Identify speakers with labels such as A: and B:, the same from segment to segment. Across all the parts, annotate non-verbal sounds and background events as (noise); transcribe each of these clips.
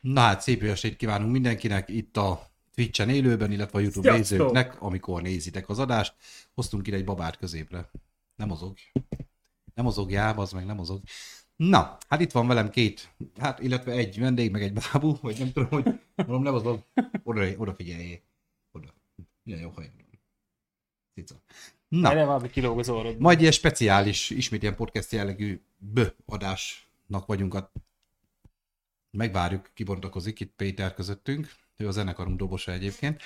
A: Na hát szép jó esélyt kívánunk mindenkinek itt a Twitch-en élőben, illetve a YouTube
B: Sziasztok!
A: nézőknek, amikor nézitek az adást. Hoztunk ide egy babát középre. Nem mozog. Nem mozog jába, az meg nem mozog. Na, hát itt van velem két, hát illetve egy vendég, meg egy bábú, vagy nem tudom, hogy mondom, nem mozog. Oda, oda figyeljé. Oda. Milyen jó hajad. van. Cica. Na.
C: Erre valami kilóg az orrod.
A: Majd ilyen speciális, ismét ilyen podcast jellegű B adásnak vagyunk. A... Megvárjuk, kibontakozik itt Péter közöttünk. Ő a zenekarunk dobosa egyébként.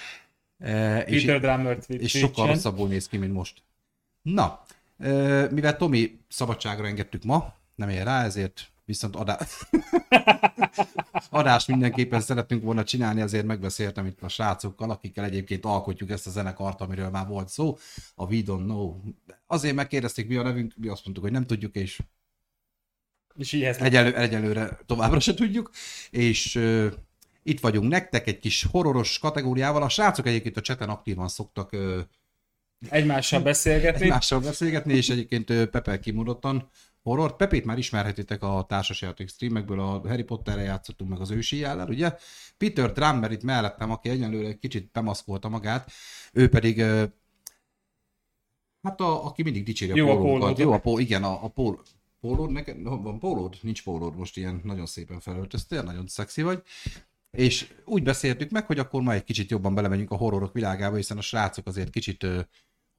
A: E, és,
C: Peter Drummer Twitch.
A: és sokkal rosszabbul néz ki, mint most. Na, e, mivel Tomi szabadságra engedtük ma, nem ér rá, ezért viszont adá... (laughs) adást mindenképpen szeretünk volna csinálni, ezért megbeszéltem itt a srácokkal, akikkel egyébként alkotjuk ezt a zenekart, amiről már volt szó, a We Don't Know. Azért megkérdezték, mi a nevünk, mi azt mondtuk, hogy nem tudjuk, és
C: És így ezt
A: Egyelő, egyelőre továbbra se tudjuk, és uh, itt vagyunk nektek egy kis horroros kategóriával. A srácok egyébként a cseten aktívan szoktak uh,
C: egymással beszélgetni.
A: egymással beszélgetni, és egyébként uh, Pepe kimondottan horror. Pepét már ismerhetitek a társasjáték streamekből, a Harry Potterre játszottunk meg az ősi jellel, ugye? Peter Drummer itt mellettem, aki egyelőre egy kicsit bemaszkolta magát, ő pedig uh, Hát a, aki mindig dicséri a
C: Jó a
A: pólónkat.
C: pólód.
A: Jó a póló, igen, a, a póló. Pólód, neked no, van pólód? Nincs pólód, most ilyen nagyon szépen felöltöztél, nagyon szexi vagy. És úgy beszéltük meg, hogy akkor ma egy kicsit jobban belemegyünk a horrorok világába, hiszen a srácok azért kicsit ö,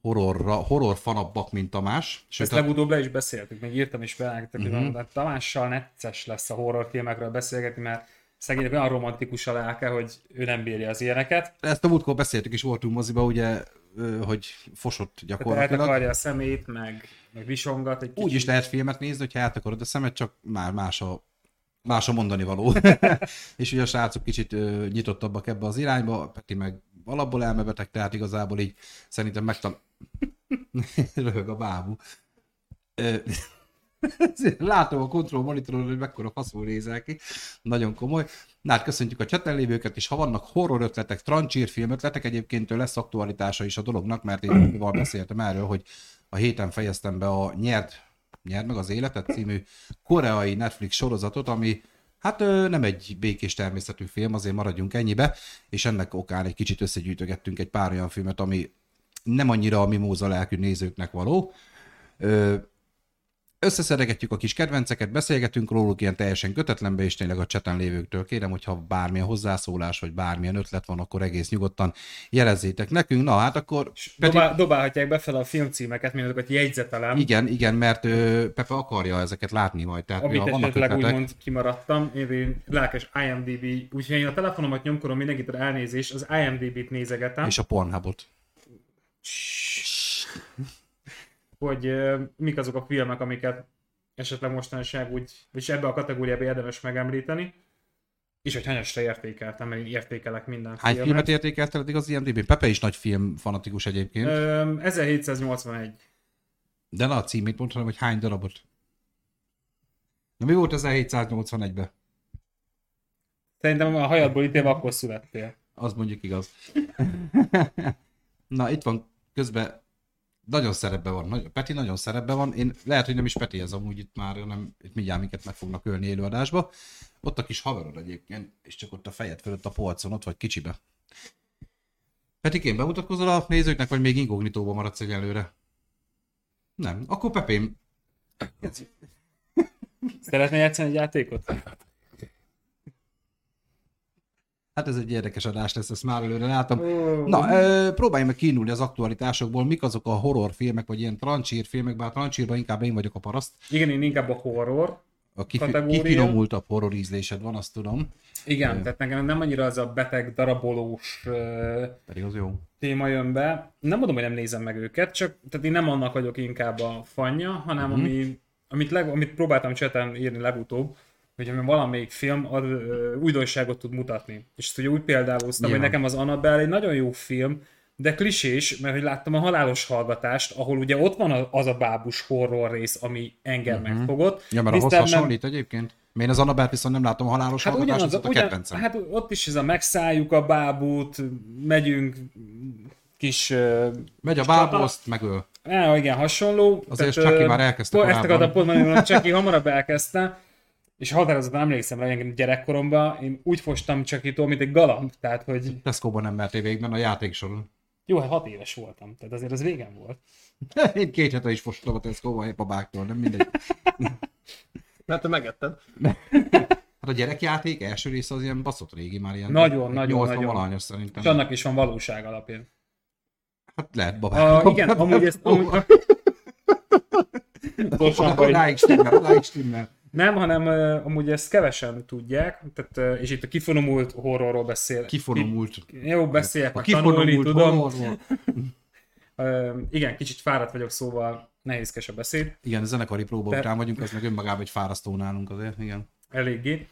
A: horrorra, horror fanabbak, mint Tamás. Sőt, hát
C: Ezt
A: a,
C: legutóbb le is beszéltük, még írtam is beállítottak,
A: Mhm.
C: hogy uh-huh. Tamással necces lesz a horrorfilmekről beszélgetni, mert szegénynek olyan romantikus a lelke, hogy ő nem bírja az ilyeneket.
A: ezt a múltkor beszéltük is, voltunk moziba, ugye, ö, hogy fosott
C: Tehát
A: gyakorlatilag.
C: eltakarja a szemét, meg, meg visongat egy
A: Úgy is lehet filmet nézni, hogyha át akarod a szemed, csak már más a, más a mondani való. és ugye a srácok kicsit ö, nyitottabbak ebbe az irányba, Peti meg alapból elmebeteg, tehát igazából így szerintem megtan... (laughs) Röhög a bábú. Ö, (laughs) Látom a kontroll monitoron, hogy mekkora faszul nézel ki. Nagyon komoly. Na hát köszöntjük a chatten lévőket, és ha vannak horror ötletek, trancsírfilm ötletek, egyébként lesz aktualitása is a dolognak, mert én Tomival beszéltem erről, hogy a héten fejeztem be a Nyerd, Nyerd meg az életet című koreai Netflix sorozatot, ami hát ö, nem egy békés természetű film, azért maradjunk ennyibe, és ennek okán egy kicsit összegyűjtögettünk egy pár olyan filmet, ami nem annyira a mimóza lelkű nézőknek való. Ö, összeszeregetjük a kis kedvenceket, beszélgetünk róluk ilyen teljesen kötetlenbe, és tényleg a cseten lévőktől kérem, hogyha bármilyen hozzászólás, vagy bármilyen ötlet van, akkor egész nyugodtan jelezzétek nekünk. Na hát akkor...
C: Peti... Dobál, dobálhatják befele a filmcímeket, mint azokat jegyzetelem,
A: Igen, igen, mert ö, Pepe akarja ezeket látni majd. Tehát
C: amit
A: mivel vannak
C: esetleg
A: ötletek,
C: úgymond kimaradtam, én- én lelkes IMDB, úgyhogy én a telefonomat nyomkodom mindenkitől elnézést, az IMDB-t nézegetem.
A: és a Pornhubot.
C: hogy ö, mik azok a filmek, amiket esetleg mostanság úgy, és ebbe a kategóriába érdemes megemlíteni, és hogy hányasra értékeltem, mert én értékelek minden
A: Hány filmet értékelted eddig az IMDb-n? Pepe is nagy film fanatikus egyébként,
C: Ö, 1781.
A: de ne a címét mondhatom, hogy hány darabot. Na mi volt 1781-ben?
C: Szerintem a hajadból ítélve akkor születtél.
A: Az mondjuk igaz. Na, itt van közben nagyon szerepben van. Nagy, Peti nagyon szerepben van. Én lehet, hogy nem is Peti ez amúgy itt már, hanem itt mindjárt minket meg fognak ölni élőadásba. Ott a kis haverod egyébként, és csak ott a fejed fölött a polcon, ott vagy kicsibe. Petikén bemutatkozol a nézőknek, vagy még inkognitóban maradsz egyelőre? Nem. Akkor Pepém.
C: Szeretnél játszani egy játékot?
A: Hát ez egy érdekes adás lesz, ezt már előre látom. Na, ö, próbálj meg kiindulni az aktualitásokból, mik azok a horrorfilmek, vagy ilyen trancsírfilmek, bár trancsírban inkább én vagyok a paraszt,
C: Igen, én inkább a horror.
A: a kifi-
C: Kategória.
A: kifinomultabb horror ízlésed van, azt tudom,
C: Igen, tehát nekem nem annyira az a beteg darabolós ö,
A: pedig az jó.
C: téma jön be. Nem mondom, hogy nem nézem meg őket, csak tehát én nem annak vagyok inkább a fanja, hanem
A: Mhm.
C: mm-hmm. ami, amit, leg, amit próbáltam cseten írni legutóbb, hogy ami valamelyik film ad, ö, újdonságot tud mutatni. És ezt ugye úgy
A: Nyilván.
C: példálóztam, hogy nekem az Annabelle egy nagyon jó film, de klisés, mert hogy láttam a halálos hallgatást, ahol ugye ott van a- az a bábus horror rész, ami engem mm-hmm. megfogott.
A: Mhm. Ja, mert ahhoz
C: Tisztán nem-
A: hasonlít egyébként. Én az Annabelt viszont nem látom a halálos hát hallgatást, ugyanaz, a kedvencem.
C: hát ott is ez a megszálljuk a bábút, megyünk kis ö,
A: Megy a
C: Csata.
A: bábú, azt megöl.
C: Á, igen, hasonló.
A: Azért Chucky
C: ö,
A: már elkezdte
C: po- Ezt
A: korábban.
C: akartam pont mondani, hogy Chucky hamarabb elkezdte, És határozottan emlékszem rá, hogy engem gyerekkoromban én úgy fostam csak itt, mint egy galamb, tehát hogy
A: Tesco-ban nem mertél végben a játéksoron.
C: jó, hát hat éves voltam, tehát azért az régen volt.
A: (laughs) Én két hete is fostam a Tesco-ban a babáktól, nem
C: (laughs)
A: mindegy.
B: Mert te megetted.
A: Hát a gyerekjáték első része az ilyen baszott régi már ilyen.
C: Nagyon, nagyon,
A: 80
C: nagyon.
A: valahányas szerintem.
C: És annak is van valóság alapja.
A: Hát lehet babák.
C: A, igen, amúgy ezt... Amúgy, Gyorsan,
A: Akkor
C: hogy-
A: Rá is stimmel, rá is stimmel.
C: nem, hanem ö, amúgy ezt kevesen tudják, tehát, ö, és itt a kifonomult horrorról beszél.
A: Kifonomult.
C: Jó, beszélek,
A: A
C: meg tanulni
A: kifonomult
C: tudom.
A: horrorról.
C: Ö, igen, kicsit fáradt vagyok, szóval nehézkes a beszéd,
A: Igen, zenekari próba
C: Te-
A: után vagyunk, ez meg önmagában egy fárasztó nálunk azért, igen.
C: eléggé.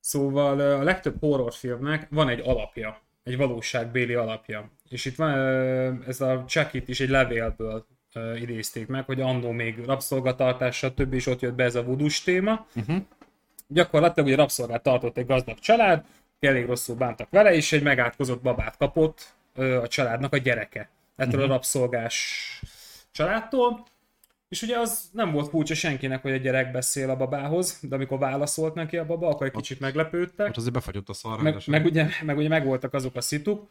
C: Szóval ö, a legtöbb horrorfilmnek van egy alapja, egy valóságbéli alapja. És itt van, ö, ez a chucky is egy levélből ö, idézték meg, hogy annó még rabszolgatartás, stb. is ott jött be ez a vudus téma. Uh-huh. Gyakorlatilag ugye rabszolgát tartott egy gazdag család, elég rosszul bántak vele, és egy megátkozott babát kapott ö, a családnak a gyereke. Ettől uh-huh. a rabszolgás családtól. És ugye az nem volt furcsa senkinek, hogy a gyerek beszél a babához, de amikor válaszolt neki a baba, akkor egy kicsit meglepődtek.
A: Ott azért befagyott a szar.
C: Meg,
A: rendesen.
C: meg, ugye, meg ugye megvoltak azok a szituk,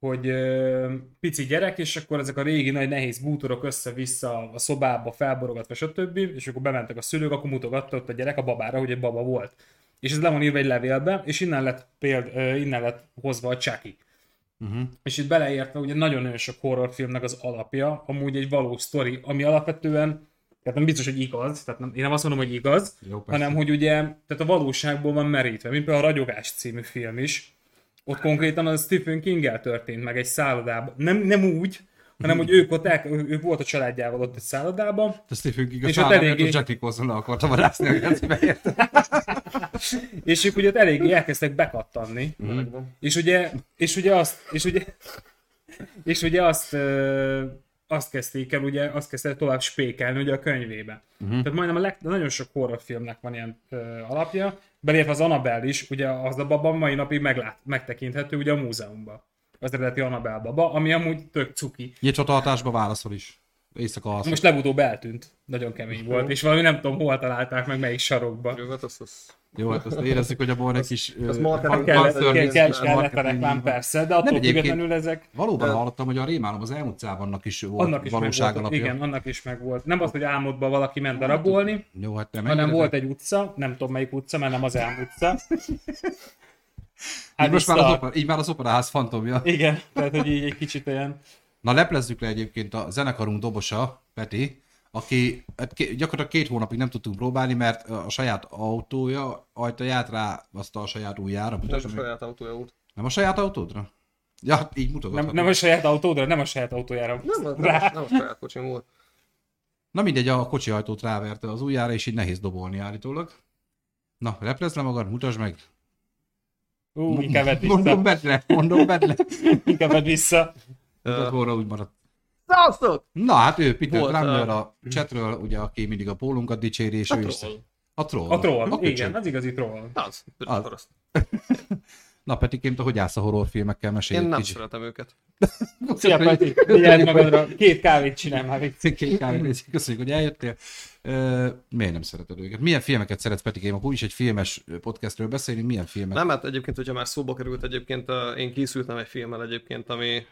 C: hogy ö, pici gyerek, és akkor ezek a régi nagy nehéz bútorok össze-vissza a szobába felborogatva, stb. És akkor bementek a szülők, akkor mutogatta ott a gyerek a babára, hogy egy baba volt. És ez le van írva egy levélbe, és innen lett, péld, ö, innen lett hozva a Chucky.
A: Mhm.
C: És itt beleértve ugye nagyon-nagyon sok horrorfilmnek az alapja, amúgy egy valós sztori, ami alapvetően, tehát nem biztos, hogy igaz, tehát nem, én nem azt mondom, hogy igaz,
A: Jó, persze.
C: hanem hogy ugye, tehát a valóságból van merítve, mint például a Ragyogás című film is. Ott konkrétan a Stephen king történt meg egy szállodában. Nem, nem úgy, hanem hogy ők, ott el, ők volt a családjával ott egy szállodában,
A: Te Stephen King a
C: És ott
A: szállán,
C: eléggé-
A: eléggé... Jack Nicholson le akarta varázsni a kezébe, érted?
C: és ők ugye ott eléggé elkezdtek bekattanni.
A: Mm-hmm.
C: És ugye, és ugye azt, és ugye, és ugye azt, ö, azt kezdték el, ugye, azt kezdte el tovább spékelni ugye a könyvébe.
A: Mm-hmm.
C: Uh-huh. Tehát majdnem a leg, nagyon sok horrorfilmnek van ilyen ö, alapja, belépve az Annabelle is, ugye az a baba mai napig meglát, megtekinthető ugye a múzeumban. Az eredeti Annabelle baba, ami amúgy tök cuki.
A: Nyitcsatartásba válaszol is. Éjszaka alszol.
C: Most legutóbb eltűnt, nagyon kemény volt, és valami nem tudom hol találták meg, melyik sarokba.
B: Jó, hát az, az.
A: Jó, hát azt érezzük, hogy abban van egy kis... ö,
B: az marketing-
A: fan-
C: Kell,
B: Marketing-
A: fanservice,
C: kell, kell, kellett a
A: marketing-
C: reklám, persze, de attól
A: egyébként-
C: függetlenül ezek...
A: Valóban hallottam, hogy a Rémálom az elmúlt szávannak is volt
C: annak is
A: valóság
C: meg volt,
A: alapja.
C: igen, annak is meg volt. Nem az, hogy álmodban valaki ment darabolni,
A: Jó, hát nem
C: hanem volt egy utca, nem tudom melyik utca, mert nem az elm
B: (laughs)
C: utca.
A: Hát így, most már
C: vissza-
A: az opera, így már az operaház fantomja.
C: Igen, tehát hogy így egy kicsit olyan...
A: Na leplezzük le egyébként a zenekarunk dobosa, Peti, aki hát ké, gyakorlatilag két hónapig nem tudtunk próbálni, mert a saját autója ajtaját rá azt a saját ujjára.
B: Nem
A: Mutatom,
B: a
A: meg.
B: saját autója úr.
A: nem a saját autódra? Ja, hát így mutogathat.
C: Nem, nem a saját autódra, nem a saját autójára.
B: Nem, az- nem,
C: Rá.
B: az- nem a saját kocsim volt.
A: Na mindegy, a kocsi ajtót ráverte az ujjára, és így nehéz dobolni állítólag. Na, leplezd le magad, mutasd meg.
C: Ú, inkább vedd
A: Mondom
C: vissza.
A: bedle, mondom bedle.
C: (laughs) Inkább vedd vissza.
A: Ez volna úgy maradt.
B: Szasztok!
A: Na hát ő, Peter
B: Volt,
A: Drummer a chatről, ugye, aki mindig a pólunkat dicséri, és
B: A
A: ő is...
B: troll.
A: A troll.
C: A troll,
A: A köcsög.
C: igen, az igazi troll.
B: Az.
A: Az.
B: paraszt.
A: (laughs) Na, Petikém, te hogy állsz a horrorfilmekkel? Mesélj
B: Én
A: egy
B: nem
A: kicsit.
B: szeretem őket.
C: Szia Peti, vigyázz magadra, két kávét csinál már itt.
A: Két kávét. Köszönjük, hogy eljöttél. Ö, miért nem szereted őket? Milyen filmeket szeretsz, Petikém? Akkor úgyis egy filmes podcastről beszélünk, milyen filmek?
B: Nem, hát egyébként, hogyha már szóba került, egyébként eh, én készültem egy filmmel egyébként, ami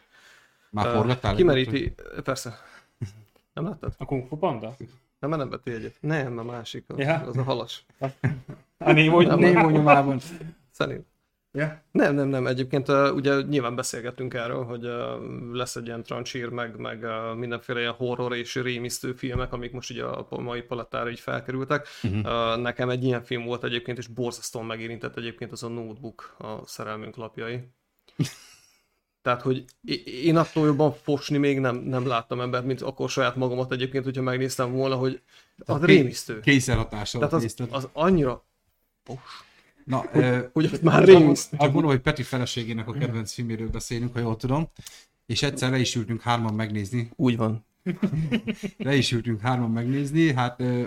A: Már
B: eh,
A: forgattál?
B: kimeríti, persze. Nem láttad?
C: A Kung Fu Panda?
B: Nem, mert nem vettél egyet. Nem, a másik, az,
C: Ja.
B: az a halas.
C: A Nemo
A: Némo nyomában.
B: Szerint.
C: Ja.
B: Nem, nem, nem. Egyébként uh, ugye nyilván beszélgettünk erről, hogy uh, lesz egy ilyen trancsír, meg, meg uh, mindenféle ilyen horror és rémisztő filmek, amik most ugye a mai palettára így felkerültek. Uh-huh. Uh, nekem egy ilyen film volt egyébként, és borzasztóan megérintett egyébként az a Notebook, a szerelmünk (laughs) lapjai. Tehát, hogy é- én attól jobban fosni még nem, nem láttam embert, mint akkor saját magamat egyébként, hogyha megnéztem volna, hogy az rémisztő.
A: Kényszerhatással
B: Tehát az,
A: készített.
B: az annyira,
A: Na, ö,
B: hogy ott már rémisztő.
A: Csak mondom, hogy Peti feleségének a kedvenc filméről beszélünk, ha jól tudom. És egyszer le is ültünk hárman megnézni.
B: Úgy van.
A: Le is ültünk hárman megnézni. Hát ö,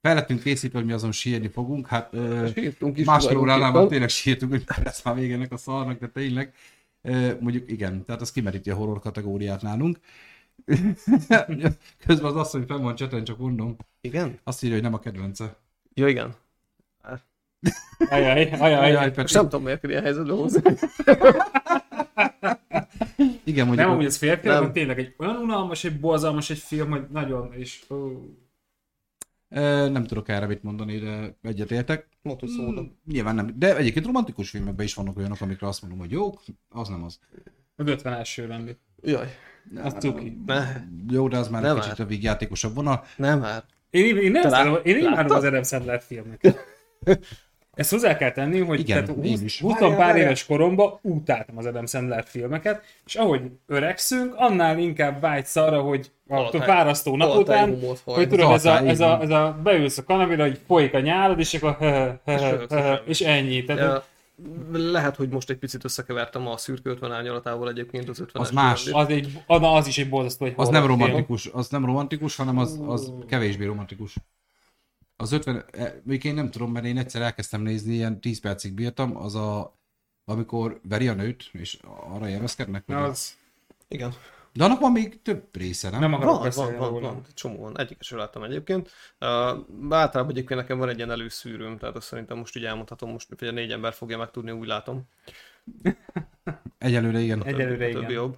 A: fel lettünk készítve, hogy mi azon sírni fogunk. Hát ö,
B: Sírtunk is
A: másfél óránál már
B: tulajdonképpen.
A: tényleg sírtunk, hogy (laughs) lesz már vége ennek a szarnak, de tényleg. Ö, Mondjuk igen, tehát az kimeríti a horror kategóriát nálunk. (laughs) Közben az asszony fenn van cseten, csak mondom.
B: Igen?
A: Azt írja, hogy nem a kedvence.
B: Ja, igen. Hát
C: Ajaj, ajaj.
A: Ajaj,
C: ajaj.
A: Peti.
B: Most nem tudom, miért kell ilyen helyzetbe hozni.
A: Igen, mondjuk.
C: Nem, amúgy ez férfi,
B: Nem.
C: hanem tényleg egy olyan unalmas, egy borzalmas egy film, hogy nagyon, és ó,
A: Ö, Nem tudok erre mit mondani, de egyetértek. Hmm,
B: Motoszóda.
A: Nyilván nem. De egyébként romantikus filmekben is vannak olyanok, amikre azt mondom, hogy jók, az nem az.
C: az 50 első lenni.
B: Jaj,
C: Az cuki.
B: ne,
A: Jó, de az már
B: Nem
A: egy kicsit a vígjátékosabb vonal.
B: nem hát, már.
C: Én, én nem
B: Te
C: zárom,
B: lát-
C: én nem
B: láttad?
C: zárom az Adam Sandler filmnek.
A: (laughs)
C: Ezt hozzá kell tenni, hogy
A: Igen,
C: tehát
A: én
C: 20,
A: is.
C: 20
B: Várjál,
C: pár
B: várjál.
C: éves koromban utáltam az Adam Sandler filmeket, és ahogy öregszünk, annál inkább vágysz arra, hogy a
B: Altály-
C: fárasztó nap
B: altály
C: után,
B: humort hajt.
C: hogy tudod, ez a,
A: Altály,
C: ez, a,
A: igen.
C: ez a, beülsz a kanapéra, hogy folyik a nyálad, és akkor és ennyi. Tehát
B: Ja, Lehet, hogy most egy picit összekevertem a szürke 50 árnyalatával egyébként az 50
A: Az más.
C: az, egy, az, az is egy borzasztó, egy
A: Az nem
C: horrorfilm.
A: romantikus, az nem romantikus, hanem az, az kevésbé romantikus. Az 50, eh, még én nem tudom, mert én egyszer elkezdtem nézni, ilyen 10 percig bírtam, az a, amikor veri a nőt, és arra élvezkednek. hogy-
C: Az,
B: Igen.
A: De annak van még több része, nem?
C: nem
B: Van,
C: akarok
B: van,
C: beszélni
B: van,
C: róla.
B: van, csomó van. Egyiket sem láttam egyébként. Uh, általában egyébként nekem van egy ilyen előszűrőm, tehát azt szerintem most így elmondhatom, most ugye négy ember fogja megtudni, úgy látom.
A: Egyelőre igen.
C: Egy- Egyelőre
B: a többi
C: igen.
B: jobb.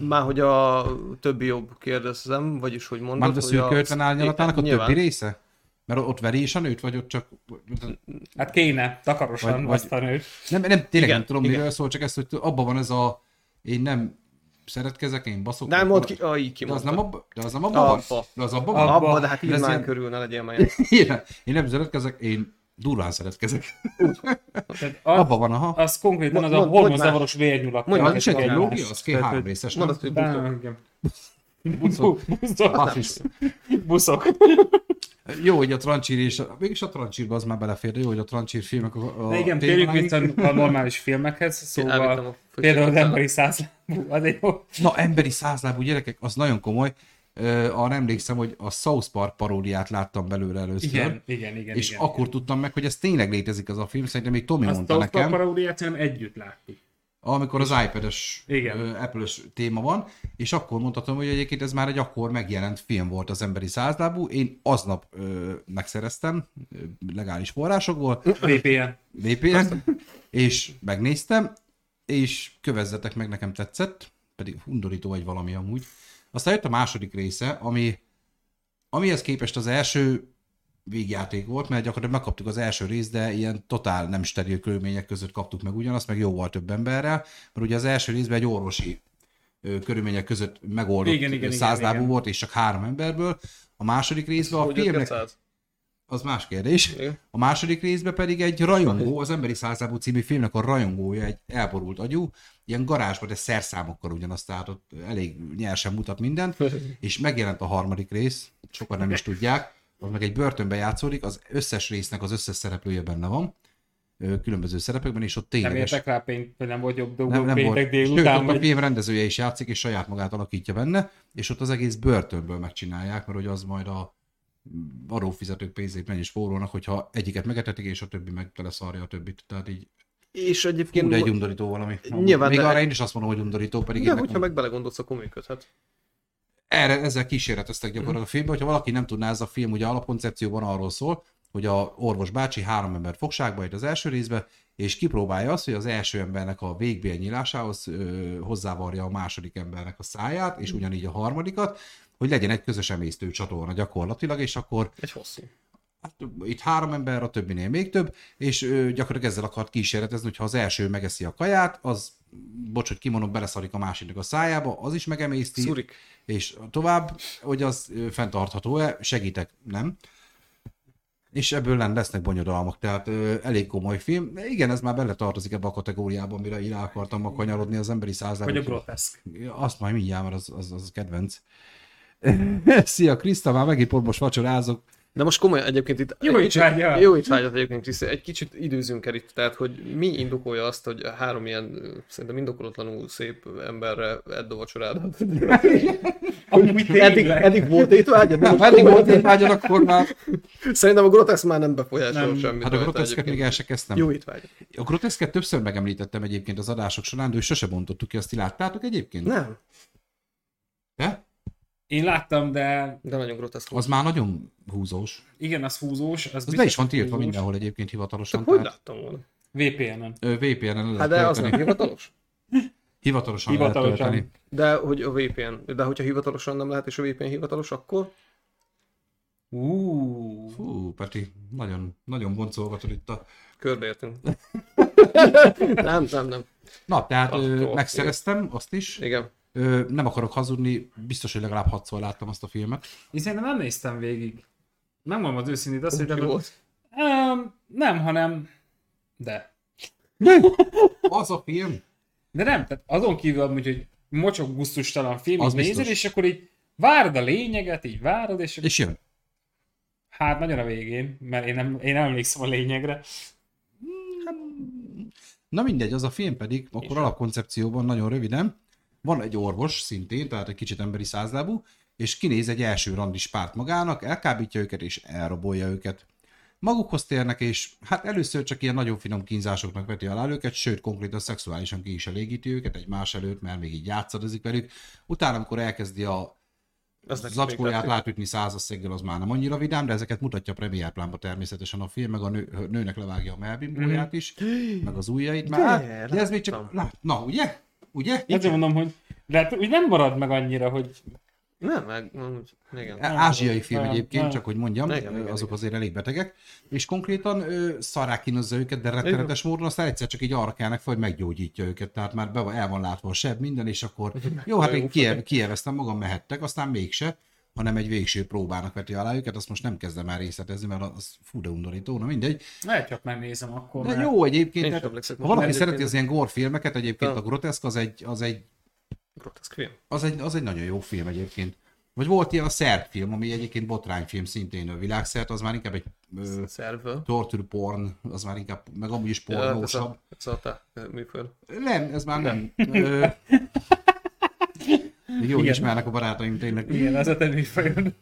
B: Már hogy a többi jobb kérdezem, vagyis hogy mondod,
A: Már a
B: hogy
A: szürke 50 árnyalatának a
B: Nyilván.
A: többi része? Mert ott veri is a nőt, vagy ott csak...
C: Hát kéne, takarosan
A: Vagy-
C: vagy,
A: vagy-
C: azt a nőt.
A: Nem, nem tényleg
B: Igen,
A: nem tudom,
B: igen.
A: miről szól, csak ez, hogy abban van ez a... Én nem szeretkezek, én baszok.
B: Nem,
A: akkor-
B: mondd ki, ah, így ki
A: De az nem, abba, de az nem abba
B: Abba.
A: van? De az abba
C: Abba.
A: van?
B: Abba, de hát
A: Ez
B: így már
A: ilyen-
B: körül, ne legyél már ilyen.
A: Igen. (laughs) Én nem szeretkezek, én durván szeretkezek.
C: Tehát
A: A...
C: a,
A: Abba van, aha.
C: az konkrétan az
B: Mond-
C: a
B: mond-
C: hormonzavaros vérnyulak.
B: Mondj
A: Ja,
B: már,
A: az is
B: ez
A: egy
B: van.
A: lógia, az két három részes. nem?
B: Mondd azt, hogy buszok.
C: Bá, igen.
A: (laughs) Buszok.
C: (laughs) Buszok.
A: Az is.
C: Buszok.
A: Jó, hogy a trancsír és... Mégis a trancsírba az már belefér, de jó, hogy a trancsír filmek a, a
C: De igen,
A: témáig.
C: térjünk vissza a normális filmekhez,
B: elvittem a
C: szóval
B: főcímet.
C: például az emberi százlábú, az egy jó.
A: Na, emberi százlábú gyerekek, az nagyon komoly. Ö, arra emlékszem, hogy a South Park paródiát láttam belőle először.
C: Igen, igen, igen.
A: és
C: igen.
A: akkor tudtam meg, hogy ez tényleg létezik az a film, szerintem még Tomi
C: azt
A: mondta
C: a
A: nekem,
C: paródiát szerintem együtt láttuk.
A: amikor az iPad-es,
C: Igen.
A: ö, Apple-ös téma van, és akkor mondhatom, hogy egyébként ez már egy akkor megjelent film volt az emberi százlábú, én aznap ö, megszereztem ö, legális forrásokból,
C: VPN.
A: VPN, és megnéztem, és kövezzetek meg, nekem tetszett, pedig undorító vagy valami amúgy. Aztán jött a második része, ami amihez képest az első végjáték volt, mert gyakorlatilag megkaptuk az első részt, de ilyen totál nem steril körülmények között kaptuk meg ugyanazt, meg jóval több emberrel, mert ugye az első részben egy orvosi ö, körülmények között megoldott
C: Igen, igen, igen,
A: százlábú
C: igen.
A: volt, és csak három emberből. A második részben a
B: Hogy jött
A: filmnek...
B: 200?
A: Az más kérdés.
B: Szóval Igen.
A: A második részben pedig egy rajongó, az Emberi Százlábú című filmnek a rajongója, egy elborult agyú, ilyen garázsba, de szerszámokkal ugyanazt, tehát ott elég nyersen mutat
C: (laughs)
A: mindent, és megjelent a harmadik rész, sokan nem is tudják, az meg egy börtönbe játszódik, az összes résznek az összes szereplője benne van, ö, különböző szerepekben, és ott
C: Nem
A: tényleges...
C: értek rá pénzt, hogy nem volt jobb
A: Nem,
C: dolgok
A: nem volt.
C: péntek
A: Sőt,
C: délután,
A: ott a
C: vagy
A: film rendezője is játszik, és saját magát alakítja benne, és ott az egész börtönből megcsinálják, mert hogy az majd a adófizetők pénzét mennyi is spórolnak, hogyha egyiket megetetik, és a többi meg teleszarja a többit. Tehát így
B: És egyébként...
A: Fú, de egy undorító valami.
B: Nyilván,
A: Még
B: de-
A: arra én is azt mondom, hogy undorító, pedig
B: Igen,
A: én
B: hogyha
A: nekem-
B: meg belegondolsz, akkor működhet.
A: erre, ezzel kísérleteztek gyakorlatilag a filmbe, hogyha valaki nem tudná, ez a film ugye alapkoncepcióban arról szól, hogy a orvos bácsi három ember fogságba itt az első részbe, és kipróbálja azt, hogy az első embernek a végbél nyílásához ö, hozzávarja a második embernek a száját, és ugyanígy a harmadikat, hogy legyen egy közös emésztő csatorna gyakorlatilag, és akkor
B: Egy hosszú.
A: hát, itt három ember, a többinél még több, és ö, gyakorlatilag ezzel akart kísérletezni, hogy ha az első megeszi a kaját, az, bocs, hogy kimondom, beleszarik a másiknak a szájába, az is megemészti,
B: Szurik.
A: és tovább, hogy az ö, fenntartható-e, segítek, nem? És ebből nem lesznek bonyodalmak, tehát ö, elég komoly film. De igen, ez már bele tartozik ebbe a kategóriába, amire így rá akartam ma kanyarodni az emberi
C: vagy a
A: százalék.
C: groteszk.
A: Azt majd mindjárt, mert az, az, az kedvenc. (laughs) Szia, Kriszta, már megint pont most vacsorázok.
B: De most komolyan egyébként itt...
C: Jó
B: egy
C: étvágyat!
B: kicsit- Jó étvágyat egyébként, Kriszti. Egy kicsit időzünk el itt, tehát hogy mi indokolja azt, hogy három ilyen ö, szerintem indokolatlanul szép emberre edd a
A: (laughs)
B: vacsorádat.
C: Amúgy
B: Eddig,
C: tényleg.
B: eddig volt étvágyad? De
A: Nem,
B: most
A: eddig volt
B: komolyan-
A: egy vágyad, akkor már...
B: Szerintem a grotesz már nem befolyásol
C: Nem.
B: semmit.
A: Hát a
B: rajta
A: groteszket
B: egyébként.
A: még el se kezdtem.
B: Jó étvágyat.
A: A groteszket többször megemlítettem egyébként az adások során, de ő sose bontottuk ki, azt ti láttátok egyébként?
B: Nem.
A: Te?
C: Én láttam, de
B: De nagyon groteszk volt.
A: Az már nagyon húzós.
C: igen, az húzós. Az,
A: Ez
C: biztos,
A: be is van
C: hogy
A: tiltva
C: húzós.
A: mindenhol egyébként hivatalosan.
B: Hogy láttam volna?
C: VPN-en.
A: ö, VPN-en
B: Hát
A: hát
B: de az
A: hivatalosan,
B: nem hivatalos.
A: hivatalosan lehet
C: Hivatalosan.
A: tölteni.
B: De hogy a VPN, de hogyha hivatalosan nem lehet, és a VPN hivatalos, akkor
C: Ú,
A: Fú, Peti, nagyon, nagyon boncolgatod itt a...
B: körbeértünk. nem, nem, nem.
A: Na, tehát ö,
B: Attól,
A: megszereztem azt is.
B: Igen.
A: Ö, nem akarok hazudni, biztos, hogy legalább hatszor láttam azt a filmet.
C: én szerintem nem néztem végig. Nem mondom az őszintét, azt
B: Úgy
C: hittem,
B: volt.
C: Um, nem, hanem... De.
A: Az a film?
C: De nem, tehát azon kívül amúgy, hogy mocsok gusztustalan film,
A: Az
C: így nézel,
A: biztos.
C: és akkor így várd a lényeget, így várod, és, és
A: És jön.
C: hát nagyon a végén, mert én nem, én nem emlékszem a lényegre.
A: Hát, Na mindegy, az a film pedig, akkor alapkoncepcióban nagyon röviden, van egy orvos szintén, tehát egy kicsit emberi százlábú, és kinéz egy első randis párt magának, elkábítja őket és elrabolja őket. Magukhoz térnek, és hát először csak ilyen nagyon finom kínzásoknak veti alá őket, sőt, konkrétan szexuálisan ki is elégíti őket egymás előtt, mert még így játszadozik velük. Utána, amikor elkezdi a
B: Ez nekik még
A: zacskóját
B: tetszik.
A: látütni százasszeggel, az már nem annyira vidám, de ezeket mutatja a premier plánba természetesen a film, meg a nő, nőnek levágja a melbimbóját is, meg az ujjait már. De,
B: Mhm. De,
A: ez még csak...
B: láttam.
A: Lát, na, ugye? Ugye?
C: Azért mondom, hogy de hát úgy nem marad meg annyira, hogy
B: Nem, meg, nem, úgy- igen.
A: Á- Ázsiai film
C: Nem,
A: egyébként,
C: nem.
A: csak hogy mondjam,
B: Igen, igen,
A: azok
B: igen.
A: azért elég betegek, és konkrétan ö, szarrá kínozza őket, de rettenetes módon aztán egyszer csak így arra kelnek fel, hogy meggyógyítja őket, tehát már be van, el van látva a seb, minden, és akkor
B: (laughs)
A: jó, hát én kiev, kieveztem magam, mehettek, aztán mégse, hanem egy végső próbának veti alá őket, azt most nem kezdem el részletezni, mert az fú de undorító, na mindegy.
C: lehet, csak megnézem akkor.
A: De
C: mert-
A: jó
B: Én szóval
A: egyébként,
B: sem
A: tehát,
B: emlékszek
A: ha
B: most
A: valaki
B: már
A: szereti
B: egyébként.
A: az ilyen gorfilmeket, egyébként
B: Ja.
A: a groteszk az egy, az egy
B: Groteszk film.
A: az egy, az egy nagyon jó film egyébként. Vagy volt ilyen a szerb film, ami egyébként botrányfilm szintén a világszerte, az már inkább egy ö,
B: Szervő.
A: torture porn, az már inkább, meg amúgy is
B: Ja, Ez
A: pornósabb.
B: a, ez a te műfaj.
A: Nem, ez már nem.
B: (laughs)
A: Ö, Még jól
C: Igen.
A: ismernek a barátaim tényleg.
C: Igen, az a te műfajod.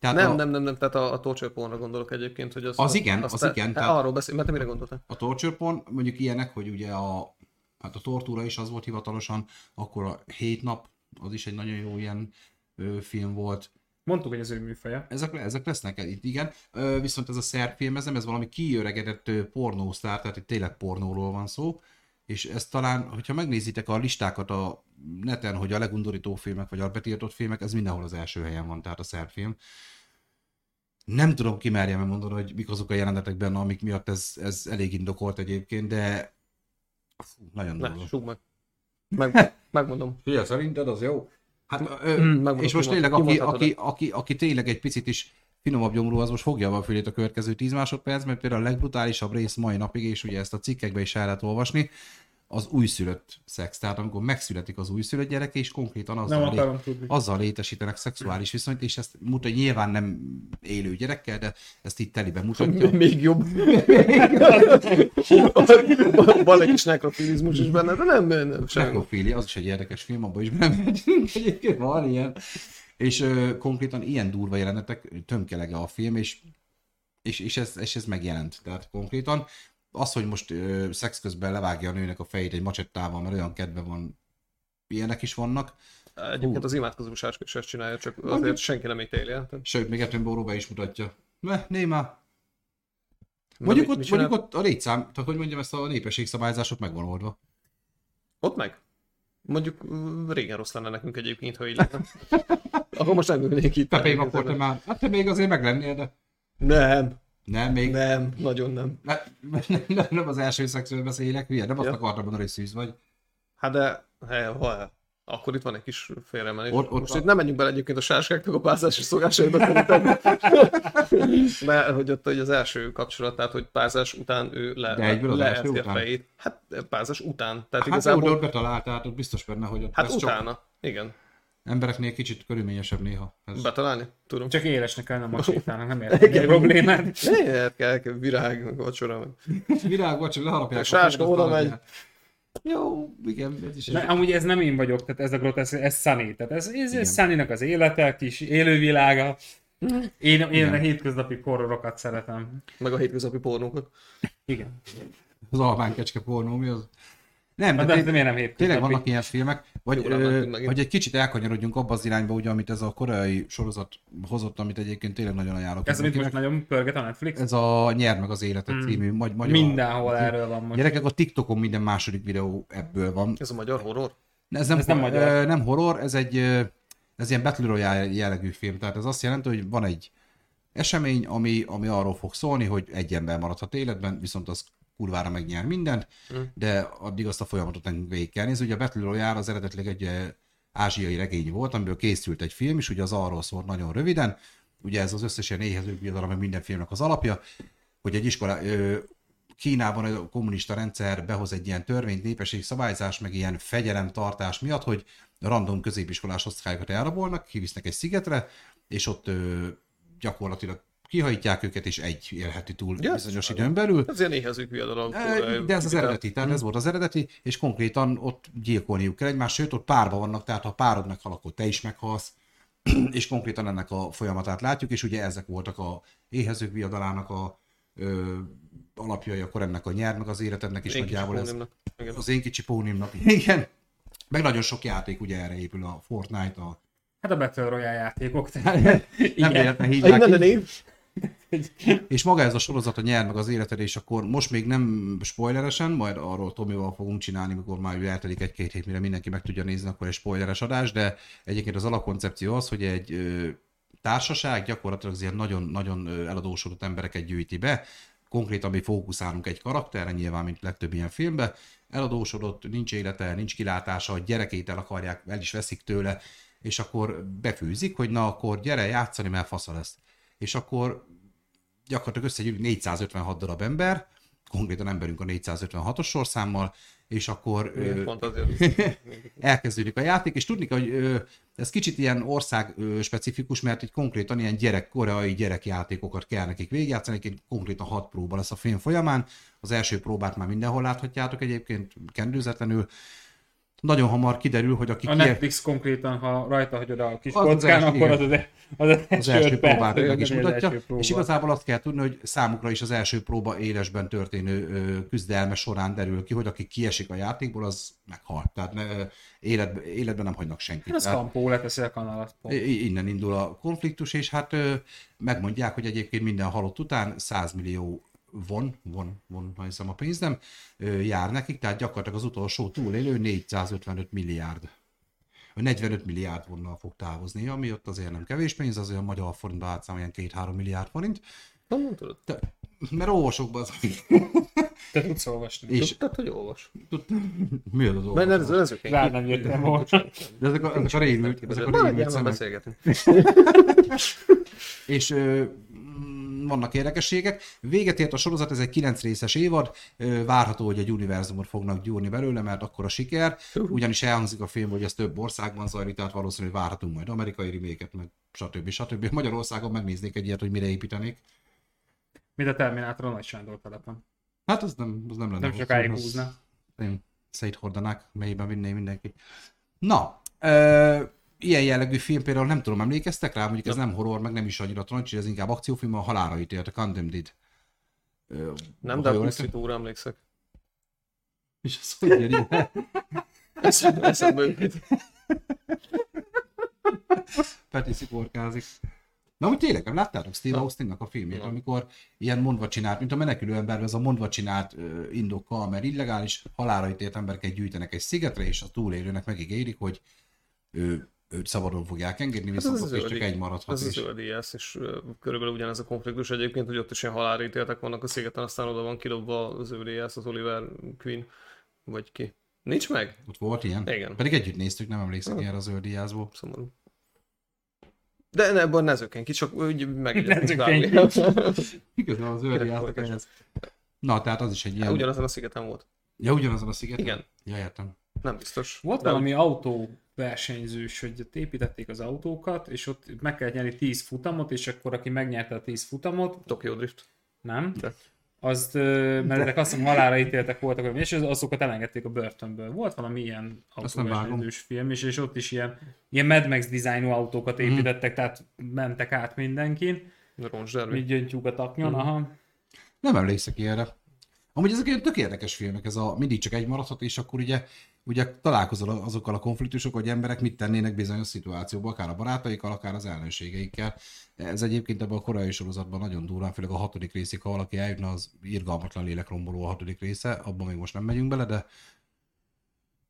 A: Tehát
B: Nem,
A: a,
B: nem, nem, nem, tehát Hát a, a torture pornra gondolok egyébként, hogy az...
A: Az igen, az
B: te-
A: igen,
B: te
A: tehát-
B: Arról beszél, mert te mire gondoltál?
A: a torture porn, mondjuk ilyenek, hogy ugye a, hát a tortúra is az volt hivatalosan, akkor a hét nap, az is egy nagyon jó ilyen ö, film volt.
C: Mondtuk, hogy az ő műfaja.
A: Ezek, ezek lesznek itt, igen. Ö, viszont ez a szerb film, ez nem, ez valami kiöregedett ö, pornósztár, tehát itt tényleg pornóról van szó, és ez talán, hogyha megnézitek a listákat a neten, hogy a legundorító filmek, vagy a betiltott filmek, ez mindenhol az első helyen van, tehát a szerb film. Nem tudom, ki merjem mondani, hogy mik azok a jelenetek benne, amik miatt ez, ez elég indokolt egyébként, de Fú, nagyon
B: Ne,
A: durva.
B: súg meg. meg megmondom.
A: Ugye, szerinted az jó? Hát, ö,
B: megmondom,
A: és most
B: kimond-
A: tényleg, aki,
B: kimondhatod.
A: aki, aki, aki tényleg egy picit is finomabb gyomrú, az most fogja a fülét a következő 10 másodperc, mert például a legbrutálisabb rész mai napig, és ugye ezt a cikkekbe is el lehet olvasni, az újszülött szex. Tehát amikor megszületik az újszülött gyerek, és konkrétan azzal,
C: Nem
A: lé-
C: akarom tudni.
A: azzal létesítenek szexuális viszonyt, és ezt mutatja, nyilván nem élő gyerekkel, de ezt itt teliben
B: (laughs)
A: mutatja.
B: Még jobb. Van egy kis nekrofilizmus is benne, de nem, nem, semmi.
A: Nekrofília, az is egy érdekes film, abban is belemegyünk, egyébként van ilyen. És ö, konkrétan ilyen durva jelenetek, tömkelege a film, és, és, és, ez, és ez megjelent. Tehát konkrétan az, hogy most ö, szex közben levágja a nőnek a fejét egy macsettával, mert olyan kedve van, ilyenek is vannak.
B: Egyébként az imádkozó sáska is ezt csinálja, csak azért senki nem ítéli el. Tehát-
A: Sőt, még Attenborough be is mutatja. Ne, néma.
B: Mi-
A: Mondjuk
B: mit
A: ott,
B: csinál?
A: mondjuk ott a létszám, tehát hogy mondjam, ezt a népességszabályzások megvan oldva.
B: Ott meg? Mondjuk mm, régen rossz lenne nekünk egyébként, ha így lenne. (laughs) Akkor most nem ülnék itt.
A: Pepém, akkor te már, hát te még azért meglennél, de
B: Nem,
A: nem, még,
B: nem, nagyon nem.
A: Ne, nem, nem, nem az első szexről beszélek, hülye, nem azt
B: Ja.
A: akartam mondani, hogy szűz vagy.
B: Hát de, he, ha, akkor itt van egy kis félremenés.
A: Ott- ott
B: most
A: van.
B: itt nem menjünk bele egyébként a sáskáknak a párzási szokásaiba
A: (laughs)
B: szerintem. De hogy ott hogy az első kapcsolat, tehát hogy párzás után ő le,
A: De egyből az első
B: leerti a
A: után?
B: fejét. Hát párzás után,
A: Hát
B: tehát
A: jó, de
B: igazából,
A: ott betaláltál, hát ott biztos benne, hogy ott
B: hát
A: ez
B: utána. Igen,
A: Csak embereknél kicsit körülményesebb néha. Ez.
B: betalálni, tudom.
C: Csak élesnek
A: (laughs)
C: kell, nem macsétálnak, nem értem mi a problémát.
B: Ne, kell, kell, virág, meg vacsora, meg.
A: Virág vagy, csak leharapják.
B: A sáska
A: fejedet,
B: oda megy.
A: leharapják. Jó, igen, ez is egy...
C: De amúgy ez nem én vagyok, tehát ez a grotesz, ez Sunny. Tehát ez, ez,
A: Igen.
C: ez Sunny-nak az élete, kis élővilága. Én, én
A: Igen.
C: a hétköznapi horrorokat szeretem.
B: meg a hétköznapi pornókat.
C: Igen.
A: Az almánkecske pornó, mi az? Nem,
C: Na,
A: Hát de, de,
C: de, de miért Hát nem hétköznapi?
A: Tényleg vannak ilyen filmek, vagy,
B: Jó, nem mentünk
A: ö,
B: megint.
A: hogy egy kicsit elkanyarodjunk abba az irányba, ugye, amit ez a koreai sorozat hozott, amit egyébként tényleg nagyon ajánlok.
C: Ez, amit most
A: mindenkinek.
C: nagyon pörget a Netflix?
A: ez a Nyerd meg az életet
C: Mm.
A: című magy- magyar.
C: Mindenhol erről van most.
A: Gyerekek, a TikTokon minden második videó ebből van.
B: Ez a magyar horror?
A: Ez nem,
C: Ez nem
A: hor-
C: magyar.
A: ö, nem horror, ez egy ö, ez ilyen Battle Royale jellegű film, tehát ez azt jelenti, hogy van egy esemény, ami, ami arról fog szólni, hogy egy ember maradhat életben, viszont az kurvára megnyer mindent,
B: Mm.
A: de addig azt a folyamatot nekünk végig kell nézni. Ugye a Battle Royale az eredetileg egy ö, ázsiai regény volt, amiből készült egy film is, ugye az arról szólt nagyon röviden, ugye ez az összes ilyen éhezők birodalom, meg minden filmnek az alapja, hogy egy iskola, eh, ö, Kínában a kommunista rendszer behoz egy ilyen törvényt, népességszabályzás, meg ilyen fegyelemtartás miatt, hogy random középiskolás osztályokat elrabolnak, kivisznek egy szigetre, és ott ö, gyakorlatilag kihajtják őket, és egy élheti túl
B: Ja, ez
A: bizonyos
B: is
A: időn belül.
B: Ez ilyen éhezők viadalom.
A: Ö, De ez az eredeti, tehát ez volt az eredeti, és konkrétan ott gyilkolniuk kell egymást, sőt ott párba vannak, tehát ha párod meghal, akkor te is meghalsz, (clears throat) és konkrétan ennek a folyamatát látjuk, és ugye ezek voltak a éhezők viadalának a ö, alapjai, akkor ennek a nyernek az életednek is
B: Én kicsit
A: nagyjából ez,
B: pónimnak. Igen.
A: az én kicsi pónimnak, igen. Meg nagyon sok játék ugye erre épül, a Fortnite, a...
C: Hát a Battle Royale
A: (laughs)
C: játékok. tehát-
A: Nem
C: Igen.
A: véletlen
B: Egy
A: hívják
B: nem, de
A: így.
B: név.
A: És maga ez a sorozat a nyer meg az életed, és akkor most még nem spoileresen, majd arról Tomival fogunk csinálni, mikor már ő eltelik egy-két hét, mire mindenki meg tudja nézni, akkor egy spoileres adás, de egyébként az alapkoncepció az, hogy egy ö, társaság gyakorlatilag az ilyen nagyon-nagyon ö, eladósodott embereket gyűjti be, konkrétan mi fókuszálunk egy karakterre, nyilván, mint legtöbb ilyen filmben, eladósodott, nincs élete, nincs kilátása, a gyerekét el akarják, el is veszik tőle, és akkor befűzik, hogy na akkor gyere játszani, mert fasza lesz. És akkor gyakorlatilag összegyűlik 456 darab ember, konkrétan emberünk a 456-os sorszámmal, és akkor ö,
B: Pont azért.
A: elkezdődik a játék, és tudni kell, hogy ö, ez kicsit ilyen ország ö, specifikus, mert így konkrétan ilyen gyerek, koreai gyerekjátékokat kell nekik végigjátszani, egyébként konkrétan hat próba lesz a film folyamán, az első próbát már mindenhol láthatjátok egyébként, kendőzetlenül, nagyon hamar kiderül, hogy aki
C: A
A: kier-
C: Netflix konkrétan, ha rajta hagyod a kis
A: Az az
C: kockán,
A: első,
C: akkor
A: igen.
C: az az, az, az,
A: az első
C: öt perc,
A: próbát
C: igen,
A: meg is
C: az
A: mutatja,
C: első próba.
A: és igazából azt kell tudni, hogy számukra is az első próba élesben történő ö, küzdelme során derül ki, hogy aki kiesik a játékból, az meghal. Tehát ne, ö, életbe, életben nem hagynak senkit.
C: Hát az
A: Tehát-
C: kampó leteszi a kanalat. pont.
A: I- i- Innen indul a konfliktus, és hát ö, megmondják, hogy egyébként minden halott után 100 millió von, von, von, ha hiszem a pénz nem, ö, jár nekik, tehát gyakorlatilag az utolsó túlélő 455 milliárd. Ö, 45 milliárd vonnal fog távozni, ami ott azért nem kevés pénz, azért a magyar forintba átszám ilyen 2-3 milliárd forint,
B: Nem mondtad?
A: de, mert olvasokban (laughs) az...
C: Te tudsz olvasni.
A: És
B: Tudtad, hogy olvas.
A: mi az az
B: Mert
A: olvasó?
B: ez, ez oké.
C: Rád nem jöttem volna.
A: De ezek a, ezek a rémült, ezek a rémült
B: Maradjál, már
A: szemek.
B: beszélgetünk.
A: és ö, mm, vannak érdekességek. Véget ért a sorozat, ez egy 9 részes évad, ö, várható, hogy egy univerzumot fognak gyúrni belőle, mert akkor a siker, ugyanis elhangzik a film, hogy ez több országban zajlik, tehát valószínűleg várhatunk majd amerikai reméket, meg stb. stb. Magyarországon megnéznék egy ilyet, hogy mire építenék.
C: Mint a Terminátor a Nagy Sándor telepon.
A: Hát az nem, az nem lenne.
C: Nem
A: hosszú,
C: sokáig
A: az-
C: húzna.
A: én széthordanák, mélyben vinné mindenki. Na, ö, ilyen jellegű film például nem tudom, emlékeztek rá, mondjuk ez nem horror, meg nem is annyira trancs, ez inkább akciófilm, a halálra ítélt, a Condemned. Ö,
B: Nem,
A: ha
B: de a
A: jól
B: pusztítóra emlékszek.
A: értem. És az hogy jön ide?
B: Eszembe eszembe jutott.
A: Peti sziporkázik. Na, úgy tényleg, nem láttátok Steve
B: Nem.
A: Austinnak a filmjét,
B: Nem.
A: amikor ilyen mondva csinált, mint a menekülő ember, ez a mondva csinált ö, indokkal, mert illegális halálra ítélt embereket gyűjtenek egy szigetre, és a túlélőnek megígérik, hogy ő, őt szabadon fogják engedni,
B: Hát Ez az
A: viszont ott is csak
B: zöld-
A: egy maradhat.
B: Ez az
A: és-
B: zöld IS, és ö, körülbelül ugyanez a konfliktus egyébként, hogy ott is ilyen halálítéltek vannak a szigeten, aztán oda van kidobva az zöld IS, az Oliver Queen, vagy ki. Nincs meg?
A: Ott volt ilyen?
B: Igen.
A: Pedig együtt néztük, nem emlékszek
B: Ah.
A: ilyenre az őrdiázból.
B: Szomorú. De ne, ebben ne zökken ki, csak úgy
C: Ne
B: megegyeztünk
C: zökkenj
B: (laughs)
A: Igazán az
B: őrdiáznak
A: ez. Na, tehát az is egy ilyen.
B: Ugyanazon a szigeten volt.
A: Ja, ugyanazon a szigeten?
B: Hát Igen,
A: Ja, értem.
B: nem biztos.
C: Volt
B: De-
C: valami autó versenyzős, hogy ott építették az autókat, és ott meg kellett nyerni 10 futamot, és akkor aki megnyerte a 10 futamot,
B: Tokyo Drift.
C: nem?
B: De.
C: Azt, ö, mert ezek azt hiszem halálra ítéltek voltak, vagy mi, és az- azokat elengedték a börtönből. Volt valami ilyen
A: Azt nem
C: autóversenyzős film, és, és ott is ilyen, ilyen Mad Max dizájnú autókat
A: Mhm.
C: építettek, tehát mentek át mindenkin,
B: Roncs Derby.
A: Mhm.
C: így gyöngytyúk a taknyon, aha.
A: Nem emlékszek ilyenre. Amúgy ezek ilyen tök érdekes filmek, ez a mindig csak egy maradhat, és akkor ugye, ugye találkozol azokkal a konfliktusok, hogy emberek mit tennének bizonyos szituációban, akár a barátaikkal, akár az ellenségeikkel. Ez egyébként ebben a korai sorozatban nagyon durván, főleg a hatodik részig, ha valaki eljutna, az irgalmatlan lélekromboló a hatodik része, abban még most nem megyünk bele, de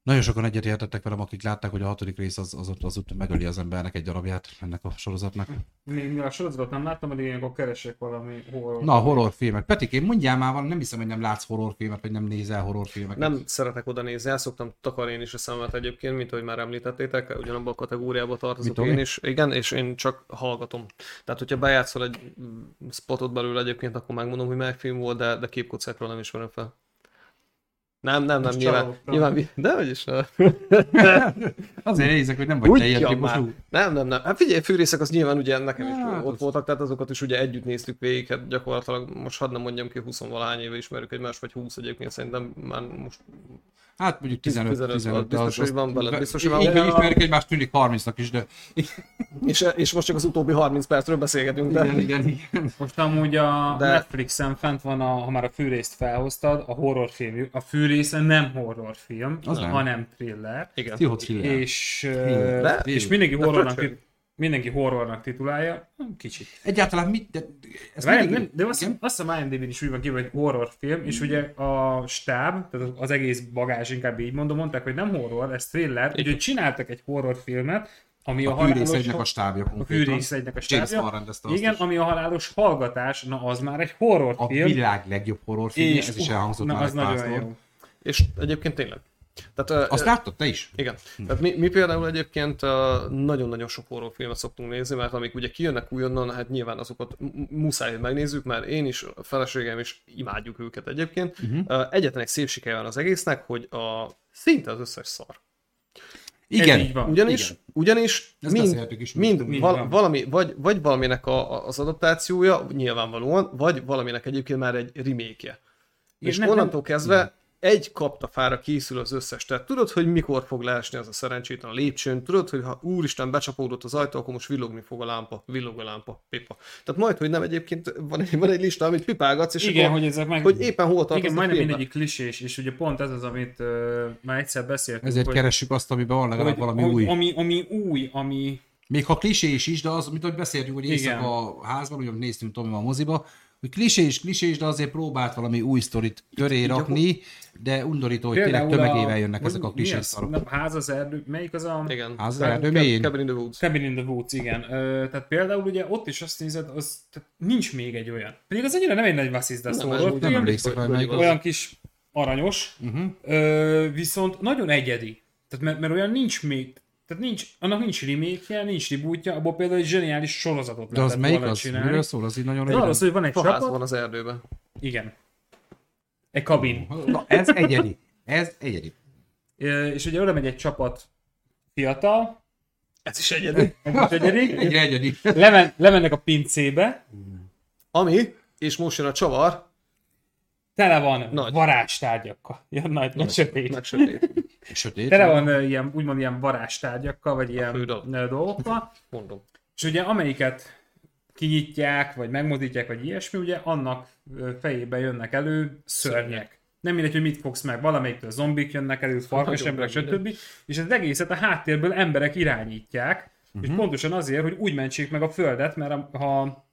A: nagyon sokan egyetértettek velem, akik látták, hogy a hatodik rész az, az, ott, az ott megöli az embernek egy darabját ennek a sorozatnak.
C: Még mi a sorozatot nem láttam, de ilyenkor keresek valami horror.
A: Na, horrorfilmek. Petikém, mondjál már van, nem hiszem, hogy nem látsz horrorfilmet, vagy nem nézel horrorfilmeket.
B: Nem szeretek oda nézni, el szoktam takarni én is a szememet egyébként, mint ahogy már említettétek, ugyanabban a kategóriába tartozok
A: Mit, Tomi?
B: én is. Igen, és én csak hallgatom. Tehát, hogyha bejátszol egy mm, spotot belőle egyébként, akkor megmondom, hogy mely film volt, de, de képkockákról nem ismerem fel. Nem, nem, nem,
C: Most
B: nyilván,
C: csalódtam.
B: nyilván, vi- de hogy is.
A: Azért nézek, hogy nem vagy te ilyen
B: Ugyan már.
A: típusú.
B: Nem, nem, nem. Hát figyelj, fűrészek az nyilván ugye nekem is
A: Hát,
B: ott
A: az-
B: voltak, tehát azokat is ugye együtt néztük végig, hát gyakorlatilag most hadd nem mondjam ki 20 valahány éve ismerjük egymást, vagy 20 egyébként szerintem már most
A: Hát mondjuk 15,
B: 15,
A: 15, 15
B: biztos,
A: az-
B: hogy
A: az-
B: van veled, biztos, hogy
A: így-
B: van
A: Így,
B: veled.
A: ismerjük egymást, tűnik 30-nak is, de
B: És, és most csak az utóbbi 30 percről beszélgetünk, de...
A: igen, igen, igen.
C: Most amúgy a
B: De-
C: de... Netflixen fent van, a, ha már a fűrészt felhoztad, a horrorfilmjük. A fűrésze nem horrorfilm,
A: Az nem. hanem
C: hanem thriller.
B: Igen.
A: Pszichothriller.
C: És,
A: Thriller.
C: ö,
A: De-
C: és mindenki, horrornak,
B: fröccsög.
C: tit- mindenki horrornak titulálja. Kicsit.
A: Egyáltalán mit, de ez
C: Várj,
A: mindig-
C: nem, de azt,
A: igen? Mm.
C: azt hiszem IMDb-n is úgy van kívül, hogy horrorfilm, és ugye a stáb, tehát az egész bagázs, inkább így mondom, mondták, hogy nem horror, ez thriller, úgyhogy csináltak egy horrorfilmet, ami a,
A: a
C: halálos...
A: fűrész egynek a stábja
C: a
A: konkrétan.
C: fűrész egynek a
A: James
C: stábja.
A: Wan rendezte azt
C: Igen,
A: is.
C: ami a halálos hallgatás, na az már egy
A: A
C: horrorfilm.
A: világ legjobb horrorfilm, ez is
C: uh,
A: elhangzott
C: na,
A: már
C: az
A: egy
C: nagyon
A: párszor.
C: jó.
B: És egyébként tényleg. Tehát,
A: Azt
B: Aztán...
A: láttad te is?
B: Igen. Tehát mi, mi például egyébként ö, nagyon-nagyon sok horrorfilmet szoktunk nézni, mert amik ugye kijönnek újonnan, hát nyilván azokat mu- muszáj, hogy megnézzük, mert én is, a feleségem is imádjuk őket egyébként.
A: Mhm.
B: Uh-huh. Egyetlen egy szép sikerje van az egésznek, hogy a szinte az összes szar.
A: Igen.
C: Ez így van.
B: Ugyanis,
A: igen.
B: ugyanis
A: Ezt
B: mind,
A: beszéltük is.
B: mind
C: Mind
B: val-
C: van.
B: valami, vagy, vagy valaminek a, a- az adaptációja, nyilvánvalóan, vagy valaminek egyébként már egy remake
C: Igen,
B: És
C: nem-
B: onnantól kezdve egy kaptafára készül az összes. Tehát tudod, hogy mikor fog leesni az a szerencsétlen a lépcsőn, tudod, hogy ha úristen becsapódott az ajtó, akkor most villogni fog a lámpa, villog a lámpa, pipa. Tehát majd, hogy nem egyébként van egy, van egy lista, amit pipálgatsz, és
C: Igen,
B: akkor,
C: hogy ezek meg...
B: hogy éppen hol tartasz
C: igen,
B: a
C: majdnem
B: filmben.
C: mindegyik klisés, és ugye pont ez az, amit uh, már egyszer beszéltünk,
A: Ezért
C: hogy,
A: keressük azt, amiben van legalább
C: hogy,
A: valami
C: hogy,
A: új.
C: Ami, ami új, ami...
A: Még ha klisé is is, de az, mint ahogy beszéltünk, hogy éjszaka a házban, ugye néztünk Tomi a moziba, hogy klisé is klisé is, de azért próbált valami új sztorit köré rakni, de undorító, hogy tényleg
C: Például a-
A: tömegével jönnek
C: hogy
A: ezek a
C: mi
A: klisé
C: az?
A: szarok.
C: Nem, Ház az erdő, melyik az a...
B: Igen.
A: Az
B: Ca-
A: erdő
B: Ca-
A: mélyén.
B: Cabin in the Woods.
C: Cabin in the Woods, igen. Ö, tehát például ugye ott is azt nézed, az, tehát nincs még egy olyan. Pedig az annyira nem egy nagy vasszizda
B: Nem,
C: szóló
A: Nem
C: film,
A: emlékszek rá, hogy melyik az. Mhm.
C: olyan kis aranyos, uh-huh. ö, viszont nagyon egyedi. Tehát mert, mert olyan nincs még, tehát nincs, annak nincs remake nincs rebootja, abból például egy zseniális sorozatot
A: De az
C: lehetett
A: melyik
C: volna
A: az?
C: csinálni.
A: Miről szól? Az így nagyon
C: De arról
A: röviden.
C: szól, hogy van egy
B: Faház
C: csapat,
B: van az erdőben.
C: igen. Egy kabin.
A: Na, ez egyedi. Ez egyedi.
C: Ö, és ugye oda megy egy csapat fiatal,
B: Ez is egyedül.
A: (laughs)
C: egy egyedik,
A: Egyre
C: (laughs)
A: egyedi.
C: lemen, lemennek a pincébe,
B: Ami, és most jön a csavar,
C: tele van
B: Nagy.
C: nagy. varázstárgyakkal. Ja, nagy, nagy sötét.
B: meg sötét.
A: Sötét.
C: Tele
A: van.
C: van ö, ilyen, úgymond ilyen varázstárgyakkal, vagy ilyen
B: fő
C: ö,
B: dolog.
C: dolgokkal,
B: Mondom.
C: és ugye amelyiket kinyitják, vagy megmozdítják, vagy ilyesmi, ugye annak ö, fejébe jönnek elő szörnyek. Nem mindegy, hogy mit fogsz meg, valamelyiktől zombik jönnek elő, farkas
B: Nagyon
C: emberek,
B: nagy minden.
C: stb. És az egészet a háttérből emberek irányítják, és pontosan azért, hogy úgy mentsék meg a földet, mert a- ha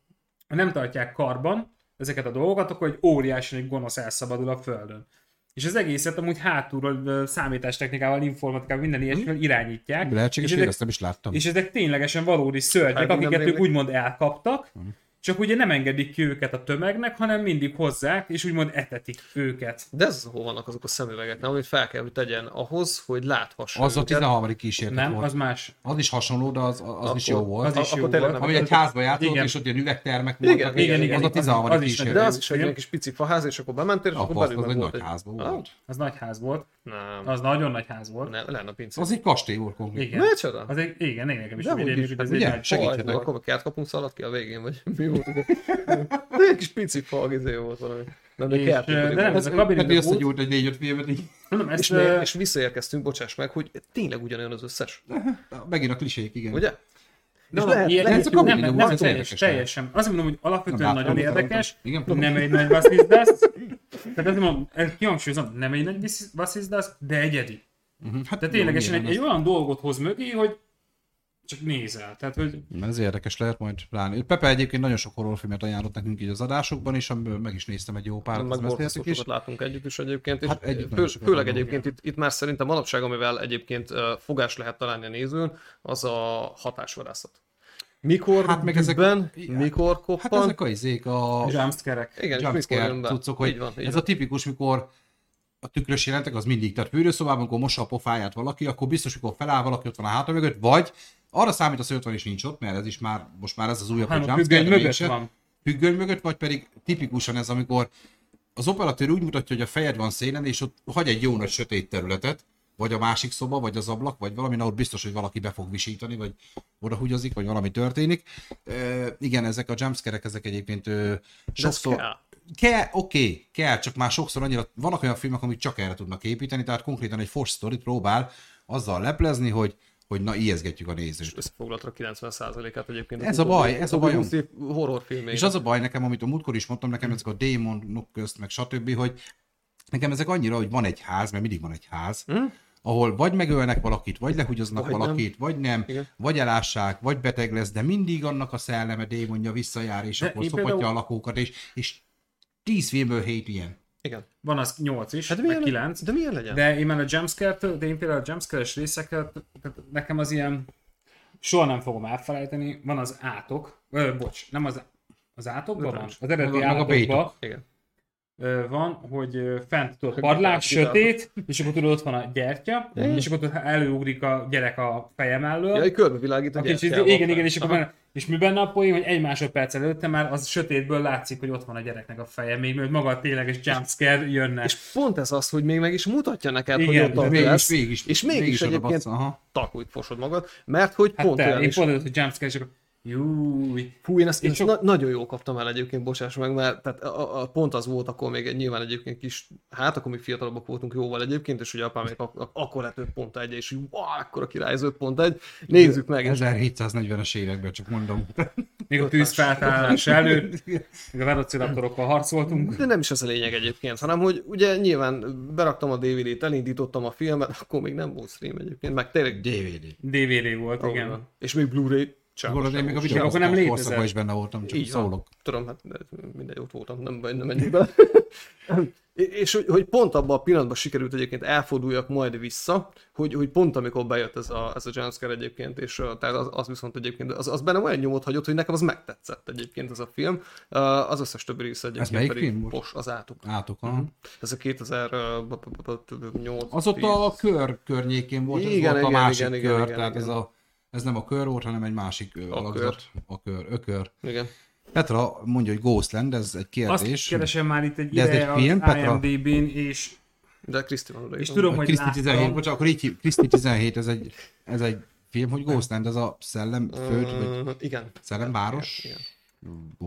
C: ha nem tartják karban ezeket a dolgokat, akkor egy óriási nagy gonosz elszabadul a Földön. És az egészet amúgy hátulról ö, számítástechnikával, informatikával, minden ilyesmivel irányítják.
A: Lehetséges,
C: és
A: hogy
C: ezek,
A: ezt nem is láttam.
C: és ezek ténylegesen valódi szörnyek,
B: Hát, nem
C: akiket ők
B: rémlik.
C: úgymond elkaptak, csak ugye nem engedik ki őket a tömegnek, hanem mindig hozzák, és úgymond etetik őket.
B: De ez hol vannak azok a szemüvegek, nem, amit fel kell, hogy tegyen ahhoz, hogy láthassa
A: Az a
B: őket.
A: 13. kísérlet
C: Nem,
A: volt.
C: az más.
A: Az is hasonló, de az, az is jó volt.
C: az is
B: Akkor
C: jó
B: tényleg
C: volt.
B: nem-
A: Ami egy házba játszott,
C: Igen.
A: és ott ilyen üvegtermek
B: Igen,
A: voltak.
B: igen, igen,
A: Az a
C: igen.
A: 13.
C: Az is
A: kísérlet.
B: De
C: nagyon-
B: az is egy
C: Igen.
B: ilyen kis pici faház, és akkor bementél, és
A: Ah,
B: akkor
A: basz,
B: belül
A: az
B: meg
A: egy
B: volt
A: nagy
B: egy...
A: házból
B: Ah,
A: volt.
C: Az nagy ház volt.
B: Nem,
C: Az nagyon nagy ház volt.
B: ne, lenne a pincé.
A: Az egy kastély volt konkrétan.
C: Igen.
B: Micsoda?
C: Az egy, igen, én nekem is
B: De
C: úgy
B: úgy
C: rémlik,
B: is,
C: hogy ez
A: ugye?
C: egy nagy
A: Segít.
B: Segítsenek.
A: segítsetek.
B: Akkor kert kapunk szalad ki a végén, vagy (laughs) mi volt? ez? Egy kis pici fag, izé volt valami. Nem, de
C: És,
B: kert.
C: de nem,
B: volt.
C: ez a kabin
A: Peti
C: in the Woods.
A: összegyújt egy négy-öt filmet, így.
C: Mondom, ezt,
B: és,
C: ö,
B: né- és visszaérkeztünk, bocsáss meg, hogy tényleg ugyanolyan az összes.
A: Na, Megint a klisék, igen.
B: Ugye?
A: De lehet-
C: És lehet-
A: ilyen-
C: lehet-
A: ez a Community
C: nem,
A: Box
C: nem,
A: tök
C: teljes,
A: érdekes lehet.
C: teljesen. Azért mondom, hogy
A: Nem
C: alapvetően
A: láttam,
C: nagyon
A: nem tudom.
C: érdekes,
A: Igen, tudom.
C: nem egy nagy vasszizdász. Tehát azért mondom, ezt kihangsúlyozom, nem egy nagy vasszizdász, de egyedi.
A: Mhm, Hát
C: Tehát
A: jó,
C: ténylegesen
A: nyilván
C: egy, egy olyan dolgot hoz mögé, hogy csak nézel. Tehát, hogy
A: ez- Ez érdekes lehet majd ráni. Pepe egyébként nagyon sok horrorfilmet ajánlott nekünk így az adásokban, és amiből meg is néztem egy jó párat,
B: Meg
A: Hát, ezt beszéltük
B: borzasztó
A: is.
B: sokat látunk együtt is egyébként, és
A: Hát
B: hát
A: együtt
B: együtt
A: nagyon
B: fő,
A: sokat
B: főleg
A: látunk,
B: egyébként itt, itt, már szerintem manapság, amivel egyébként uh, fogás lehet találni a nézőn, az a hatásvadászat. Mikor
A: Hát
B: hát
A: meg
B: meg
A: ezek-
B: ezekben,
A: igen.
B: mikor
A: Hát
B: koppan,
A: ezek a izék, a
C: jumpscare-ek.
B: igen, és mikor jön
A: jumpscare
B: be.
A: cuccok, hogy
B: így van, így
A: ez
B: van.
A: a tipikus, mikor a tükrös jelentek az mindig, tehát fürdőszobában, amikor mossa a pofáját valaki, akkor biztos, mikor feláll valaki, ott van a háta mögött, vagy arra számítasz, hogy ott van és nincs ott, mert ez is már, most már ez az újabb,
B: Hát,
C: Hanem a
A: jumpscare,
C: függöny
A: de mégsem.
C: mögött van.
A: Függöny mögött, vagy pedig tipikusan ez, amikor az operatőr úgy mutatja, hogy a fejed van szélen, és ott hagy egy jó nagy sötét területet, vagy a másik szoba, vagy az ablak, vagy valami, na, ott biztos, hogy valaki be fog visítani, vagy oda hugyozik, vagy valami történik. Ö, igen, ezek a jumpscare-ek, ezek egyébként ö,
B: De ez
A: sokszor...
B: kell.
A: Kell, oké, okay, kell, csak már sokszor annyira, vannak olyan filmek, amik csak erre tudnak építeni, tehát konkrétan egy Force Story próbál azzal leplezni, hogy, hogy na, ijeszgetjük a nézőt.
B: összefoglalatra 90%-át egyébként.
A: Ez a baj, ez a bajom.
B: Horrorfilm.
A: És az a baj nekem, amit a múltkor is mondtam, nekem ezek a démonok közt, meg stb., hogy nekem ezek annyira, hogy van egy ház, mert mindig van egy ház,
B: Hm?
A: ahol vagy megölnek valakit, vagy lehugyoznak
B: Vagy
A: vagy valakit, nem. vagy nem, Igen.
B: Igen.
A: vagy elássák, vagy beteg lesz, de mindig annak a szelleme démonja visszajár, és
C: De
A: De akkor
C: én
A: szopatja például...
C: például-
A: a lakókat, és, és tíz filmből hét ilyen.
B: Igen.
C: Van az 8 is,
B: Hát
C: meg
B: milyen,
C: 9.
B: de milyen legyen?
C: De én már a jumpscare de én például a jumpscare-es részeket, tehát nekem az ilyen, soha nem fogom elfelejteni, van az átok, ö, bocs, nem az, az átokban van? Az eredeti
A: Meg a- meg a
C: átokban
A: bétok.
B: Igen.
C: ö, van, hogy ö, fent tudod,
B: Hogy
C: padlás,
B: gitár-
C: sötét, és akkor tudod, ott van a gyertya,
A: Mhm.
B: Igen.
C: és akkor tudod, előugrik a gyerek a fejem
B: Ja, egy
C: elől,
B: körbevilágít a
C: a kicsit,
B: gyertyával.
C: igen, igen, és akkor
B: Aha.
C: benne, és mi benne a poén, hogy egy másodperc előtte már az sötétből látszik, hogy ott van a gyereknek a feje, még mielőtt maga a tényleges jumpscare jönne.
B: És pont ez az, hogy még meg is mutatja neked,
C: Igen,
B: hogy ott
C: de
B: ott
A: Mégis,
B: lesz,
A: mégis,
B: és mégis,
A: mégis oda
B: egyébként
A: bassza, aha.
B: takújt fosod magad, mert hogy
C: Hát
B: pont
C: te,
B: olyan
C: én
B: is.
C: pont előtt, hogy jumpscare, és akkor júj.
B: Fú, én ezt, én
C: én
B: ezt
C: sok-
B: na- nagyon jól kaptam el egyébként, bocsáss meg, mert tehát a, a, pont az volt, akkor még egy- nyilván egyébként kis, hát akkor még fiatalabbak voltunk jóval egyébként, és ugye apám még ak- ak- akkor lett 5 pont egy, és így, wow, akkor a király 5 pont egy, nézzük meg, és
A: 1740-es években, csak mondom.
C: Még a tűz feltárás előtt,
A: (laughs)
C: még a velociraptorokkal harcoltunk.
B: De nem is az a lényeg egyébként, hanem hogy ugye nyilván beraktam a DVD-t, elindítottam a filmet, (laughs) akkor még nem volt stream egyébként, meg tényleg
A: DVD.
C: DVD volt, igen.
B: Igen. És még Blu-ray. Csak
A: Gondolod, én még a
C: Csak akkor nem
A: videózatás korszakban
C: létezett.
A: is benne voltam, csak
B: Így van.
A: szólok.
B: Tudom, hát de mindegy, ott voltam, nem baj, nem menjünk bele. (laughs) És hogy, hogy pont abban a pillanatban sikerült egyébként elforduljak majd vissza, hogy, hogy pont amikor bejött ez a, ez a jumpscare egyébként, és uh, tehát az, az viszont egyébként, az, az bennem olyan nyomot hagyott, hogy nekem az megtetszett egyébként ez a film. Uh, Az összes többi része egyébként
A: melyik
B: pedig
A: film volt?
B: pos, az átok.
A: Átok, aha.
B: Ez a 2008
A: Az ott a kör környékén volt, ez
B: Igen,
A: volt a
B: igen,
A: másik
B: igen, igen,
A: kör,
B: igen,
A: tehát
B: igen.
A: Ez, a, ez nem a kör volt, hanem egy másik ö,
B: A
A: alakzat. A kör, ökör.
B: Igen.
A: Petra mondja, hogy Ghostland, ez egy
C: Azt
A: kérdés.
C: keresem már itt egy
A: De ez
C: ideje
A: egy film,
C: az
A: Petra?
C: IMDb-n, és,
B: De Kriszti van oda.
C: és
B: igen.
C: tudom,
A: Vagy
C: hogy
A: Kriszti
C: láttam.
A: 17, bocsánat, akkor így hív- Kriszti 17, ez egy, ez egy film, hogy Ghostland, ez a szellem föld, vagy
B: Ö, Igen.
A: szellemváros?
B: Mm. Igen.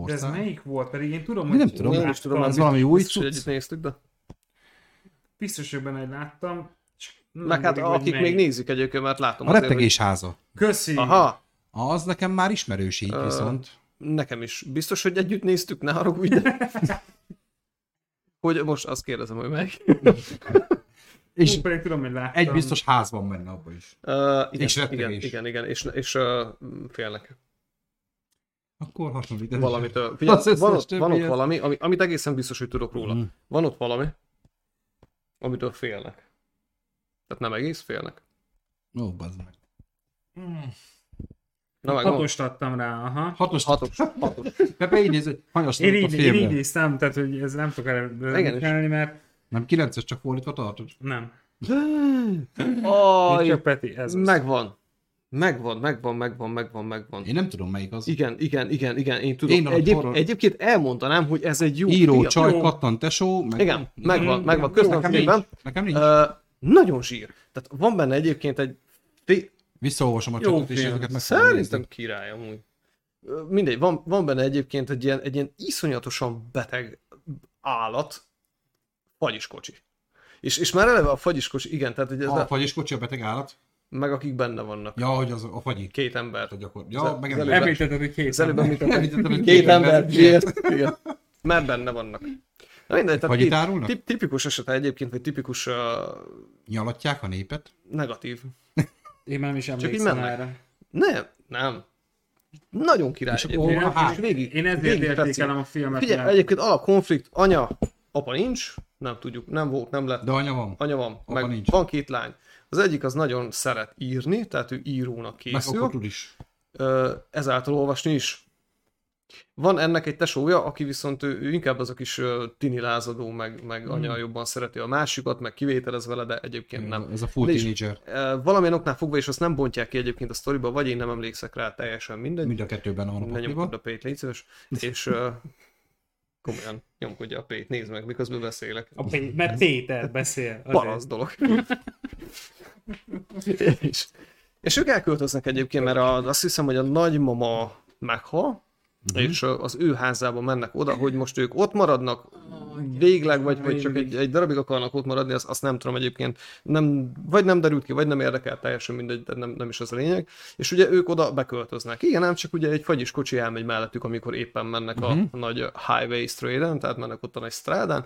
C: De ez
A: ország?
C: melyik volt? Pedig én tudom,
A: Én
C: hogy
A: nem tudom.
B: Nem is tudom,
A: Ez
B: ez
C: láttam,
A: valami új
B: Biztos, hogy
A: cucc?
B: együtt néztük, de...
C: Biztos, hogy benne hogy láttam. csak nem
B: Meg hát
C: tudom, hogy
B: akik még
C: melyik.
B: nézik egyébként, mert látom
A: A
B: azért,
A: rettegés háza.
C: Köszi!
B: hogy... Aha,
A: Az nekem már ismerős így viszont.
B: nekem is. Biztos, hogy együtt néztük, ne haragudj, de... Hogy most azt kérdezem, hogy meg.
A: És
C: Hú, pedig tudom, hogy láttam.
A: egy biztos ház van benne abban is.
B: Uh, igen,
A: És
B: igen,
A: rettegés.
B: igen, igen, és, és uh, félnek
A: Akkor hasonlít. ez is.
B: valamitől. Figyelj,
A: Az összes
B: van, ott,
A: többi
B: van ott
A: ilyen.
B: valami, ami, amit egészen biztos, hogy tudok róla.
A: Mhm.
B: Van ott valami, amitől félnek. Tehát nem egész félnek.
A: Ó, bazd meg.
B: Na meg,
C: Hatost adtam rá, aha.
A: Hatos,
B: hatos, hatos.
A: (laughs) Pepe így néz, hogy hanyas
C: Én
A: a
C: így, én így
A: filmben.
C: néztem, tehát hogy ez nem tudok
B: Igen, és-
C: elkezdeni, mert
A: Nem 9-es, csak fordítva tartod.
C: nem. Én
B: Aj,
C: csak Peti, ez az.
B: megvan. Megvan, megvan, megvan, megvan, megvan.
A: Én nem tudom melyik az.
B: Igen, igen, igen, igen, én tudom.
A: Én
B: Én
A: a horror-
B: Egyéb, egyébként elmondanám, hogy ez egy jó
A: Író,
B: film.
A: csaj, Mm-hmm.
C: Jó.
A: kattan, tesó. Meg...
B: Igen, megvan,
C: Mm,
B: megvan,
C: jó,
B: köszönöm
A: Nekem nincs.
B: szépen.
A: Nekem nincs.
B: Ö, nagyon zsír. Tehát van benne egyébként egy... fi-
A: Visszaolvasom a
C: Jó
A: csatot, és
C: film.
A: ezeket meg fogom
B: Szerintem király amúgy. Ö, Mindegy, van, van benne egyébként egy ilyen, egy ilyen iszonyatosan beteg állat, fagyiskocsi. És, és már eleve a fagyiskocsi, igen, tehát hogy ez
A: nézni.
B: a,
A: A fagyis kocsi a beteg állat.
B: meg akik benne vannak.
A: Ja, hogy az a fagyi.
B: Két ember.
A: A gyakor...
B: Az-
A: Ja,
B: az
A: meg
B: előbb-
A: emlékszem.
C: Említetted, hogy két.
B: Az előbb említettem,
A: Említettem, hogy
B: két ember,
A: miért?
B: miért? Igen. Már benne vannak. Na mindegy, tehát
A: Vagy itt árulnak?
B: tip, tipikus eset egyébként, vagy tipikus uh,
A: Nyalatják a népet.
B: negatív.
C: Én már nem is
B: így
C: emlékszem
B: mennek.
C: erre.
B: Nem, nem. Nagyon király.
A: És akkor
B: egyébként.
A: hol van a
B: És
A: ház?
B: hát végig,
C: Én ezért
B: végig
C: értékelem
B: tetszik.
C: a filmet,
B: Figyelj,
C: mert-
B: egyébként alapkonflikt, anya, apa nincs, nem tudjuk, nem volt, nem lett.
A: De anya van.
B: Anya van,
A: Apa
B: meg
A: nincs.
B: van két lány. Az egyik az nagyon szeret írni, tehát ő írónak
A: Meg
B: készül,
A: akkor is.
B: ö, ezáltal olvasni is. Van ennek egy tesója, aki viszont ő, ő inkább az a kis ö, tini lázadó, meg, meg anya jobban szereti a másikat, meg kivételez vele, de egyébként nem.
A: Ez a full
B: De is-
A: teenager.
B: Ö, Valamilyen oknál fogva, és azt nem bontják ki egyébként a sztoriba, vagy én nem emlékszek rá, teljesen mindegy.
A: Mind a kettőben van a
B: Ne nyomkod
A: pakliba.
B: a pét, légy szíves. És ö, komolyan nyomkodja a pét, nézd meg, miközben beszélek.
C: A P- mert Péter beszél. azért.
B: Palasz dolog. (laughs) és, és ők elköltöznek egyébként, mert a, azt hiszem, hogy a nagymama meghal, uh-huh. és ö, az ő házába mennek oda, hogy most ők ott maradnak végleg, vagy, vagy csak egy, egy darabig akarnak ott maradni, azt, azt nem tudom egyébként. Nem, vagy nem derült ki, vagy nem érdekel teljesen mindegy, de nem, nem is az a lényeg. És ugye ők oda beköltöznek. Igen, nem csak ugye egy fagyis kocsi elmegy mellettük, amikor éppen mennek uh-huh.
A: Mhm.
B: a nagy highway straight tehát mennek ott a nagy strádán,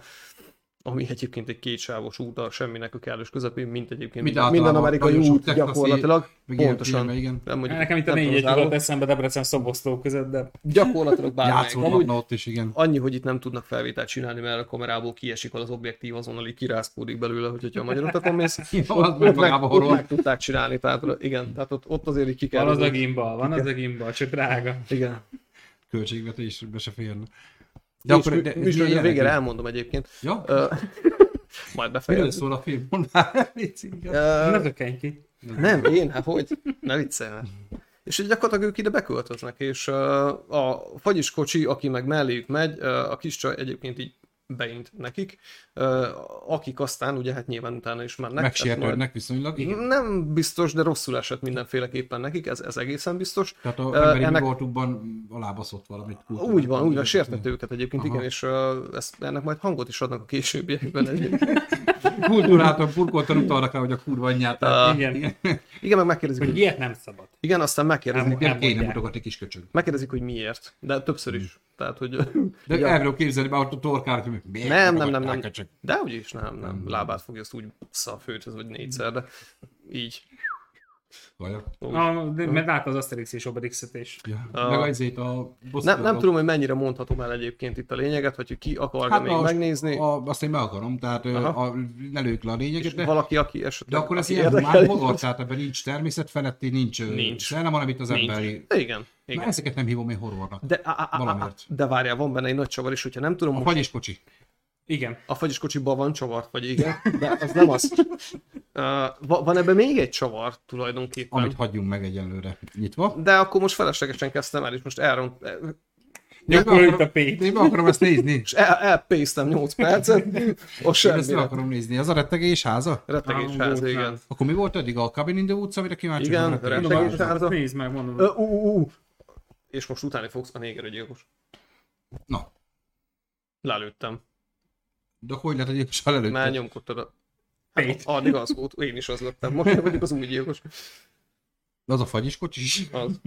B: ami egyébként egy kétsávos út a semminek a kellős közepén, mint egyébként
A: Mint
B: minden, minden
A: általában
B: amerikai
A: nagyon sok
B: út
A: texasi,
B: gyakorlatilag.
A: meg ilyen
B: Pontosan.
A: filmben, igen.
B: Nem mondjuk,
C: Nekem itt a
B: nem
C: négy
B: tudom
C: egy
B: az álló-
C: jutott eszembe Debrecen szoboszló között, de
B: Gyakorlatilag bármelyik. Amúgy
A: Játszódhatna ott is, igen.
B: annyi, hogy itt nem tudnak felvételt csinálni, mert a kamerából kiesik az objektív, azonnal így kirászkódik belőle, hogy hogyha a magyar utakon
A: (laughs)
B: mész.
A: Jó, az
B: ott,
A: meg
B: ott, meg,
A: magába
B: ott
A: horog.
B: meg tudták csinálni, tehát igen, tehát ott, ott azért így ki kell.
C: van az a gimbal, van az a gimbal, csak drága.
B: Igen.
A: Költségvetésbe se férne.
B: De akkor
A: de-
B: műsorban
A: ilyenek-
B: végére elmondom egyébként.
A: Ja?
B: Ö, (laughs) Majd
A: Miről
B: befejezem.
A: szól a film? Mondd (laughs) már, légy szíves.
B: Ö,
C: Ne tökenj ki.
B: Nem, én, hát hogy? Ne viccelj már. És így gyakorlatilag ők ide beköltöznek, és ö, a fagyis kocsi, aki meg melléjük megy, ö, a kis csaj egyébként így beint nekik, ö, akik aztán ugye hát nyilván utána is mennek. tehát majd-
A: Megsértődnek viszonylag. Igen.
B: Nem biztos, de rosszul esett mindenféleképpen nekik, ez, ez egészen biztos.
A: Tehát
B: Ö,
A: a emberi
B: ennek-
A: ennek... voltukban alábaszott valamit. kultúrát.
B: Úgy van, úgy van, sértett őket egyébként,
A: Aha.
B: igen, és ö, ezt, ennek majd hangot is adnak a későbbiekben
A: (laughs)
B: egyébként.
A: Kultúrától, burkoltan utalnak rá, hogy a kurva anyját.
B: Ö,
C: Igen,
B: Igen, meg megkérdezik,
C: hogy
B: hogy...
C: ilyet nem szabad.
B: Igen, aztán megkérdezik,
C: Nem,
A: Nem kéne
C: mondják.
A: mutogatni kisköcsög.
B: megkérdezik, hogy miért, de többször
A: Hmm.
B: is. Tehát, hogy...
A: De
B: ugye-
A: ja. elmerem képzelni, már ott a torkának, hogy miért
B: Nem, nem,
A: mutogatták
B: nem, nem.
A: a Köcsög.
B: De úgyis nem, nem. Lábát fogja azt úgy vissza a főthöz, vagy négyszer, de így.
A: Vajon?
C: A, de, mert látta az Asterix és Obelixet is.
A: Ja. Meg azért a bosszú
B: Nem, nem
A: dolog.
B: tudom, hogy mennyire mondhatom el egyébként itt a lényeget, hogy ki akarja
A: Hát
B: még
A: a-
B: megnézni. A...
A: A, azt én meg akarom, tehát ö,
B: Aha.
A: a, ne lők le a lényeget, de,
B: Valaki, aki
A: de
B: esetleg...
A: akkor ez
B: aki
A: ilyen humán
B: érdekeli.
A: modor, tehát ebben nincs természet feletti, nincs, ö,
B: Nincs.
A: szellem, hanem itt az
B: Nincs.
A: emberi.
B: De Igen,
A: Na,
B: igen.
A: ezeket nem hívom én horrornak.
B: De, á, á, á, á,
A: Valamiért.
B: de várjál, van benne egy nagy csavar is, hogyha nem tudom,
A: A
B: most
A: fagyis kocsi.
C: Igen.
B: a fagyis kocsiban van csavar,
A: (laughs)
B: vagy igen, de az nem az. (laughs) Uh, van ebben még egy csavar tulajdonképpen.
A: Amit hagyjunk meg egyenlőre nyitva.
B: De akkor most feleslegesen kezdtem el, és most elront...
A: Én be
C: Akkor itt
A: akarom,
C: a P.
A: én be akarom ezt nézni.
B: És el, elpésztem 8
A: (laughs)
B: percet, a
A: Én ezt meg
B: semmire.
A: akarom nézni. Az a rettegés háza?
B: Rettegés
C: Á,
B: ház,
C: volt
B: igen.
C: már.
A: Akkor mi volt eddig? A Cabin in the Woods, amire kíváncsi
B: Igen,
A: vagyok, a rettegés
B: rettegés
A: háza.
B: háza.
C: Nézd meg, mondom.
B: Ö, ú, ú, ú. És most utáni fogsz a négerő gyilkos.
A: Na,
B: Lelőttem.
A: de akkor hogy lehet, hogy gyilkos előtt?
B: Már nyomkodtad a...
C: Pét.
B: Addig az volt, én is az lettem. Most vagyok az új gyilkos.
A: Az a fagyis kocsi is,
B: Az.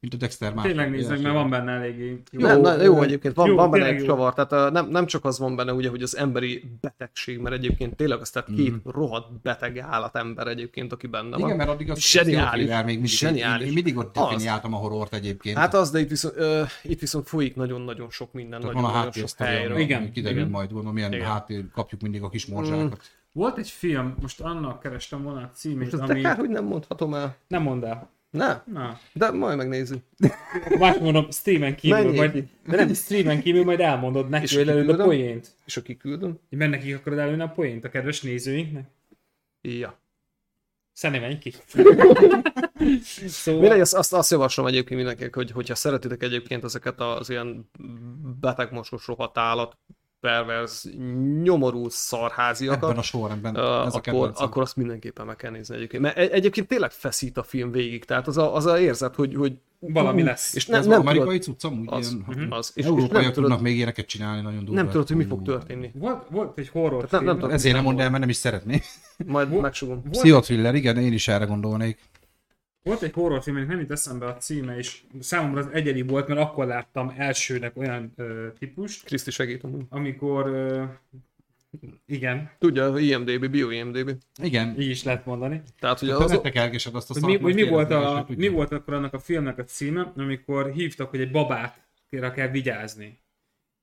A: mint a Dexter már.
C: Tényleg nézd meg, mert van benne eléggé.
B: Jó, nem, na, jó, egyébként van,
C: Jó,
B: van benne
C: tényleg
B: egy
C: jó.
B: csavar, tehát ö, nem, nem csak az van benne, ugye, hogy az emberi betegség, mert egyébként tényleg az, tehát két rohadt beteg állatember egyébként, aki benne van.
A: Mm. Igen, mert addig az
B: Zseniális.
A: jó thriller még mindig,
B: Zseniális.
A: Én, én mindig ott
B: Az.
A: definiáltam a horrort egyébként.
B: Hát az, de itt viszont, ö, itt viszont folyik nagyon-nagyon sok minden,
A: Tehát van a
B: nagyon-nagyon sok
A: háttérsztori,
B: helyről.
A: ami
C: Igen.
A: kiderül
C: Igen.
A: majd, gondolom, milyen
B: Igen. Mm.
A: háttér, kapjuk mindig a kis morzsákat.
C: Volt egy film, most annak kerestem volna a címét,
B: Most azt de
C: ami...
B: kár, hogy Hát, nem mondhatom el.
C: Nem mondd el.
B: Ne,
C: Na.
B: de majd megnézzük.
C: Más mondom, streamen kívül,
B: Menjél
C: majd,
B: ki.
C: de nem (laughs) streamen kívül, majd elmondod
B: És
C: neki, hogy lelőd a
B: kiküldöm?
C: poént.
B: És aki küldöm?
C: Hogy Mert nekik akarod előni a poént, a kedves nézőinknek.
B: Ja.
C: Szerintem menj
B: (laughs)
C: ki.
B: Mindegy,
C: szóval,
B: azt, azt, azt javaslom egyébként mindenkinek, hogy hogyha szeretitek egyébként ezeket az ilyen beteg mocskos rohadt állat pervers, nyomorult szarháziakat,
A: Ebben a sorrendben.
B: Ö,
A: ez a
B: akkor,
A: kedvencem.
B: akkor azt mindenképpen meg kell nézni egyébként. Mert egy- egyébként tényleg feszít a film végig, tehát az a, az a érzet, hogy, hogy
C: Valami
B: ú,
C: lesz.
B: És ne,
A: Ez
B: nem, nem, tudod,
A: amerikai cucc amúgy
B: az,
A: ilyen,
B: mhm, az, és,
A: és,
B: és nem
A: európaiak tudnak
B: tudod,
A: még ilyeneket csinálni nagyon durvát.
B: nem tudod, hogy mi fog
A: Ú,
B: történni.
C: Volt, volt egy horror
B: Tehát nem- nem
C: film.
B: tudom.
A: Ezért nem mondd el, mert nem is szeretné.
B: Majd megsugom.
A: Pszichothriller, igen, én is erre gondolnék.
C: Volt egy horrorfilm, aminek nem jut eszembe a címe, és számomra az egyedi volt, mert akkor láttam elsőnek olyan ö, típust,
B: Kriszti segít. amúgy.
C: amikor ö, igen,
B: Tudja, IMDB, bio IMDB.
A: Igen.
C: így is lehet mondani.
B: Tehát, hogy
A: Az
B: az,
A: ne tekergesed hát azt a
C: Hogy
A: szart,
C: mi, hogy mi,
A: mert
C: volt,
A: kérdezni, és nem
C: a, mi
A: tudjuk.
C: volt akkor annak a filmnek a címe, amikor hívtak, hogy egy babát kell- kell vigyázni.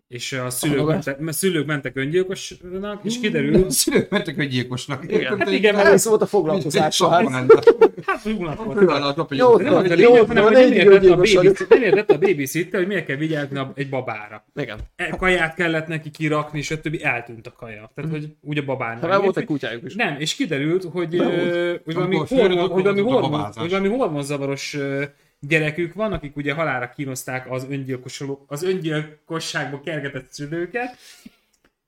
C: És a szülők,
A: Babát?
C: mentek, mert szülők mentek öngyilkosnak, és kiderült,
A: A (laughs) szülők mentek öngyilkosnak.
B: Igen.
C: hát igen, mert
B: ez volt a foglalkozása. hát.
C: hát unatkozott.
A: Próbálok
C: De nem az a
B: Jó,
C: lényeg, hanem hogy
B: van,
C: nem
B: egy
C: érdett a
B: öngyilkos vagyok.
C: babysit- nem érdett a babysitter, hogy miért kell vigyázni a- egy babára.
B: Igen.
C: E, kaját kellett neki kirakni, és a többi eltűnt a kaja. Tehát,
A: Hm.
C: hogy úgy a babánál.
B: Hát volt egy
C: Ilyesmi.
B: kutyájuk is.
C: Nem, és kiderült, hogy,
A: Nem
C: ö,
A: volt.
C: hogy valami,
A: Amikor fölött,
C: hormon,
A: akkor
C: hogy valami,
A: volt a
C: hormon,
A: babázás.
C: hogy valami hormonzavaros ö, gyerekük van, akik ugye halára kínozták az, öngyilkos, az öngyilkosságba kergetett szülőket,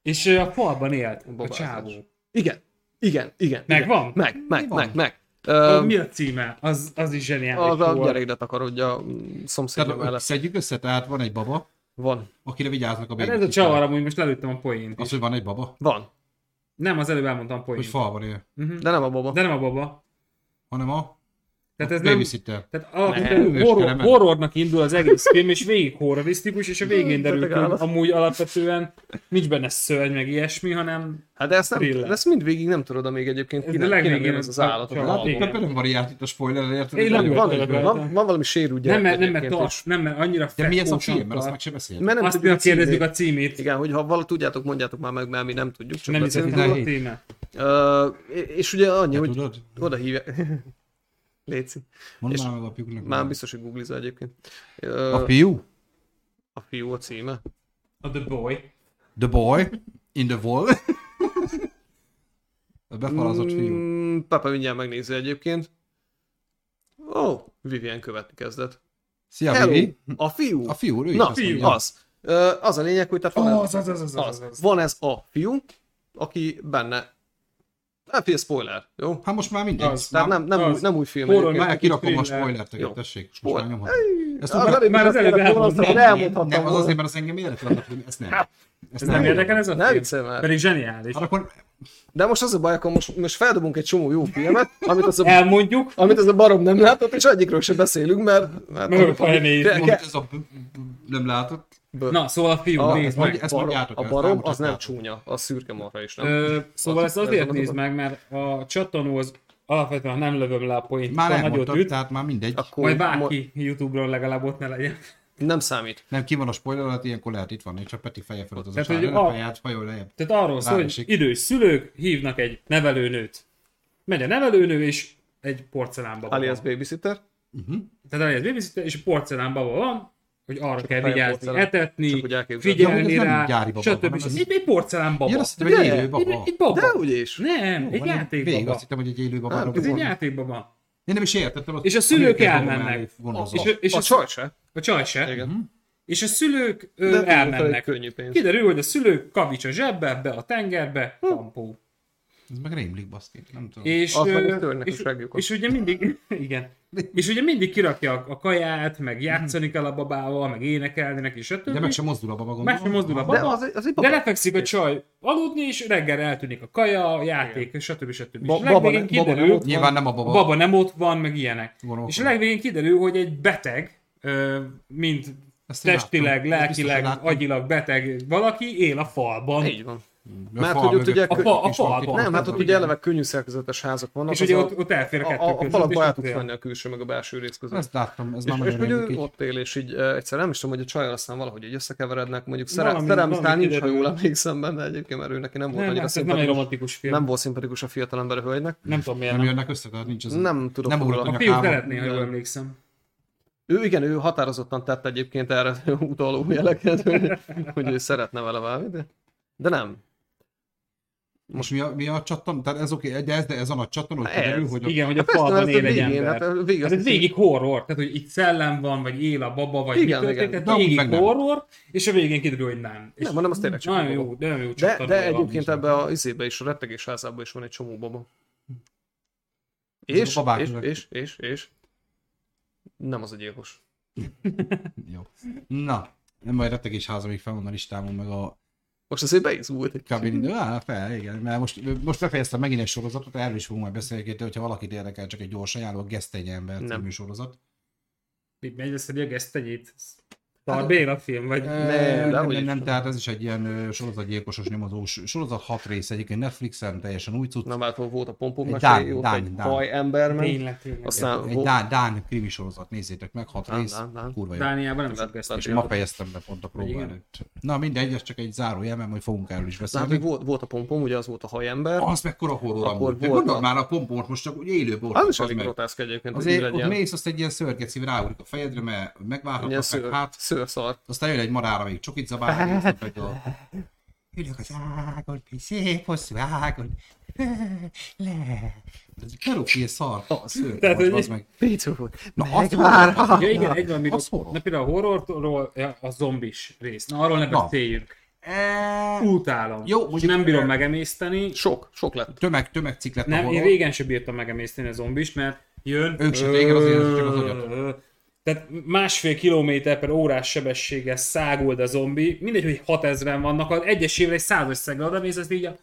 C: és ö, a falban élt a,
B: babázás.
C: csávó.
B: Igen. Igen, igen.
C: Megvan?
B: Meg, meg,
A: van?
B: meg, meg.
C: Ö,
B: Ö,
C: Mi a címe? Az, az is zseniális
B: Az a
C: volt.
B: gyerek, de takarodja szomszédja
A: Tehát
B: mellett.
A: szedjük össze, tehát van egy baba,
B: Van,
A: akire vigyáznak a
C: Hát
A: bébi.
C: ez a csavar, amúgy most lelőttem a poént
A: Az,
C: is.
A: hogy van egy baba,
B: van.
C: Nem, az előbb elmondtam a
A: hogy
C: poént. Mhm.
A: falban él,
B: De nem a baba.
C: De nem a baba.
A: hanem a
C: Tehát ez nem,
A: babysitter.
C: Tehát
A: Nem,
C: alapvetően
A: hős
C: horror,
A: kelemen.
C: horrornak indul az egész film, és végig horrorisztikus, és a végén
B: De
C: derül ki,
B: legalább.
C: hogy amúgy alapvetően nincs benne szörny, meg ilyesmi, hanem
B: Hát de ezt, nem,
C: Thriller.
B: de ezt mindvégig nem tudod, amíg egyébként
C: Ez
B: ki,
C: a
B: nem, ki nem
C: legvégén
B: jön ez az
C: a-
B: állat.
C: a-
B: az
A: Hát
C: a-
B: album.
C: igen.
A: éppen nem variált itt a spoiler, érted?
C: Én nem
A: De-
C: voltam.
B: Van,
C: Tényleg
B: van,
C: rajta.
B: van valami sérült gyerek.
C: nem, mert, nem, mert,
B: egyébként,
C: tart, nem, mert annyira
A: De mi ez a
C: fekvősan
A: film? Mert azt meg
C: tart.
A: sem beszél.
B: és- Mert nem
C: Azt
B: tudjuk
C: miért
B: a címét.
C: kérdezzük a címét,
B: Igen, hogy ha vala tudjátok, mondjátok már meg, mert mi nem tudjuk. Csak
C: nem hiszem,
B: beszélünk
C: hogy a
A: hét.
C: téma.
B: róla. Ö, és ugye annyi,
A: Te
B: hogy
A: tudod?
B: oda hívják. (laughs) Léci.
A: Mondd
B: és
A: már meg a fiúknak.
B: Már biztos, hogy googlizza egyébként. Ö,
A: A fiú?
B: a fiú a címe.
C: A The Boy.
A: The boy in the wall. a befalazott fiú.
B: Mm, Pepe mindjárt megnézi egyébként. Ó, oh, Vivian követni kezdett.
A: Szia,
B: Hello,
A: Vivi.
B: a fiú.
A: A fiú, ő is
B: Na,
A: azt
B: fiú.
A: mondja.
B: az. Ö, az a lényeg, hogy tehát van,
C: Oh,
B: oh,
C: az, az, az, az, az,
B: az,
C: az.
B: van ez a fiú, aki benne... Hát fél spoiler, jó?
A: Hát most már mindegy.
C: Az.
B: Tehát nem, nem,
C: az.
B: új, nem új film.
C: Horror
B: egyébként.
A: Már kirakom a
C: Thriller.
A: spoilert,
B: Jó.
A: tessék. Most
B: Spoiler.
A: már nyomhatom. Ezt
B: Az
A: nem,
B: előbb
C: Már az előbb
B: kellett volna, azt
C: elmondtam.
B: nem elmondhattam
A: nem, az azért,
B: volna.
A: mert az engem érdeklen, a film, ezt nem. Ezt
C: Ez nem érdekel ez
B: Ne
C: a
B: viccelj
C: film?
B: már.
C: Pedig zseniális.
A: Hát akkor
B: De most az a baj, akkor most, most feldobunk egy csomó jó filmet,
C: (laughs)
B: amit az a,
C: Elmondjuk,
B: amit az a barom nem látott, és egyikről sem beszélünk, mert... mert
C: meg a hajnéz.
B: Ke-
A: amit ez a b- b- nem látott.
C: Na, szóval a fiú,
B: A-
C: nézd
A: Vagy
C: meg.
A: ezt
B: barom-
A: mondjátok
B: a
A: el,
B: barom
A: számot
B: az nem
A: látok.
B: csúnya, a szürke marha is nem.
C: Ö, szóval
B: Az-
C: ezt azért
B: ez-
C: nézd meg, mert a csatornó az alapvetően ha nem lövöm le a poént,
A: Már
C: akkor
A: elmondtad,
C: nagyot Szóval üt.
A: tehát már mindegy.
B: Akkor
C: Majd
B: mo-
C: bárki YouTube-ról legalább ott ne legyen.
B: Nem számít.
A: Nem, ki van a spoiler alatt, ilyenkor lehet itt van, és csak Peti feje fölött az a
C: Tehát, hogy
A: sár, a
C: a-
A: feját hajol lejjebb.
C: Tehát arról szól, hogy
A: Ráesik.
C: idős szülők hívnak egy nevelőnőt. Megy a nevelőnő és egy porcelánbaba
B: Alias
C: van.
B: babysitter.
C: Tehát alias babysitter, és a porcelánbaba van, hogy arra kell
B: fejem
C: vigyázni,
B: porcelán. Csak
C: etetni,
B: úgy elképzelem.
C: figyelni
A: Ja, hogy ez nem
C: rá,
A: gyári baba, hanem
C: stb.
A: ez-
C: Ez... Egy, egy porcelánbaba.
A: Én azt hittem, hogy
B: de,
A: élő
C: egy,
A: baba.
C: egy baba.
B: De úgy is.
C: Nem, egy
A: Van, Végig
C: játékbaba.
A: azt hittem, hogy egy élő babára
C: Ez egy
A: van.
C: játékbaba.
A: Én nem is értettem. ott
C: És a szülők
A: amerikai babám
C: elmennek.
A: elé vonozza.
C: És, a- és
B: a
C: a,
B: csaj se.
C: a csaj se. Mhm.
B: Igen.
C: És a szülők ö,
B: De
C: elmennek.
B: Könnyű pénz. Hm.
C: Kiderül, hogy a szülők kavics a zsebbe, be a tengerbe, kampó.
A: Ez meg rémlik, baszki. Nem tudom.
C: És,
B: Azt meg
C: ö,
B: is törnek
C: és,
B: is regjukat.
C: és ugye mindig, (laughs) igen, és ugye mindig kirakja a- a kaját, meg játszani kell a babával, meg énekelni neki, stb.
A: De meg sem mozdul a baba gondolom.
C: Meg sem mozdul a
B: De
C: baba.
B: az, az egy
C: De
B: baba.
C: lefekszik a csaj aludni, és reggel eltűnik a kaja, a játék, stb. stb.
B: Ba-
C: És
B: baba
C: legvégén
B: ne- baba nem
C: kiderül,
B: ott van.
A: Nyilván nem a
C: a
A: baba.
C: baba nem ott van, meg ilyenek.
A: Van
C: És
A: otthon.
C: legvégén kiderül, hogy egy beteg, ö, mind
A: Ezt én
C: testileg,
A: láttam. Ezt biztos, hogy
C: lelkileg,
A: láttam.
C: agyilag beteg valaki él a falban.
B: Így van.
A: A
B: Mert
A: fal
B: hogy ott
A: mögött
B: ugye-
A: kis
B: A
C: fa- a
A: kis
C: falban.
A: lakik.
B: Nem, hát ott ugye eleve könnyű szerkezetes házak vannak.
C: És
B: az
C: ugye
B: a-
C: ott, ott elfér a kettő
B: a, a, a
C: között,
B: falakba
C: és
B: el
C: ott
B: tud
C: él.
B: menni a külső meg a belső rész között.
A: Ezt láttam, ez
B: És,
A: már
B: és
A: nagyon
B: hogy ő
A: rémlik így.
B: ott él, és így eh, egyszer nem is tudom, hogy a csajjal aztán valahogy így összekeverednek, mondjuk
C: Valami-
B: szerelmisnál
C: valami
B: nincs, ha jól
C: kiderül.
B: emlékszem benne egyébként, mert ő neki nem volt
C: Nem,
B: annyira
C: hát ez nem egy
B: szimpatikus.
C: romantikus film.
B: Nem
C: Nem,
B: volt szimpatikus a fiatalember a hölgynek.
C: nem tudom miért
A: Nem
C: nem.
A: jönnek össze, tehát
C: Mhm.
A: nincs ez.
B: Nem tudok
A: Nem
B: róla.
A: ugrott
B: A
C: A
A: anyakával.
C: fiú szeretné, ha jól
B: Nem.
C: emlékszem.
B: Ő igen, ő határozottan tett egyébként erre (laughs) utaló jeleket, hogy, hogy ő szeretne vele válni, de, de nem.
A: Most mi a, mi a csattan? Tehát ez oké, okay, de ez, de ez a nagy csattan, hogy
B: Ez.
A: kiderül, hogy a...
C: Igen, hogy a
B: Hát persze,
C: falban
B: hát a
C: él egy
B: végén,
C: ember.
B: hát a végig
C: Hát
B: azt
C: ez
B: hiszi-
C: végig horror, tehát hogy itt szellem van, vagy él a baba, vagy
B: Igen,
C: mi történik,
B: igen.
C: tehát
A: De amúgy meg
C: végig
A: nem.
C: horror, és a végén kiderül, hogy nem. És
B: Nem, hanem az tényleg csak
C: Nagyon
B: egy
C: jó,
B: baba.
C: nagyon jó
B: De,
C: csattanó
B: de
C: van.
B: egyébként ebbe a izébe is, a rettegés házában is van egy csomó baba. És,
A: a babák
B: és,
A: között.
B: és, és, és, nem az a gyilkos.
A: Jó. Na, nem majd rettegés háza még fel van a listámon, meg a
B: Most azért beizgult egy
A: kabin. Á, hát fel, igen, mert most, most befejeztem megint egy sorozatot, erről is fogunk majd beszélni, de hogyha valakit érdekel, csak egy gyors ajánló, a Gesztenyi ember
B: Nem.
A: című sorozat.
C: Mit megy összedi a gesztenyét? Tarbén a film, vagy...
A: Hát Ö,
B: de
A: nem,
B: hogy
A: nem,
B: is.
A: nem, tehát ez is egy ilyen ö, sorozatgyilkosos nyomozós, sorozat hat rész egyébként Netflixen, teljesen új cucc.
B: Na már hol hát volt a pompok
A: Egy
B: mesélj,
A: Dán,
B: ott
A: Dán,
B: egy
A: Dán.
B: haj ember ment.
C: Tényleg, tényleg.
B: Aztán
A: egy
B: volt-
A: Dán, Dán krimi sorozat, nézzétek meg, hat
B: Dán,
A: rész,
B: Dán, Dán.
A: kurva jó.
C: Dániában nem sok
B: Dán-
C: gesztenyét.
A: És ma fejeztem be pont a próba
C: Igen.
A: előtt. Na mindegy, ez csak egy zárójel, mert majd fogunk erről is
B: Na, hát még
A: beszélni.
B: volt, volt a pompom, ugye az volt a hajember.
A: Az mekkora horror
B: Akkor
A: amúgy. De
B: volt
A: Gondold
B: a-
A: már a pomport, most csak úgy élő bort.
B: Az Hát, is
A: az
B: elég
A: meg.
B: groteszk egyébként, hogy így
A: Azért ott
B: legyen.
A: mész, azt egy ilyen szörgeci ráugrik a fejedre, mert
B: Ilyen
A: megvárhatnak meg
B: szőr,
A: hát.
B: szőrszar.
A: Aztán jön egy marára, még csokit zabál, és ott meg a... Ülök az ágon, szép hosszú ágon, le. Ez kerül ki egy szar, a szőr,
C: Tehát,
A: most
C: hogy-
A: bazd meg.
B: Picu, hogy
A: Na, azt
B: megvárhatnak.
C: Ja, igen, egy van,
A: Az horror.
C: mikor... Na például a horrorról, ja, a zombis rész. Na, arról ne
A: Na.
C: beszéljünk.
A: Eh,
C: Utálom.
A: Jó,
C: Jó,
A: mondjuk-
C: nem bírom megemészteni.
B: Sok, sok lett.
A: Tömeg, tömegcikk lett a
C: Nem, én
A: horror.
C: régen sem bírtam megemészteni a zombist, mert jön.
A: Ők se, régen azért csak az agyat.
C: Ö, Tehát másfél kilométer per órás sebességgel száguld a zombi, mindegy, hogy 6000-en vannak, az egyesével egy százas szeggel oda mész, azt így a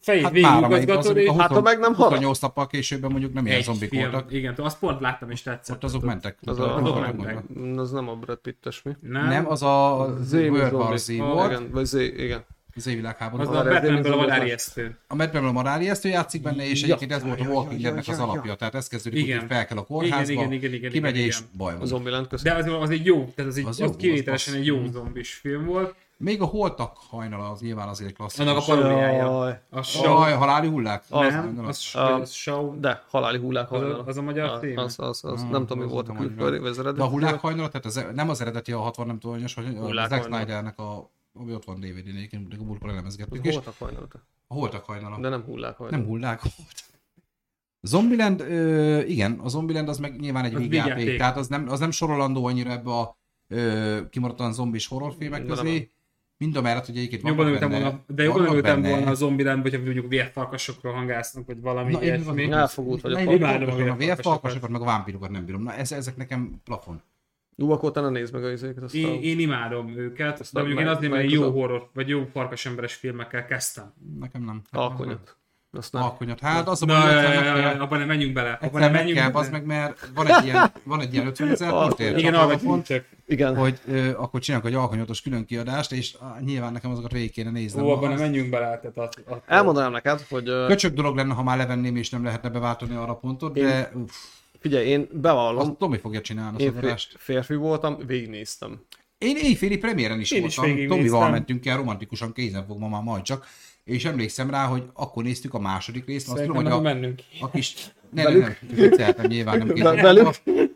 C: fejét hát végigugazgatod, és
A: amikor
B: hát ha meg nem harap.
A: 28 nappal később mondjuk nem ilyen zombik
C: film.
A: voltak.
C: Igen, t- azt pont láttam és tetszett.
A: Ott azok mentek.
B: Az,
A: Ott
B: a,
A: azok
B: azok
C: mentek.
A: voltak.
B: Mm, az nem a Brad Pittes mi.
C: Nem,
A: Nem, az a
B: Az émi
A: World War
B: zombi.
A: Z
C: Ah,
A: volt,
B: Igen, vagy Z, igen.
A: az évvilágháború.
C: az
A: Az
C: a
B: Arra ez nem
C: Batmanből a
B: zombi, az
C: vadáriesztő.
A: A Medbemről Maráli ezt ő játszik benne, és
B: Ja.
A: egyébként ez volt a Walking Deadnek az alapja. Tehát ez kezdődik, úgy,
C: Igen.
A: hogy fel kell a kórházba,
C: Igen, igen, igen, igen,
A: kimegy
C: igen,
A: és
C: igen.
A: baj
B: A
A: van.
B: Zombieland köszönöm.
C: De az, az egy jó, tehát az egy,
A: Az
C: az,
A: jó, az
C: az kivételesen
A: bassz.
C: egy jó zombis film volt.
A: Még a Holtak hajnala az nyilván azért klasszikus.
C: Annak a paródiája.
B: Jaj.
C: A Saw,
A: Aj, haláli hullák.
C: nem, az Saw, az Saw,
B: De, haláli hullák
C: Az a-
B: hajnala.
C: az a magyar
B: Ah,
C: téma?
B: Az, az, az.
A: Ah,
B: Nem tudom, mi
A: az
B: volt a
A: nem magyar.
B: külföldi, vagy az eredeti.
A: De a hullák hajnala, tehát az, nem az eredeti a 60, nem tudom, hogy a
B: Hullák
A: Zack
B: hajnala.
A: Snydernek a ami ott van DVD-n, egyébként a múltkor elemezgettük, és
B: Voltak hajnalata.
A: a holtak hajnala.
B: De nem hullák
A: Nem
B: hajnalata.
A: hullák volt. Zombieland, ö, igen, a Zombieland az meg nyilván egy
C: Az
A: vígjáték,
C: vígjáték.
A: tehát az nem, az nem sorolandó annyira ebbe a ö, kimaradtan zombis horrorfilmek
B: Nem,
A: közé. Mind a mellett, hogy egyébként
C: Jobban
A: vannak
C: örültem
A: benne-
C: volna, de jobban
A: vannak
C: örültem
A: benne-
C: volna a zombiránd, vagy ha mondjuk vérfarkasokról hangásznak, vagy valami
A: Na, én
C: ilyesmi.
A: nem-
B: Elfogult vagy a
A: Na, én
B: parkon.
A: imádom
C: Imádom a
A: a vérfalkasokat,
C: vérfarkasokat.
A: meg a vámpírokat nem bírom. Na, ez, ezek nekem plafon.
B: Jó, akkor utána nézd meg a izéket. azt a-
C: Én, én imádom őket,
B: Aztán
C: de mondjuk én
B: mely-
C: azért, mert
B: melyik az
C: jó
B: a-
C: horror, vagy jó farkasemberes filmekkel kezdtem.
A: Nekem nem.
B: Alkonyat. Ah, Azt nem.
A: Alkonyat. Hát az a
C: Na,
A: baj,
C: jaj,
A: hogy
C: jaj, jaj,
A: egyszer-
C: jaj, abban Szóval nem menjünk bele. Abban
A: egyszer
C: nem
A: meg
C: menjünk
A: kell, az meg, mert van egy ilyen, van egy ilyen 50 ezer portért.
C: Igen, arra csak.
B: Igen.
A: hogy ö, akkor csinálunk egy alkonyatos külön kiadást, és á, nyilván nekem azokat végig kéne néznem.
C: Ó, abban
A: Az-
C: nem menjünk bele. Tehát az, az,
B: Elmondanám neked, hogy ö,
A: Köcsög dolog lenne, ha már levenném, és nem lehetne beváltani arra a pontot, de uff,
B: figyelj, én bevallom,
A: azt Tomi fogja csinálni
B: én
A: azt az
B: fér,
A: adást.
B: férfi voltam, végignéztem.
A: Én éjféli premiéren is
C: Én is
A: voltam,
C: végignéztem.
A: Tomival mentünk el, romantikusan kézenfogva már majd csak, és emlékszem rá, hogy akkor néztük a második részt, azt tudom,
C: Szerintem
A: hogy
C: nem
A: a,
C: mennünk.
A: a
C: (laughs)
A: kis... Ne, ne, nem, vicceltem, nyilván nem
B: Velük?
A: kézenfogva.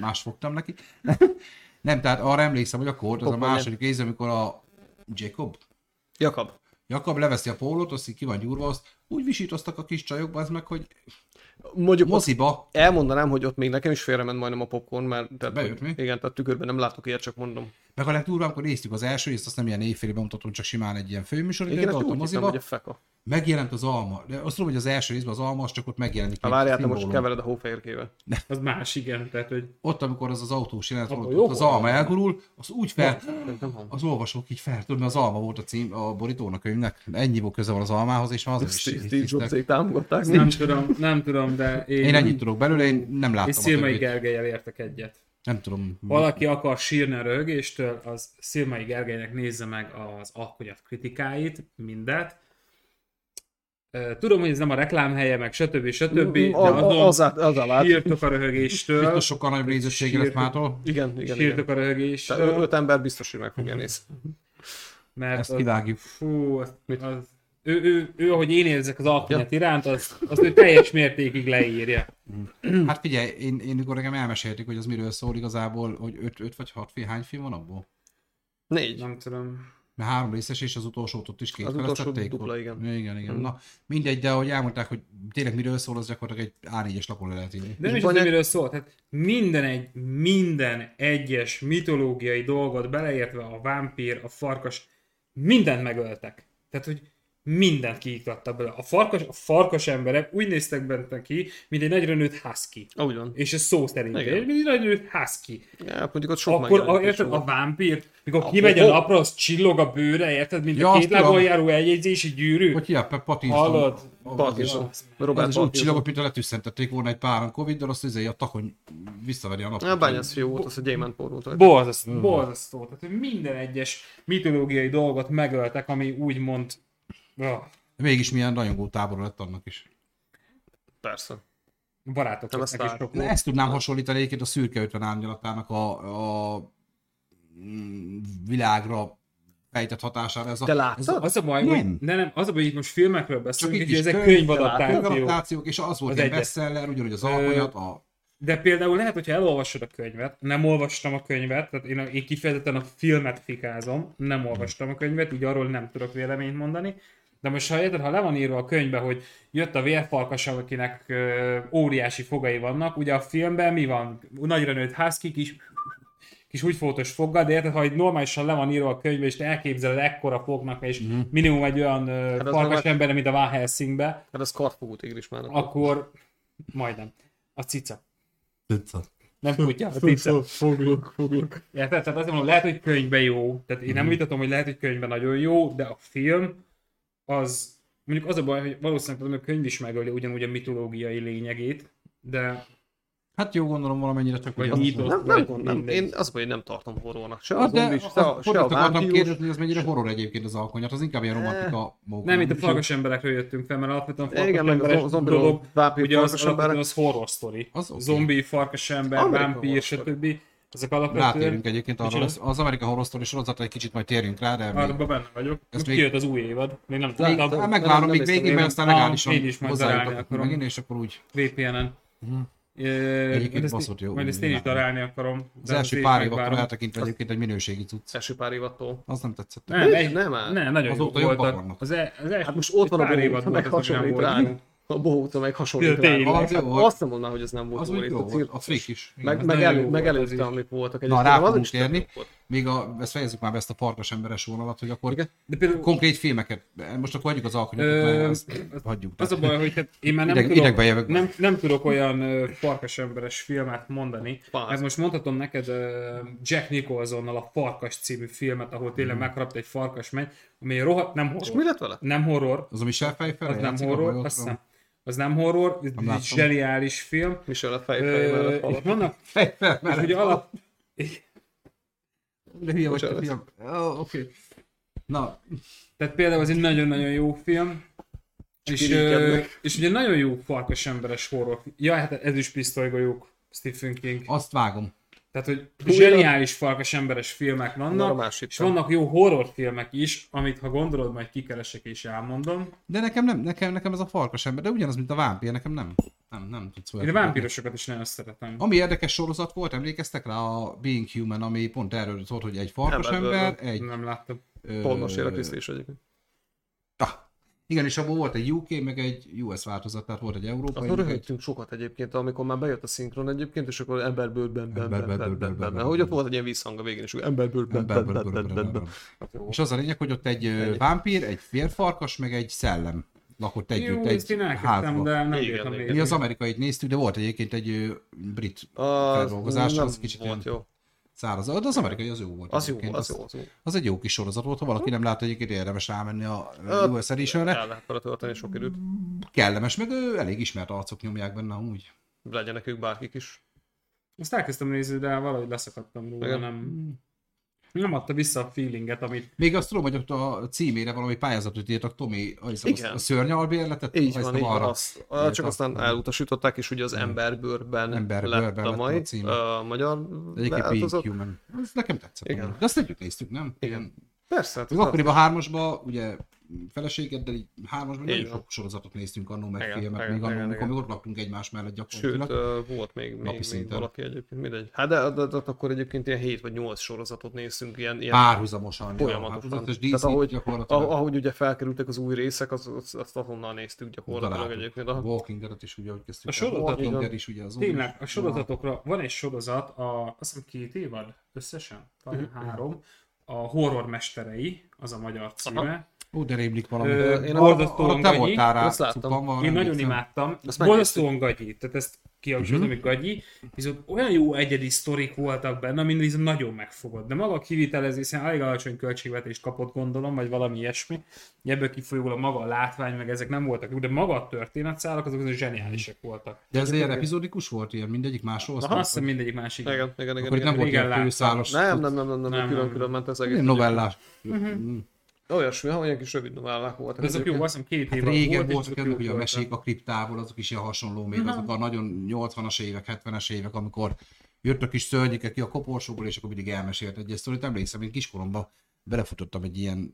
A: Más fogtam neki. (laughs) Nem, tehát arra emlékszem, hogy akkor volt az a
B: Pokol, nem.
A: második rész, amikor a Jacob,
B: Jakab,
A: Jakab leveszi a pólót, azt így ki van gyúrva, azt úgy visítoztak a kis csajok, az meg, hogy
B: mondjuk most
A: moziba,
B: elmondanám, hogy ott még nekem is félrement majdnem a popcorn, mert tehát,
A: Beüt, mi?
B: igen, tehát tükörben nem látok ilyet, csak mondom.
A: meg a legdurvább, amikor néztük az első részt, azt nem ilyen éjféli bemutatón, csak simán egy ilyen főműsor,
B: Igen,
A: de
B: hát
A: ott a
B: úgy hittem,
A: moziba,
B: hogy a feka.
A: megjelent az alma. De azt tudom, hogy az első részben az alma, az csak ott megjelenik.
B: Ha
A: mint
B: várjál, te
A: szimbólum.
B: most kevered a hófehérkével.
C: Az más, igen. Tehát, hogy
A: Ott, amikor az az autós jelenet volt,
C: Akkor jó
A: ott az
C: volt.
A: alma elgurul, az úgy fel,
B: Nem hang.
A: az olvasók így fel, tudod, mert az alma volt a cím, a borítón a könyvnek, ennyi volt köze van az almához, és már az is
B: Steve Steve
A: hisztek.
B: Jobs-ék támogatták.
C: nem tudom, nem tudom, de én,
A: Én ennyit tudok belőle, én nem
C: és
A: láttam a
C: Szirmai
A: többit.
C: Gergelyel értek egyet.
A: Nem tudom.
C: valaki akar sírni a röhögéstől, az Szilmai Gergelynek nézze meg az alkonyat kritikáit, mindet. Ö, Tudom, hogy ez nem a reklámhelye, meg stb. stb. de
B: Mm, A- a-
C: azon
B: Az át, az alá.
C: sírtok a röhögéstől,
A: Biztos sokkal nagyobb nézettsége lesz
C: Sírtuk.
A: mától.
B: Igen, igen, igen.
C: sírtok a
B: Te
C: röhögéstől,
B: ö- öt ember biztos, hogy meg fogja nézni.
C: mert
A: Ezt
C: az,
A: kivágjuk.
C: fú, az, az, ő, ő, ő, ahogy én érzek az alkonyat iránt, az, az ő teljes mértékig leírja.
B: Hm.
A: Hát figyelj, én, én mikor nekem elmesélték, hogy az miről szól igazából, hogy 5 vagy 6 film, hány film van abból?
B: Négy.
C: Nem tudom.
A: mert három részes, és az utolsót ott is két
B: Az
A: felett
B: utolsó
A: tették
B: dupla,
A: ott.
B: igen. Hm.
A: Igen, igen. Na, mindegy, de ahogy elmondták, hogy tényleg miről szól, az gyakorlatilag egy A4-es lapon le lehet írni.
C: De nem is
B: Van
C: tudom,
B: egy-
C: miről szól. Tehát minden, egy, minden egyes mitológiai dolgot, beleértve a vámpír, a farkas, mindent megöltek. Tehát, hogy mindent kiiktattak bele. A farkas, a farkas emberek úgy néztek benne ki, mint egy nagyra nőtt husky.
B: Ah, úgy van.
C: És ez szó szerint.
B: Igen.
C: Mint egy nagyra nőtt husky.
B: Ja, mondjuk ott sok
C: Akkor a,
B: megjelenítés
C: érted,
B: volt.
C: a vámpír, mikor
B: A-
C: kimegy a
B: ó.
C: napra, az csillog a bőre, érted, mint
A: Ja,
C: a
A: azt
C: két
A: tudom.
C: lábon járó eljegyzési gyűrű.
A: Hogy hiába Pattinson.
C: Hallod?
B: Parkinson.
A: Robert
B: Robert
A: az úgy
B: Parkinson.
A: csillagot, mint ha letüsszentették volna egy páran Covid-dal, azt izé a takony visszaveri a napot.
B: A bányász fiú volt, az a gyémánt porult. rajta.
C: Borzasztó.
A: Hmm.
C: Borzasztó. Tehát hogy minden egyes mitológiai dolgot megöltek, ami úgymond... Ah,
A: Mégis milyen rajongó tábor lett annak is.
B: Persze.
C: barátok
B: Nem
C: lesznek
B: a
C: is
B: sztár.
C: sok
A: Na,
C: volt.
A: ezt tudnám hasonlítani egyébként a szürke 50 árnyalatának a, a mm, világra fejtett hatására. Ez a,
B: Te
A: ez
B: láttad?
A: a
C: Az a baj,
A: Nem.
C: hogy, ne, nem, az a baj, hogy itt most filmekről beszélünk,
A: így
C: hogy
A: is
C: ezek
A: könyv,
C: könyvadaptációk.
A: adaptációk, és az volt
C: Az
A: egy
C: egyes.
A: bestseller, ugyanúgy az alkonyat, a
C: De például lehet, hogyha elolvasod a könyvet, nem olvastam a könyvet, tehát én, a- én kifejezetten a filmet fikázom, nem olvastam a könyvet, így arról nem tudok véleményt mondani. De most ha érted, ha le van írva a könyvbe, hogy jött a vérfarkas, akinek ö, óriási fogai vannak, ugye a filmben mi van? Nagyra nőtt husky, kis, kis úgyfótos foggal, de érted, ha itt normálisan le van írva a könyvbe, és te elképzeled ekkora fognak, és mm. minimum egy olyan ö,
B: az
C: farkas
B: meg-
C: ember, mint a Van Helsingbe,
B: Hát az kartfogó tigris már. akkor.
C: akkor majdnem. A cica.
A: Tudsz.
C: Nem kutya, a
B: Szó,
C: cica.
B: szó, Foglok, foglok. Mhm.
C: Érted? Tehát azt mondom, lehet, hogy könyvben jó. Tehát én nem vitatom, hogy lehet, hogy könyvben nagyon jó, de a film az... Mondjuk az a baj, hogy valószínűleg tudom, hogy a könyv is megöli ugyanúgy a mitológiai lényegét, de
A: Hát jó, gondolom valamennyire csak
C: Vagy
A: úgy azt
C: mító.
A: mondom.
B: Nem, nem,
C: Vagy
B: gond- nem,
C: mindegy.
B: én az a baj, hogy nem tartom horrornak. Se a
A: Hát, de
B: zombis,
A: azt
B: se a, se a
A: pont akartam
B: vámpír.
A: kérdezni, hogy az mennyire horror egyébként az alkonyat, az inkább ilyen romantika. mókon.
C: nem, itt a farkas emberekről jöttünk fel, mert alapvetően a farkas
B: Mhm. Igen, meg a
C: emberes
B: zo- zombi
C: dolog,
B: vámpír
C: ugye az,
B: farkas emberek.
C: alapvetően az horror sztori.
A: Az oké.
C: Zombi, farkas ember,
B: Amerikai
C: vámpír,
B: horror sztori.
C: stb. Ezek alapvetően...
A: Rátérünk egyébként arra,
C: Micsoda?
A: az, az Amerika Horror Story sorozatra egy kicsit majd térjünk rá, de még,
C: Arra benne vagyok.
A: Ezt
C: Most
A: még-
C: kijött az új évad. Még nem
A: még,
C: tudtam.
A: á,
B: nem
A: megvárom még
B: néztem
A: végig,
B: én.
A: mert aztán
C: Ah,
A: legálisan
C: én is majd
A: hozzájutok
C: darálni akarom.
A: megint, és akkor úgy
C: VPN-en.
A: Mhm. Egyébként
C: Egyébként
A: baszott jó,
C: Majd ezt én
A: úgy
C: is darálni akarom.
A: az
C: de
A: első
C: ezt
A: pár
C: én
A: évattól
C: megvárom.
A: eltekintve egyébként egy minőségi cucc.
B: Első pár évattól.
A: Az nem tetszett.
C: Nem, egy,
B: Nem
C: nem,
B: áll.
C: nem, nagyon
A: Azóta
C: jók
A: jobbak
C: voltak.
A: vannak.
C: Az, e, az első,
B: Hát most ott van a
C: pár
B: bohóca,
C: évad volt,
B: meg
C: azok nem
B: hasonlít
C: voltak.
B: rá. A bohóca meg hasonlít
C: Ja,
B: rá.
C: tényleg.
B: Hát
A: Az jó volt.
B: Azt nem mondanám, hogy ez nem volt
A: Az úgy
B: horror.
A: jó
B: Tehát
A: volt,
B: írt-
A: a frék is. Igen.
B: Meg,
C: az
B: meg,
C: nagyon
B: el,
C: jó
B: meg
C: volt az
B: előtte,
C: is.
B: amik voltak
A: Na,
B: egyébként.
A: rá
B: az
A: fogunk
B: is tök
A: térni.
B: jó volt.
A: Még a, ezt fejezzük már be ezt a farkas emberes vonalat, hogy akkor
B: Igen.
C: De például
A: konkrét filmeket, most akkor hagyjuk az alkonyat,
C: Ö,
A: mert ezt hagyjuk.
C: az a baj, hogy hát én már nem,
A: Ideg- idegbe jövök.
C: tudok, nem, nem tudok olyan ö, farkasemberes filmet mondani.
B: Fasz.
C: Ez most mondhatom neked ö, Jack Nicholsonnal a Farkas című filmet, ahol tényleg
A: Mhm.
C: megharapta egy farkas megy, ami rohadt, nem
B: És mi
C: horror.
B: lett vele?
C: Nem horror,
A: Az a Michel Pfeiffer?
C: az nem
A: játszik
C: horror,
A: abban,
C: azt
A: jól
C: hiszem.
A: tudom?
C: Az nem horror, ez
A: Nem
C: egy
A: láttam.
C: zseniális film.
B: Mi se lett fej, fej,
C: Ö,
B: mellett
C: és
B: halott.
C: vannak,
A: Pfeiffer,
C: és (laughs)
A: mert
C: ugye alap,
A: de hülye vagy, te,
B: Bocsánat.
A: fiam. Ó, Oké. Na,
C: Tehát például ez egy nagyon-nagyon jó film. És, ö,
B: Spirited-nek.
C: és ugye nagyon jó farkas emberes horror. Ja, hát ez is pisztolygolyók, Stephen King.
A: azt vágom.
C: Tehát, hogy
B: Újra-
C: zseniális farkas emberes filmek
B: Na, a
C: vannak,
B: másik
C: és
B: nem.
C: vannak jó horrorfilmek is, amit ha gondolod, majd kikeresek és elmondom.
A: De nekem nem, nekem, nekem ez a farkas ember, de ugyanaz, mint a vámpír, nekem nem. Nem, nem tudsz
C: Én a
A: olyan.
C: vámpírosokat is nagyon szeretem.
A: Ami érdekes sorozat volt, emlékeztek rá a Being Human, ami pont erről szólt, hogy egy farkas
B: Nem, ebből
A: ember, egy...
C: Nem láttam.
A: ö,
B: Polnos éreküzdés egyébként.
A: Ah, igen, és abból volt egy UK, meg egy US változat, tehát volt egy európai.
B: Akkor
A: meg egy-
B: röhögtünk sokat egyébként, amikor már bejött a szinkron egyébként, és akkor emberből ben ben ben
A: Emberből,
B: ben ben ben
A: ben,
B: ben hogy ott
A: ben.
B: volt egy ilyen visszhang a végén, és akkor emberből ben ben ben ben ben ben
A: És az a lényeg, hogy ott egy ö, vámpír, egy férfarkas, meg egy szellem lakott
C: Jó,
A: együtt
C: ezt
A: egy
C: én elkezdtem,
A: házba.
C: de nem
B: Igen,
C: bírtam
B: igen.
A: Mi
C: végig.
A: az amerikait néztük, de volt egyébként egy ö, brit feldolgozás,
B: nem
A: az kicsit
B: volt
A: olyan
B: jó.
A: száraz. De az amerikai az jó volt.
B: Az jó,
A: egyébként,
B: az jó, az jó.
A: Az egy jó kis sorozat volt, ha valaki nem látta, egyébként érdemes rámenni a
B: Ö,
A: US Editionre.
B: Hát, El lehet vele tölteni sok időt.
A: Kellemes, meg ö, elég ismert arcok nyomják benne amúgy.
B: Legyenek ők bárkik is.
C: Azt elkezdtem nézni, de valahogy leszakadtam róla,
B: Igen.
C: nem, nem adta vissza a feelinget, amit
A: Még azt tudom, hogy ott a címére valami pályázatot írtak, Tomi, az, az,
B: Igen.
A: a szörnyalbérletet?
B: Így
A: azt
B: van,
A: nem
B: így van.
A: arra.
B: Azt, ah, csak aztán elutasították, és ugye az emberbőrben,
A: Emberbőrben
B: lett
A: lett
B: a
A: a
B: mai
A: cím.
B: a magyar
A: De Egyébként
B: változat.
A: Being Human. Ez nekem tetszett.
B: Igen.
A: E Igen. De azt együtt néztük, nem?
B: Igen. Persze, hát
A: Az
B: az-
A: akkoriban hármasban ugye feleségeddel, így hármasban
B: Így
A: nagyon
B: van.
A: sok sorozatot néztünk annó, meg
B: Igen,
A: filmet,
B: igen,
A: még annó,
B: igen,
A: amikor
B: igen.
A: még ott laktunk egymás mellett
B: Sőt,
A: gyakorlatilag.
B: ö, volt még,
A: Napi
B: még, még
A: szinten.
B: valaki egyébként, mindegy. Hát de, de, de, akkor egyébként ilyen 7 vagy 8 sorozatot néztünk, ilyen, ilyen
A: Párhuzamosan. hát ja,
B: folyamatosan.
A: Párhuzamosan.
B: Tehát
A: DC
B: ahogy,
A: gyakorlatilag.
B: ah- ahogy ugye felkerültek az új részek, az, az, azt azonnal néztük gyakorlatilag
A: Találtuk.
B: egyébként.
A: A
B: Aha.
A: Walking Dead-et is ugye, ahogy kezdtük.
C: A
A: el.
C: sorozat-
A: Walking
B: igen.
A: Dead is ugye az
C: Tényleg, a sorozatokra van egy sorozat, a, azt hiszem két évad összesen,
A: Mhm,
C: talán három, a Horror Mesterei, az a magyar címe.
A: Ó, de rémlik valami.
C: Ö,
A: Arra-
C: én
A: arra
C: borzasztóan
A: te
C: gagyi,
A: voltál rá.
B: azt láttam.
A: cuppan van,
C: Én nagyon
A: emlékszem. Mhm.
C: imádtam.
B: Azt megnéztük.
C: Borzasztóan gagyi, tehát ezt kihangsúlyozom, hogy gagyi, viszont olyan jó egyedi sztorik voltak benne, amin viszont nagyon megfogott. De maga a kivitelezés, hiszen elég alacsony költségvetést kapott, gondolom, vagy valami ilyesmi. Ebből kifolyólag maga a látvány, meg ezek nem voltak jó, de maga a történetszálak, azok azok zseniálisek voltak.
A: De ez ilyen epizódikus volt, ilyen mindegyik máshol. azt
C: Azt
A: mondtad?
C: hiszem mindegyik másik.
B: Igen, igen, igen.
A: Akkor itt
B: igen.
A: nem volt
C: Régen
A: ilyen
C: láttam.
A: főszálas.
B: Nem, nem, nem, nem, nem,
C: Nem,
B: nem, külön-külön ment ez egész.
A: Ilyen novellás.
B: Olyasmi, ha olyan kis rövid novellák voltak.
C: De Ezek jó, azt hiszem két
A: Hát
C: év
A: régen voltak ennek, hogy a mesék a kriptából, azok is ilyen hasonló, még azok a nagyon 80-as évek, 70-es évek, amikor jött a kis szörnyek ki a koporsóból, és akkor mindig elmesélt egy sztorit. Emlékszem, én kiskoromban belefutottam egy ilyen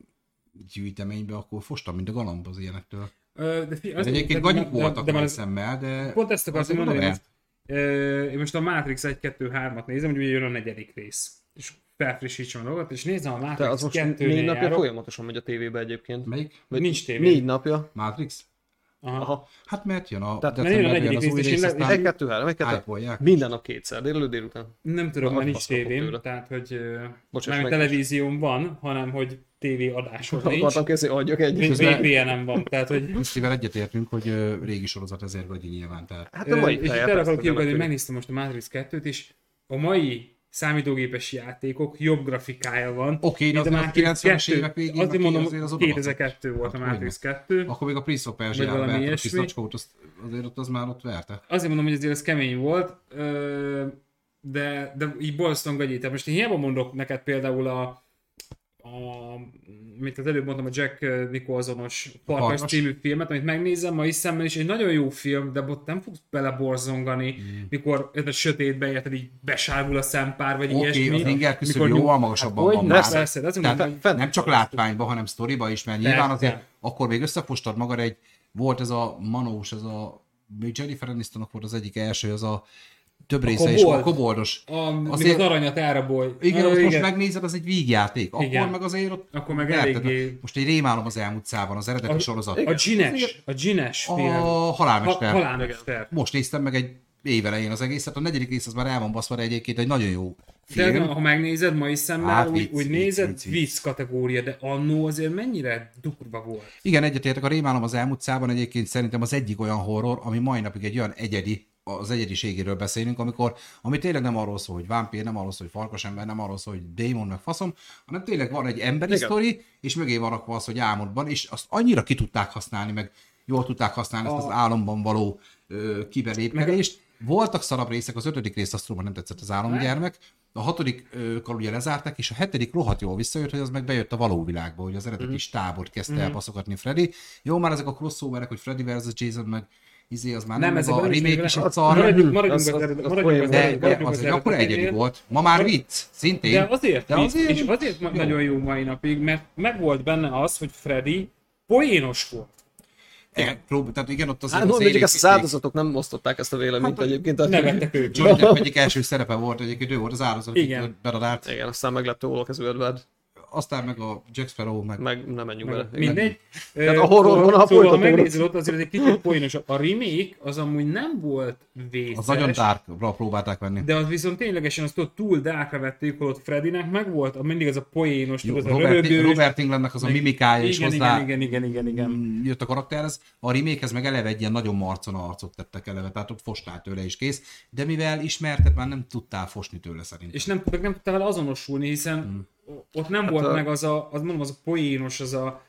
A: gyűjteménybe, akkor fostam, mint a galamb az ilyenektől.
C: Ö, De, fi-
A: Ez
C: az-
A: egyébként
C: de-
A: gagyik
C: de-
A: voltak
C: de már
A: már
C: ez-
A: szemmel, de...
C: Pont ezt akartam
A: azért
C: mondani, hogy
A: oda
C: most, ö, én most a Matrix 1, 2, 3-at nézem, hogy ugye jön a negyedik rész. És felfrissítsem a dolgot, és nézem a
B: Te Hát,
C: Matrix
B: az most négy
C: 2-nél
B: napja
C: járok.
B: folyamatosan megy a tévébe egyébként.
A: Melyik?
B: Vagy
C: Nincs tévé.
B: Négy napja.
A: Matrix?
C: Aha.
B: Aha.
A: Hát mert jön a
B: Tehát-
C: mert jön a
A: decemberben
C: negyedik
A: az új
C: rész, és
A: rész,
C: én le-
A: aztán
B: Egy, kettő, három, egy, kettő.
A: hype-olják.
B: Minden nap kétszer, délelőtt délután.
C: Nem tudom,
B: Azt
C: mert nincs
B: basztam
C: tévém,
B: tőle.
C: tehát hogy ö,
B: Bocsáss
C: nem
B: meg.
C: televízióm van, hanem hogy tévé adásod nincs.
B: Akartam kezdeni, adjak egy.
C: Még
A: közben-
C: VPN-em van, tehát hogy
A: Krisztivel egyetértünk, hogy ö, régi sorozat ezért vagy nyilván, tehát
B: Hát a
C: Ö,
B: mai
C: és itt
B: fejjel
C: erre akarok
B: persze,
C: kiugrani, hogy
B: de
C: megnéztem most a Matrix 2-t, és a mai számítógépes játékok jobb grafikája van.
A: Oké, de
C: mint
A: azért
C: a
A: az
C: Matrix
A: 90-es évek
C: 2.
A: végén,
C: Azért
A: meg
C: mondom,
A: azért az oda
C: 2002 volt a
A: Hát, hogy
C: Matrix 2.
A: Akkor még a Prince of
C: Vagy
A: Persia-ben
C: valami
A: vert a kis
C: ilyesmi.
A: zacskót, azt, azért ott az már ott verte.
C: Azért mondom, hogy azért ez kemény volt, ö, de, de így borzasztóan gagyi. Tehát most én hiába mondok neked például a a, mint az előbb mondtam, a Jack Nicholsonos Farkas
A: Farkas.
C: című filmet, amit megnézem ma is szemmel, és egy nagyon jó film, de ott nem fogsz beleborzongani, mm. mikor ez a sötétbe érted, így besárgul a szempár, vagy
A: Oké,
C: ilyesmi.
A: az inger küszöb
C: mikor
A: jóval
C: nyom-
A: magasabban
C: Hát
A: van
C: hogyne,
A: már.
C: persze, de azt mondom,
A: Tehát
C: hogy
B: fent-
A: nem csak látványban, hanem sztoriba is, mert nyilván
C: Persze.
A: azért akkor még összefostad magad egy, volt ez a manós, ez a, még Jennifer Anistonnak volt az egyik első, az a több része is,
C: kobold.
A: a koboldos.
C: A, még
A: Azért-
C: az aranyat elrabolj.
A: Igen,
C: Ö,
A: azt most megnézed, az egy vígjáték. Akkor
C: Igen.
A: meg azért ott...
C: Akkor meg
A: verted.
C: eléggé-
A: Most egy rémálom az elmúcában, az eredeti
C: A-
A: sorozat.
C: A Gines, a Gines
A: A
C: film. Ha-
A: halálmester.
C: Halálmester.
A: Most néztem meg egy évelején az egészet, a negyedik rész az már el van baszva de egyébként egy nagyon jó
C: De
A: film.
C: na, ha megnézed mai szemmel,
A: Hát,
C: úgy,
A: vicc,
C: úgy
A: vicc,
C: nézed,
A: vicc,
C: vicc,
A: vicc.
C: kategória, de annó azért mennyire durva volt.
A: Igen, egyetértek, a Rémálom az elmúcában egyébként szerintem az egyik olyan horror, ami mai napig egy olyan egyedi, az egyediségéről beszélünk, amikor, ami tényleg nem arról szól, hogy vámpír, nem arról szól, hogy farkasember, nem arról szól, hogy démon, meg faszom, hanem tényleg van egy emberi
B: Igen.
A: sztori, és mögé van rakva az, hogy álmodban, és azt annyira ki tudták használni, meg jól tudták használni ezt az álomban való ö, kibelépkedést. Voltak szarabb részek, az ötödik rész azt tudom, hogy nem tetszett az álomgyermek, a hatodikkal ugye lezárták, és a hetedik rohadt jól visszajött, hogy az meg bejött a való világba, hogy az
C: Mhm.
A: eredeti stábot kezdte el baszogatni Freddy. Jó, már ezek a crossoverek, hogy Freddy versus Jason, meg izé, az már nem,
C: Nem,
A: nem ez
C: ezek
A: a
C: nem is
A: remake
C: művelek.
A: is egy szar, Hm,
C: Maradjunk, maradjunk
B: Az-
C: az,
B: az-
C: eredet-
B: az
C: maradjunk az,
B: folyamatos.
A: de,
C: eredet-
A: de
C: maradjunk
A: az
C: az
A: egy akkor
C: eredetnél.
A: egyedi volt. Ma már vicc, szintén.
C: De azért,
A: De
C: de
A: azért-
C: azért és azért jó.
A: jó.
C: nagyon jó mai napig, mert megvolt benne az, hogy Freddy poénos volt.
A: E, prób- Tehát igen, ott azért
B: Hát mondom,
A: élét
B: egyik ezt az
A: vitték.
B: áldozatok nem osztották ezt a véleményt
A: Hát,
B: egyébként. tehát-
C: Nevettek ők.
A: Johnny Depp egyik első szerepe volt, egyébként ő volt az áldozat,
C: Igen.
A: akit beradárt.
B: Igen, aztán meglepte Olok az Edward,
A: Aztán meg a Jack Sparrow, meg
B: meg nem menjünk bele. Igen.
A: (laughs)
C: Mindegy.
B: a horror
C: Szóval-
B: vonal
C: Szóval, ha
B: folytatódott.
C: megnézed ott, azért egy kicsit poénos. A remake az amúgy nem volt vészes.
A: az nagyon tárkra próbálták venni.
C: De az viszont ténylegesen azt ott túl dákra vették, holott Freddynek meg volt, a- mindig az a poénos,
A: Jó,
C: tudod, az a
A: Robert,
C: röhögős.
A: Robert Englandnek az a mimikája is
C: igen,
A: hozzá
C: igen, igen, igen, igen, igen.
A: mm, jött a karakterhez. A remékhez meg eleve egy ilyen nagyon marcon arcot tettek eleve, tehát ott fostál tőle is kész, de mivel ismerted, már nem tudtál fosni tőle szerintem.
C: És nem, meg nem tudtál vele azonosulni, hiszen
A: Hmm.
C: ott nem hát volt a...
B: a-
C: meg az a, az mondom, az a poénos, az a...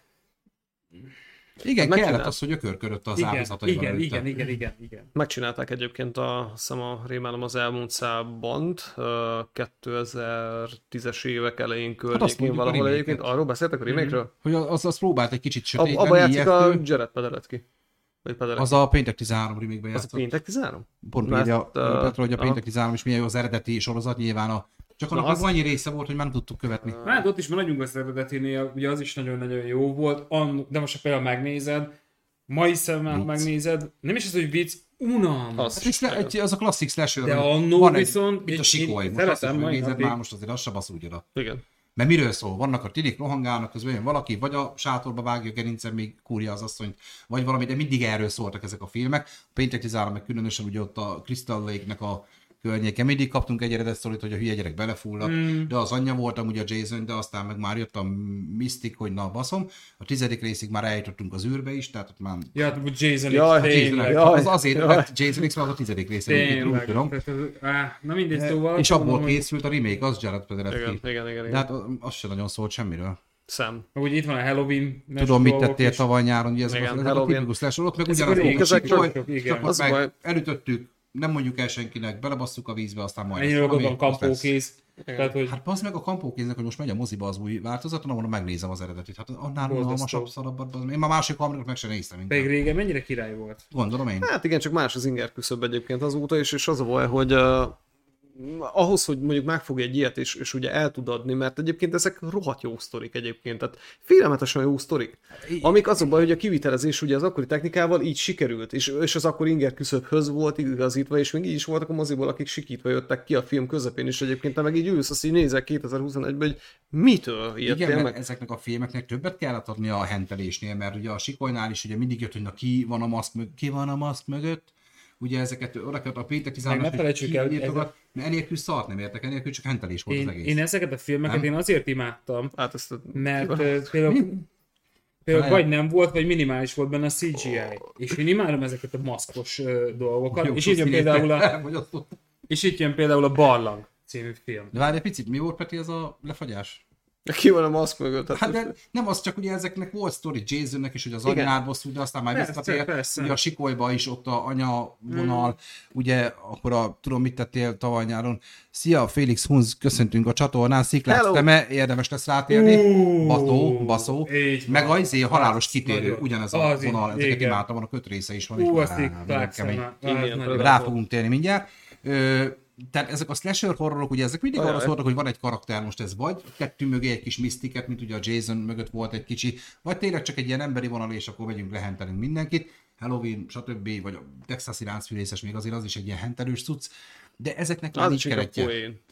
A: igen,
B: megcsinál-
A: kellett az, hogy ökörködött az
C: Igen,
A: áldozataival
C: igen,
A: előtte.
C: igen, igen, igen, igen.
B: Megcsinálták egyébként a, azt hiszem a Rémálom az elmúlt szábant, 2010-es évek elején környékén
A: Hát mondjuk a
B: valahol
A: remake-et.
B: egyébként. Arról beszéltek a remake-ről?
A: Hogy az, az próbált egy kicsit
B: Ab-
A: sötét
B: Abba játszik a
A: a...
B: Jared Padalecki. Vagy Padalecki.
A: Az a Péntek 13 remake-ben
B: Az a
A: játszott.
B: péntek 13?
A: Pont
B: Mert,
A: írja
B: ö,
A: Petra, hogy a
B: aha.
A: Péntek 13 is milyen jó az eredeti sorozat, nyilván a Csak
B: Na,
A: annak az...
B: az-
A: annyi része volt, hogy már nem tudtuk követni.
C: Hát ott is maradjunk az eredetinél, ugye az is nagyon-nagyon jó volt, an, de most ha például megnézed, mai szemmel
A: Vicc.
C: megnézed, nem is az, hogy vicc, unalmas.
B: Az
A: Hát
B: is
A: és le, egy, az a klasszik slasher,
C: De
A: ami-
C: annó
A: van egy-
C: viszont
A: Mint a
C: én-
A: sikoly.
C: én
A: Most azt,
C: szeretem
A: hogy
C: mai
A: nézed,
C: napig.
A: már most azért az se baszul ugyana.
B: Igen.
A: Mert miről szól? Vannak a tinik, rohangálnak, közben jön valaki, vagy a sátorba vágja a gerincen, még kúrja az asszonyt, vagy valami, de mindig erről szóltak ezek a filmek. A péntek 13 meg különösen ugye ott a Crystal Lake-nek a környéke. Mindig kaptunk egy eredet szorít, hogy a hülye gyerek belefulladt,
C: Hmm.
A: mm. de az anyja voltam ugye a Jason, de aztán meg már jött a Mystic, hogy na baszom. A tizedik részig már eljutottunk az űrbe is, tehát ott már
C: Ja, hát, úgy Jason
B: Jaj,
C: X,
A: Jason
C: tényleg.
A: X.
B: jaj,
A: az azért,
B: jaj.
A: mert Jason X már az a tizedik részén, úgy
C: Tényleg.
A: tudom.
C: Tehát ez- á, Na mindegy, szóval.
A: És abból
C: mondom, hogy-
A: készült a remake, az Jared
B: Igen,
A: Padalecki.
B: igen, igen,
A: De
B: igen.
A: hát az sem nagyon szólt semmiről.
B: Szem.
C: Meg Ugye itt van a Halloween.
A: Tudom, mit
C: dolgok
A: tettél
C: is.
A: tavaly nyáron, ugye ez
B: Igen,
A: volt a
B: Halloween.
A: tipikus slasher, ott meg
C: Ezek
A: ugyanaz
C: a
A: volt a
B: rémesek,
A: sikoly,
C: csak- igen.
A: csak
B: Az
A: ott meg
B: baj.
A: elütöttük, nem mondjuk el senkinek, belebasszuk a vízbe, aztán majd
C: Ennyire
A: lesz valami,
C: a
A: ott lesz.
C: kampókéz. Tehát, hogy
A: Hát az meg a kampókéznek, hogy most megy a moziba az új változat, na mondom, megnézem az eredetit. Hát annál
C: Borzasztó.
A: unalmasabb szarabbat, bazd meg. én már másik harmadikat meg sem néztem
C: pedig
A: inkább.
C: régen mennyire király volt.
A: Gondolom én.
B: Hát igen, csak más az inger küszöb egyébként azóta, és, és az a baj, hogy uh, ahhoz, hogy mondjuk megfogja egy ilyet, és, és ugye el tud adni, mert egyébként ezek rohadt jó sztorik egyébként, tehát félelmetesen jó sztorik. Amik az a baj, hogy a kivitelezés ugye az akkori technikával így sikerült, és, és az akkori inger küszöbhöz volt igazítva, és még így is voltak a moziból, akik sikítva jöttek ki a film közepén, és egyébként te meg így ülsz, azt így nézel 2021-ben, hogy mitől ijedtél
A: Igen,
B: meg.
A: mert ezeknek a filmeknek többet kellett adni a hentelésnél, mert ugye a sikolynál is ugye mindig jött, hogy na ki van a maszk, mög- ki van a maszk mögött, ugye ezeket öreket a péntek 13
C: Meg ne felejtsük el, hogy
A: enélkül szart nem értek, enélkül csak hentelés volt
C: Én,
A: az egész.
C: én ezeket a filmeket
A: Nem?
C: én azért imádtam,
B: Hát ezt
C: mert ö, például, például vagy nem volt, vagy minimális volt benne a CGI. És én imádom ezeket a maszkos ö, dolgokat.
A: Jó,
C: és így jön
A: tudsz,
C: például a,
A: (laughs) hogy ott- ott-
C: és itt jön például a Barlang című film.
A: De várj egy picit, mi volt Peti ez a lefagyás?
B: ki van a maszk mögött.
A: Hát de nem az, csak ugye ezeknek volt sztori Jasonnek is, hogy az
B: Igen.
A: anyja átbosszult, de aztán már
C: Persze,
A: visszatért.
C: persze. Mm.
A: Ugye a sikolyba is ott a anya vonal, ugye akkor a tudom mit tettél tavaly nyáron. Szia, Félix Hunz, köszöntünk a csatornán, Sziklát
B: Hello.
A: Teme, érdemes lesz rátérni.
C: Ú,
A: Baszó, baszó.
C: így van.
A: Meg a izé, a halálos
C: Az
A: kitérő,
C: nagyon.
A: ugyanez a
C: Az így,
A: vonal, ezeket
C: igen.
A: imádtam, van a köt része is van.
C: Ú,
A: és
C: azt
A: már
C: így
A: nagyon kemény.
C: Clarksonnal.
B: Igen,
C: Az nagyon-
B: például.
A: Rá fogunk térni mindjárt. Ö, tehát ezek a slasher horrorok, ugye ezek mindig arra
B: Ajaj.
A: szóltak, hogy van egy karakter, most ez vagy kettő mögé egy kis misztiket, mint ugye a Jason mögött volt egy kicsi, vagy tényleg csak egy ilyen emberi vonal, és akkor megyünk lehentelünk mindenkit, Halloween, stb., vagy a texasi ráncfűrészes, még azért az is egy ilyen hentelős cucc, de ezeknek már
B: az
A: nincs
B: is inkább
A: keretje.
B: poén.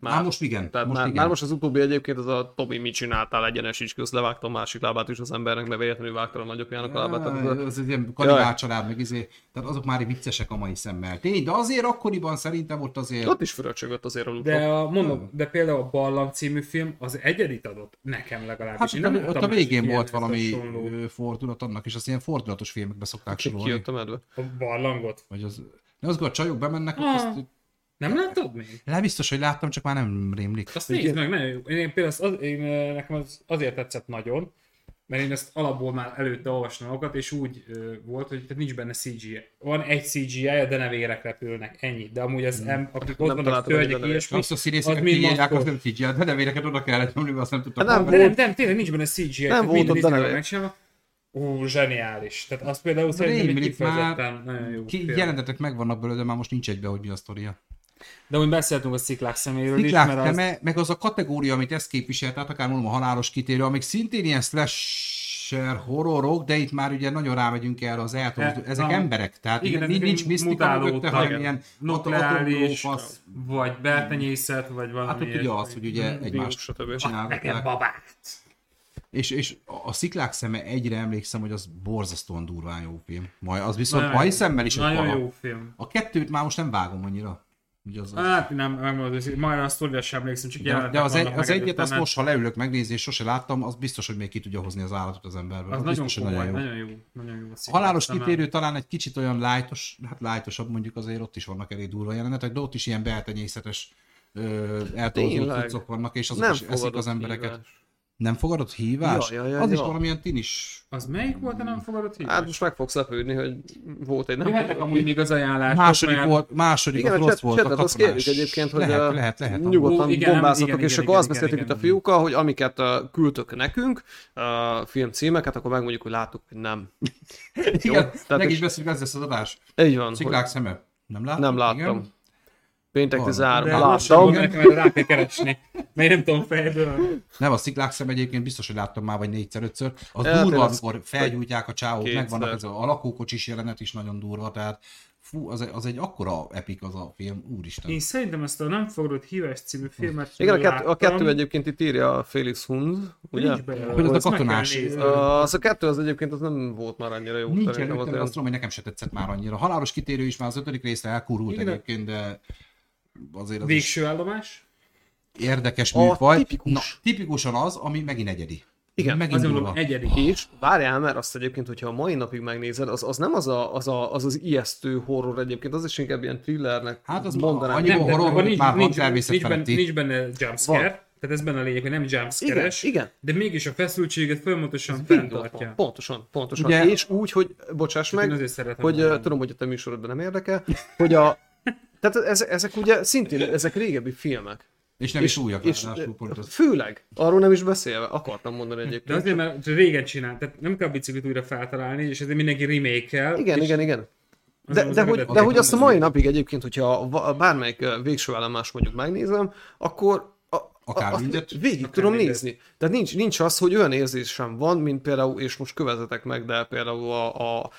A: Már most igen,
B: Tehát
A: most
B: már,
A: igen.
B: már, most az utóbbi egyébként az a Tomi mit csináltál egyenes is közt, levágtam a másik lábát is az embernek, mert véletlenül vágta a nagyapjának a lábát. Tehát az a-
A: Á, az egy ilyen kanibál család, meg izé, tehát azok már így viccesek a mai szemmel. Tény, de azért akkoriban szerintem ott azért...
B: Ott is fröcsögött azért a
C: De
B: de...
C: a, mondom, de például a Barlang című film az egyedit adott, nekem legalábbis.
A: Hát
C: Én
A: ott, a-
C: láttam
A: ott a
C: másik
A: végén
C: ilyen
A: volt valami
C: hasonló.
A: ö, fordulat annak, és azt ilyen fordulatos filmekbe szokták sorolni.
B: Kijött a medve.
C: A Barlangot.
A: Vagy az, nem az, hogy a csajok bemennek,
C: Ah.
A: azt,
C: Nem
A: Hát.
C: láttad még?
A: le biztos, hogy láttam, csak már nem rémlik.
C: Azt nézd meg, nagyon jó. Én, én például az, én, ö, nekem az azért tetszett nagyon, mert én ezt alapból már előtte olvastam magukat, és úgy ö, volt, hogy tehát nincs benne CGI. Van egy CGI, -ja, de nevérek repülnek, ennyi. De amúgy
A: Hmm.
C: az, em, akik ott vannak,
B: találtam egyet
C: szörnyek,
B: a
C: ilyesmi,
A: Azt a színészeket
C: mind
A: kiírják,
C: maszkos.
A: az nem CGI, de nem éreket oda kellett nyomni, mert azt nem tudtam.
B: Hát nem,
A: hol.
C: De nem, nem, tényleg nincs benne CGI. tehát
B: volt
C: minden
B: ott
C: izgalmat
B: belevér.
C: megcsinálva. Ú, zseniális. Tehát az például szerintem egy
A: Rémlik már,
C: kifejezetten nagyon jó
A: ki,
C: film.
A: jelentetek megvannak belőle, de már most nincs egybe, hogy mi a sztoria.
C: De úgy beszéltünk a sziklák szeméről
A: Sziklák
C: is, mert az...
A: teme, meg az a kategória, amit ezt képvisel, tehát akár mondom a halálos kitérő, amik szintén ilyen slasher horrorok, de itt már ugye nagyon rámegyünk erre az eltolódó,
C: E,
A: ezek
C: na.
A: emberek, tehát
C: Igen,
A: igen,
C: ezek
A: nincs
C: ilyen
A: misztika
C: mutálódtak,
A: mögötte, hanem
C: igen.
A: ilyen
C: nukleáris,
A: atomlófasz.
C: vagy beltenyészet, vagy valami
A: Hát ott ugye
C: ilyesmi.
A: az, hogy ugye
C: Mm-hmm.
A: egymást
B: stb.
C: Nekem
A: csinálgatják.
C: babát.
A: És, és a sziklák szeme egyre emlékszem, hogy az borzasztóan durván jó film. Majd az viszont
C: Nagyon-
A: mai Szóval szemmel is egy
C: Nagyon
A: para.
C: jó film.
A: A kettőt már most nem vágom annyira. Ugye az, az.
C: Hát nem, megmondom, hogy majd a sztorira sem emlékszem, csak
A: De,
C: jelenetek
A: de az, egy,
C: vannak
A: az
C: meg
A: egyet, azt
C: előttem,
A: most, ha leülök megnézni, és sose láttam, az biztos, hogy még ki tudja hozni az állatot az
C: mert
A: emberből.
C: Az nagyon
A: biztos, hogy
C: komoly, nagyon jó. Nagyon jó a
A: A
C: sziklák
A: halálos
C: szeme.
A: kitérő talán egy kicsit olyan lájtos, hát lájtosabb mondjuk azért ott is vannak elég durva jelenetek, de ott is ilyen beltenyészetes ö, eltolódó
B: Tényleg.
A: cuccok vannak, és azok
B: Nem
A: is eszik
B: fogadott
A: az embereket.
B: hívás.
A: Nem fogadott hívás?
B: Ja, ja, ja,
A: az is
B: ja.
A: valamilyen tinis
C: Az melyik volt a nem fogadott hívás?
B: Hát most meg fogsz lepődni, hogy volt egy nem.
C: Jöhetnek hát, amúgy még az ajánlások.
A: Második
C: mert-
A: volt, második
B: Igen,
A: az
B: a
A: rossz
B: chat,
A: volt, a
B: chatet
A: katonás.
B: azt kérjük egyébként, hogy
A: lehet,
B: a-
A: lehet, lehet, amúgy.
B: nyugodtan
C: Ó, igen,
B: bombázzatok,
C: igen,
B: és
C: igen,
B: akkor azt
C: igen,
B: beszéltük
C: igen,
B: itt a
C: igen.
B: fiúkkal, hogy amiket uh, küldtök nekünk, uh, filmcímeket, akkor megmondjuk, hogy láttuk, hogy nem.
A: Igen,
B: Tehát
A: meg
B: is-
A: is beszélünk, ez lesz az adás.
B: Így van.
A: Sziklák szeme. Nem láttam.
B: Nem láttam. Péntek
A: Van.
B: 13.
C: De lassan
B: Láttam.
C: mondom nekem, mert rá kell keresni. Mert én nem tudom fejből.
A: Nem, a sziklák szem egyébként biztos, hogy láttam már, vagy négyszer, ötször. Az
B: Ja,
A: durva,
B: tényleg az-
A: amikor felgyújtják a csávók,
B: Kétszer.
A: megvannak ez a lakókocsis jelenet is nagyon durva, tehát fú, az, egy- az egy akkora epik az a film, úristen.
C: Én szerintem ezt a Nem fogadott híves című filmet
B: Igen, a kettő, a
C: láttam.
B: kettő egyébként itt írja a Felix Hund, ugye?
C: Nincs benne.
A: Hogy az a
C: Ezt meg kell
A: katonás-
C: nézni.
B: Uh, az a kettő az egyébként az nem volt már annyira jó.
A: Nincs
B: szerintem az
A: előttem,
B: olyan-
A: azt tudom, hogy nekem se tetszett már annyira. Halálos kitérő is már az ötödik részre elkurult
C: Igen.
A: egyébként, de azért az is
C: Végső állomás.
A: érdekes
B: A
A: műfaj.
B: tipikus.
A: tipikusan az, ami megint egyedi.
B: Igen,
A: megint
C: Azért
A: durva.
C: mondom, egyedi.
B: És várjál, mert azt egyébként, hogyha a mai napig megnézed, az, az nem az, a, az, a, az az ijesztő horror egyébként, az is inkább ilyen thrillernek
A: Hát az
B: mondanám.
A: annyi-
C: Nem,
A: Jó,
C: de
A: horror,
C: abban
A: már van természet
C: nincs, benne,
A: feletti.
C: nincs benne jumpscare,
B: Van.
C: tehát ez benne a lényeg, hogy nem jumpscare-es,
B: Igen, igen.
C: de mégis a feszültséget folyamatosan
B: Pontosan,
C: fenntartja.
B: pontosan, pontosan.
A: Ugye-
B: Ugye, és úgy, hogy, bocsáss
C: Én
B: meg,
C: azért szeretem.
B: hogy
C: nagyon.
B: ö, tudom, hogy a te műsorodban nem érdekel, hogy
C: (laughs)
B: a... Tehát ez, ezek ugye szintén, ezek régebbi filmek.
A: És nem is újak,
B: és
A: ráadásul pont az.
B: főleg, arról nem is beszélve, akartam mondani
C: De
B: egyébként.
C: azért, mert régen csinált, tehát nem kell a biciklit újra feltalálni, és ezért mindenki remake
B: Igen, igen, igen. De,
C: az
B: de, hogy,
C: eredeti
B: de hogy
C: nem
B: azt a
C: lesz
B: mai napig egyébként, hogyha a va- bármelyik ö, végső állomás mondjuk megnézem, akkor a, a-
A: Akár
B: azt
A: mindet.
B: végig
C: Akár
B: tudom
C: mindet.
B: nézni. Tehát nincs, nincs az, hogy olyan érzésem van, mint például, és most kövezetek meg, de például a, a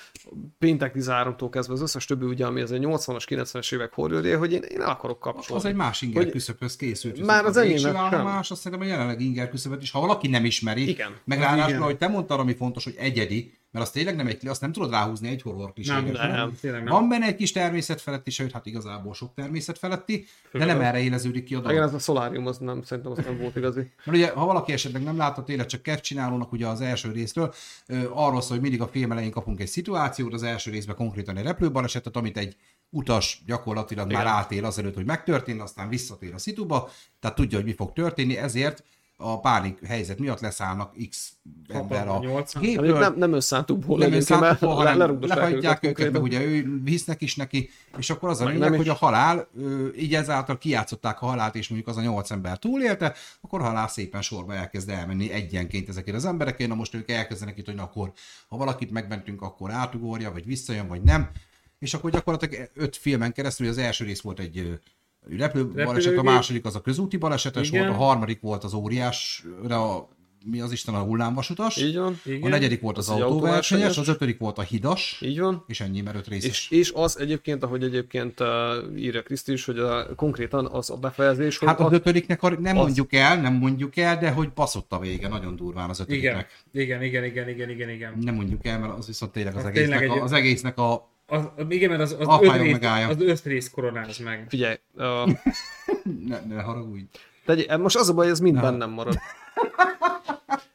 B: péntek 13-tól kezdve az összes többi, ugye, ami az a 80-as, 90-es évek horrorja, hogy én, én el akarok kapcsolni.
A: Az egy más inger
B: Hogy-
A: küszöbhöz készült.
B: Már
A: viszont
B: az
A: a végső
B: enyémnek sem.
A: állomás, azt szerintem a jelenleg inger küszöböt is, ha valaki nem ismeri,
B: Igen.
A: meg ráadásul, ahogy te mondtad, ami fontos, hogy egyedi, mert az tényleg nem egy, azt nem tudod ráhúzni egy horror
C: Nem,
A: kliséget.
C: nem, tényleg nem.
A: Van benne egy kis természet feletti, sőt, hát igazából sok természet feletti, de nem erre éleződik ki a
B: Igen,
A: dolog.
B: ez a szolárium, az nem, szerintem az nem volt igazi.
A: Mert ugye, ha valaki esetleg nem látta tényleg csak kertcsinálónak ugye az első részről, ö, arról szól, hogy mindig a film elején kapunk egy szituációt, az első részben konkrétan egy repülőbalesetet, amit egy utas gyakorlatilag Igen. már átél azelőtt, hogy megtörténne, aztán visszatér a szituba, tehát tudja, hogy mi fog történni, ezért a pánik helyzet miatt leszállnak x ember a
C: 80.
B: Mondjuk
A: gépről.
B: nem, nem összántukból
A: Nem
B: egyébként, mert
A: szántó,
B: le-
A: hanem
B: lerugdosák
A: lehajtják őket, meg
B: konkrétan.
A: ugye ő hisznek is neki, és akkor az a
B: Meg
A: lényeg,
B: nem
A: hogy
B: is.
A: a halál, ö, így ezáltal kijátszották a halált, és mondjuk az a nyolc ember túlélte, akkor a halál szépen sorba elkezd elmenni egyenként ezekért az emberekért, na most ők elkezdenek itt, hogy na akkor, ha valakit megmentünk, akkor átugorja, vagy visszajön, vagy nem, és akkor gyakorlatilag öt filmen keresztül, az első rész volt egy ö, repülő baleset, a
C: Repülőgép.
A: második az a közúti balesetes
C: Igen.
A: volt, a harmadik volt az óriás, a, mi az Isten, a hullámvasutas.
B: Így van,
A: A
C: Igen.
A: negyedik volt az,
B: Az egy
A: autóversenyes,
B: autóversenyes.
A: az ötödik volt a hidas,
B: így van.
A: és ennyi, mert öt részes.
B: És, és az egyébként, ahogy egyébként uh, írja Kriszti is, hogy a, konkrétan az a befejezés, hogy
A: Hát az
B: a,
A: ötödiknek a- nem mondjuk el, nem mondjuk el, de hogy baszott a vége, nagyon durván az
C: Igen,
A: ötödiknek.
C: igen, igen, igen, igen, igen, igen.
A: Nem mondjuk el, mert az viszont tényleg az
C: Hát tényleg
A: egésznek, a,
C: egy-
A: az egésznek a...
C: Az, igen, mert az, az,
A: Apájon
C: öt rész,
A: megállja.
C: az öt rész koronáz meg.
B: figyelj, uh,
A: Ne, ne haragudj.
B: tegy, most az a baj, ez mind bennem marad.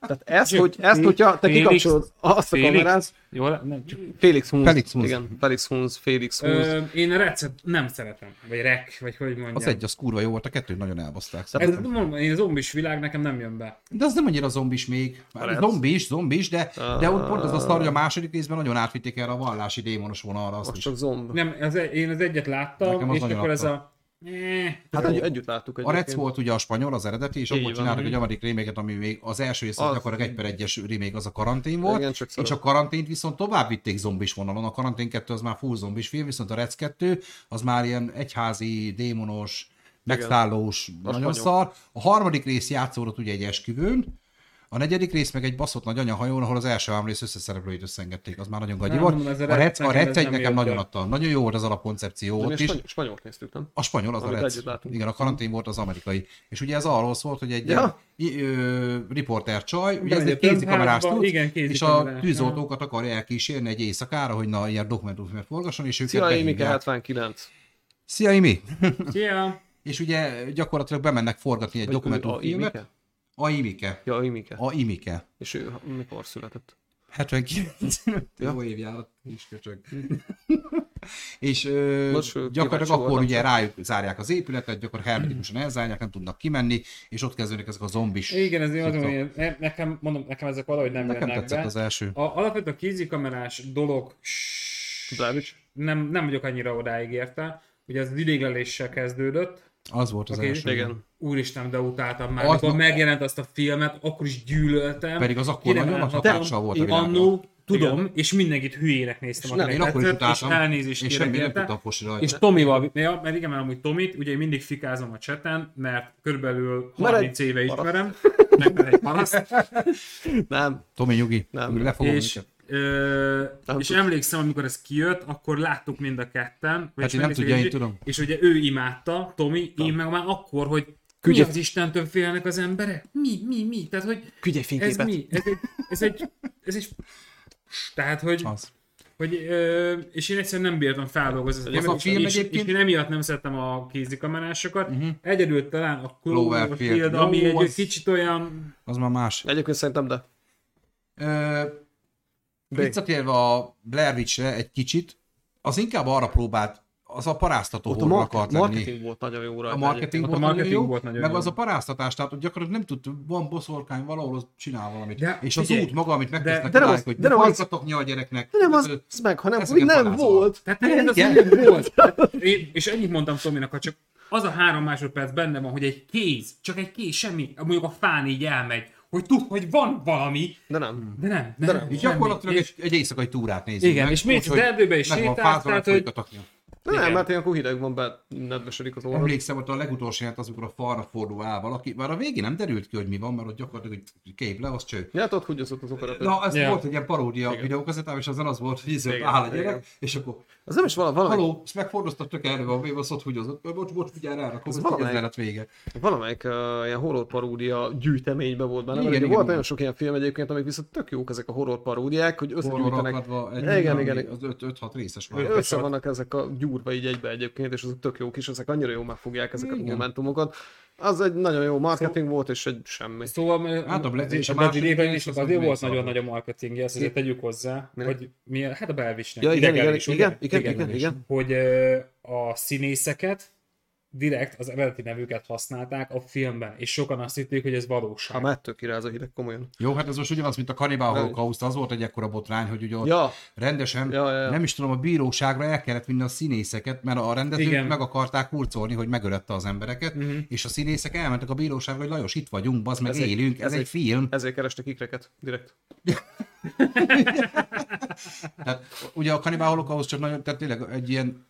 B: Tehát ezt, hogy, ezt
C: Fé-
B: hogyha te
C: Félix-
B: kikapcsolod azt a
C: Félix-
B: kamerát,
C: Jó, nem csak...
B: Félix Hunz,
A: Felix Hunz.
B: igen, Felix Hunz, Félix Hunz.
C: Ö, én a recet nem szeretem, vagy rek, vagy hogy mondjam.
A: Az egy, az kurva jó volt, a kettő nagyon elbaszták.
C: Ez,
A: szerintem.
C: mondom, én a zombis világ nekem nem jön be.
A: De az nem annyira zombis még. Már
B: Lehet.
A: Zombis, zombis, de, de ott pont az a szar, hogy a második részben nagyon átvitték erre a vallási démonos vonalra. Azt
B: az
A: is.
B: csak zomb.
C: Nem, az, e- én az egyet láttam,
A: Nekem az
C: és
A: nagyon
C: akkor ez
A: adta.
C: a... Eh,
B: Hát egy, együtt láttuk
A: A
B: egyébként.
A: Rec volt ugye a spanyol, az eredeti, és
B: Így
A: akkor
B: van.
A: csináltak egy amerikai reméket, ami még az első rész, az
B: Az.
A: gyakorlatilag egy per egyes remake, az a karantén volt,
B: Igen, csak szar.
A: és a karantént viszont tovább vitték zombis vonalon, a karantén 2 az már full zombis film, viszont a Rec 2 az már ilyen egyházi, démonos, megszállós, nagyon
B: spanyol.
A: szar. A harmadik rész játszódott ugye egy esküvőn, a negyedik rész meg egy baszott nagy anyahajón, ahol az első hámrész összeszereplőit összeengedték, az már nagyon gagyi
C: Nem,
A: volt.
C: mondom, ez
A: A
C: a
A: Rec,
C: Rec
A: a
C: nekem
A: Rec
C: ez
A: egy
C: nem
A: nekem
C: jött
A: nagyon
C: be.
A: adta, nagyon jó volt az alapkoncepció
B: Mi
A: ott
B: a
A: is.
B: spanyol, spanyolt néztük, nem?
A: A spanyol az a
B: Amit
A: rec.
B: együtt látunk.
A: Igen, a karantén volt az amerikai. És ugye ez arról szólt, hogy egy
B: Ja.
A: i- ö, riporter csaj, ugye ez
C: Bemegy
A: egy
C: a
A: kézikamerás
C: tömbházba,
A: tud,
C: igen,
A: és
C: kézikamerás,
A: a
C: ja.
A: tűzoltókat akarja elkísérni egy éjszakára, hogy na, ilyen dokumentumfilmet forgasson, és őket
B: Szia, Émike
A: behívják.
B: 79.
A: Szia, Imi!
C: Szia!
A: És ugye gyakorlatilag bemennek forgatni egy
B: Vagy ő a
A: dokumentumfilmet.
B: Émike?
A: A Imike.
B: Ja, Émike.
A: A Imike.
B: És ő ha- mikor született?
A: 79. Jó évjárat, is köcsög. és ö,
B: Nos, ő kíváncsi
A: gyakorlatilag akkor
B: voltam
A: ugye rájuk zárják az épületet, gyakorlatilag hermetikusan elzárják, nem tudnak kimenni, és ott kezdődnek ezek a zombis.
C: Igen, ez
A: Szia.
C: azon, hogy ne- nekem, mondom, nekem ezek valahogy nem
A: Nekem
C: jönnek
A: tetszett
C: be.
A: az első.
C: A, alapvetően a kézikamerás dolog s-
B: Blábics?
C: nem, nem vagyok annyira odáig érte. Ugye az idégleléssel kezdődött.
A: Az volt az
C: Oké,
A: első.
B: Igen.
C: Úristen, de utáltam már.
A: Az-
C: Amikor megjelent azt a filmet, akkor is gyűlöltem.
A: Pedig az akkor
C: Ki nem
A: nagyon nagy
C: állhatom.
A: hatással volt a
B: én
A: világra.
C: Annó Tudom, Igen. és mindenkit hülyének néztem
A: És nem, én akkor is
C: karaktertől, és
A: utáltam.
C: elnézést
A: Én
C: kérek
A: semmi nem
C: érte.
A: tudtam fosni rajta.
C: És Tomival, ja, mert igen, mert amúgy Tomit, ugye én mindig fikázom a cseten, mert körülbelül
B: Mert egy
C: 30 éve
B: paraszt.
C: ismerem, meg mert egy paraszt,
B: Nem,
A: Tomi Nyugi,
B: Nem.
A: nem, lefogom
C: és,
A: és...
C: ö,
B: Nem
C: és
B: tudsz.
C: emlékszem, amikor ez kijött, akkor láttuk mind a ketten. vagyis
A: Hát, én nem
C: megnéztük
A: tudja,
C: egy-
A: én tudom.
C: És ugye ő imádta, Tomi, én meg már akkor, hogy mi
B: Küldje-
C: az Istentől félnek az emberek? Mi, mi, mi? Tehát, hogy
B: küldj egy
C: ez
B: fényképet.
C: mi? Ez egy, ez egy, ez egy tehát, hogy,
A: Az.
C: hogy ö, és én egyszerűen nem bírtam feldolgozni.
A: Az
C: ezt
A: a film
C: és, és
A: egyébként- Mhm.
C: én emiatt nem szerettem a kézikamerásokat. Uh-huh. Egyedül talán a
A: Cloverfield.
C: Cloverfield, ami
A: Jó,
C: egy
A: az-
C: kicsit olyan...
A: az már más.
B: Egyébként szerintem, de
A: Ö, Visszatérve a Blair Witch-re egy kicsit, az inkább arra próbált, az a paráztató
B: ott a
A: horror akart
B: marketing,
A: lenni.
B: marketing volt nagyon jó
A: A
B: rajta.
A: marketing,
C: Ott
A: volt,
C: a marketing
A: nagyon jó,
C: volt nagyon
A: meg
C: jó.
A: az a paráztatás, tehát hogy gyakorlatilag nem tud, van boszorkány valahol, az csinál valamit.
C: De
A: és az
C: figyelj,
A: út maga, amit megtesznek,
B: de nem
A: odáig,
B: az-
A: hogy
B: de
A: ne
B: nem az-
A: fajtatokni a gyereknek.
B: egyébként. Nem
A: Ö,
B: az, az meg, hanem
A: ezeket
B: úgy nem
A: parázol.
B: volt.
C: Tehát neked az mindig volt. Tehát Én, és ennyit mondtam Tominak, ha csak az a három másodperc benne van, hogy egy kéz, csak egy kéz, semmi, mondjuk a fán így elmegy, hogy tud, hogy van valami,
B: De
A: Hmm.
B: nem.
C: de nem, nem. De nem
A: Így gyakorlatilag
C: és,
A: egy, egy éjszakai túrát nézünk
C: Igen,
A: meg,
C: és mész az
A: úgyhogy
C: erdőbe és
A: meg van
C: sétálsz,
A: fázva, meg
C: tehát hogy
A: folytatokni.
B: De nem,
C: Igen.
B: mert ilyenkor hideg van, be nedvesedik az orrod.
A: Emlékszem, ott a legutolsó jelent az, amikor a falra fordul áll valaki, már a végén nem derült ki, hogy mi van, mert ott gyakorlatilag hogy kép le, az cső.
B: Ja, tudod, hogy az ott az operatőr.
A: Na, ez
C: Ja.
A: volt egy ilyen paródia
B: Igen.
A: videókazettám, és azon az volt, hogy izé,
B: Igen,
A: áll a
B: igen.
A: gyerek, és akkor
B: Az nem is vala- valami,
A: Haló, ezt megfordozta tök elő a az ott húgyozott. Ö, Bocs, bocs, figyelj rá, akkor
B: Ez
A: ez
B: valamelyik-
A: lett vége.
B: valamelyik uh, ilyen horror paródia gyűjteményben volt benne.
A: Igen,
B: Igen,
A: igen,
B: igen, volt
A: igen.
B: nagyon sok ilyen film egyébként, amik viszont tök jók ezek a horror paródiák, hogy
A: Horror
B: összegyűjtenek.
A: akadva egy,
B: Igen,
A: ami-
B: igen, igen.
A: az 5-6 részes már.
B: Össze vannak ezek a gyúrva így egybe egyébként, és azok tök jók is, ezek annyira jól megfogják ezeket
A: Igen.
B: a momentumokat. Az egy nagyon jó marketing volt, és egy semmi.
C: Szóval
A: Hát a Black-
C: az-
A: és a
C: a
A: második
C: Black
A: rész
C: is
A: az
C: azért
A: még
C: volt
A: szarabb.
C: nagyon nagy a marketingje, ezt azért tegyük hozzá,
B: Minek?
C: hogy mi, hát a Belvisnek.
B: Ja, igen, igen,
C: illegális, ugye?
B: igen, igen, igen, igen.
C: Hogy ö, a színészeket direkt az eredeti nevüket használták a filmben, és sokan azt hitték, hogy ez
B: Hát
C: valóság.
B: már tök király ez a hideg komolyan.
A: Jó, hát ez most ugyanaz, mint a Cannibal Holocaust, az volt egy ekkora botrány, hogy ugye ott
B: Ja,
A: rendesen,
B: Ja, ja, ja.
A: nem is tudom, a bíróságra el kellett vinni a színészeket, mert a rendezőt
C: Igen.
A: meg akarták hurcolni, hogy megölette az embereket, és a színészek elmentek a bíróságra, hogy Lajos, itt vagyunk, bazd meg,
B: Ez egy-
A: élünk, ez,
B: ez
A: egy,
B: egy-
A: film.
B: ezért kerestek ikreket direkt.
A: Tehát, ugye a Cannibal Holocaust csak nagyon, tehát tényleg egy ilyen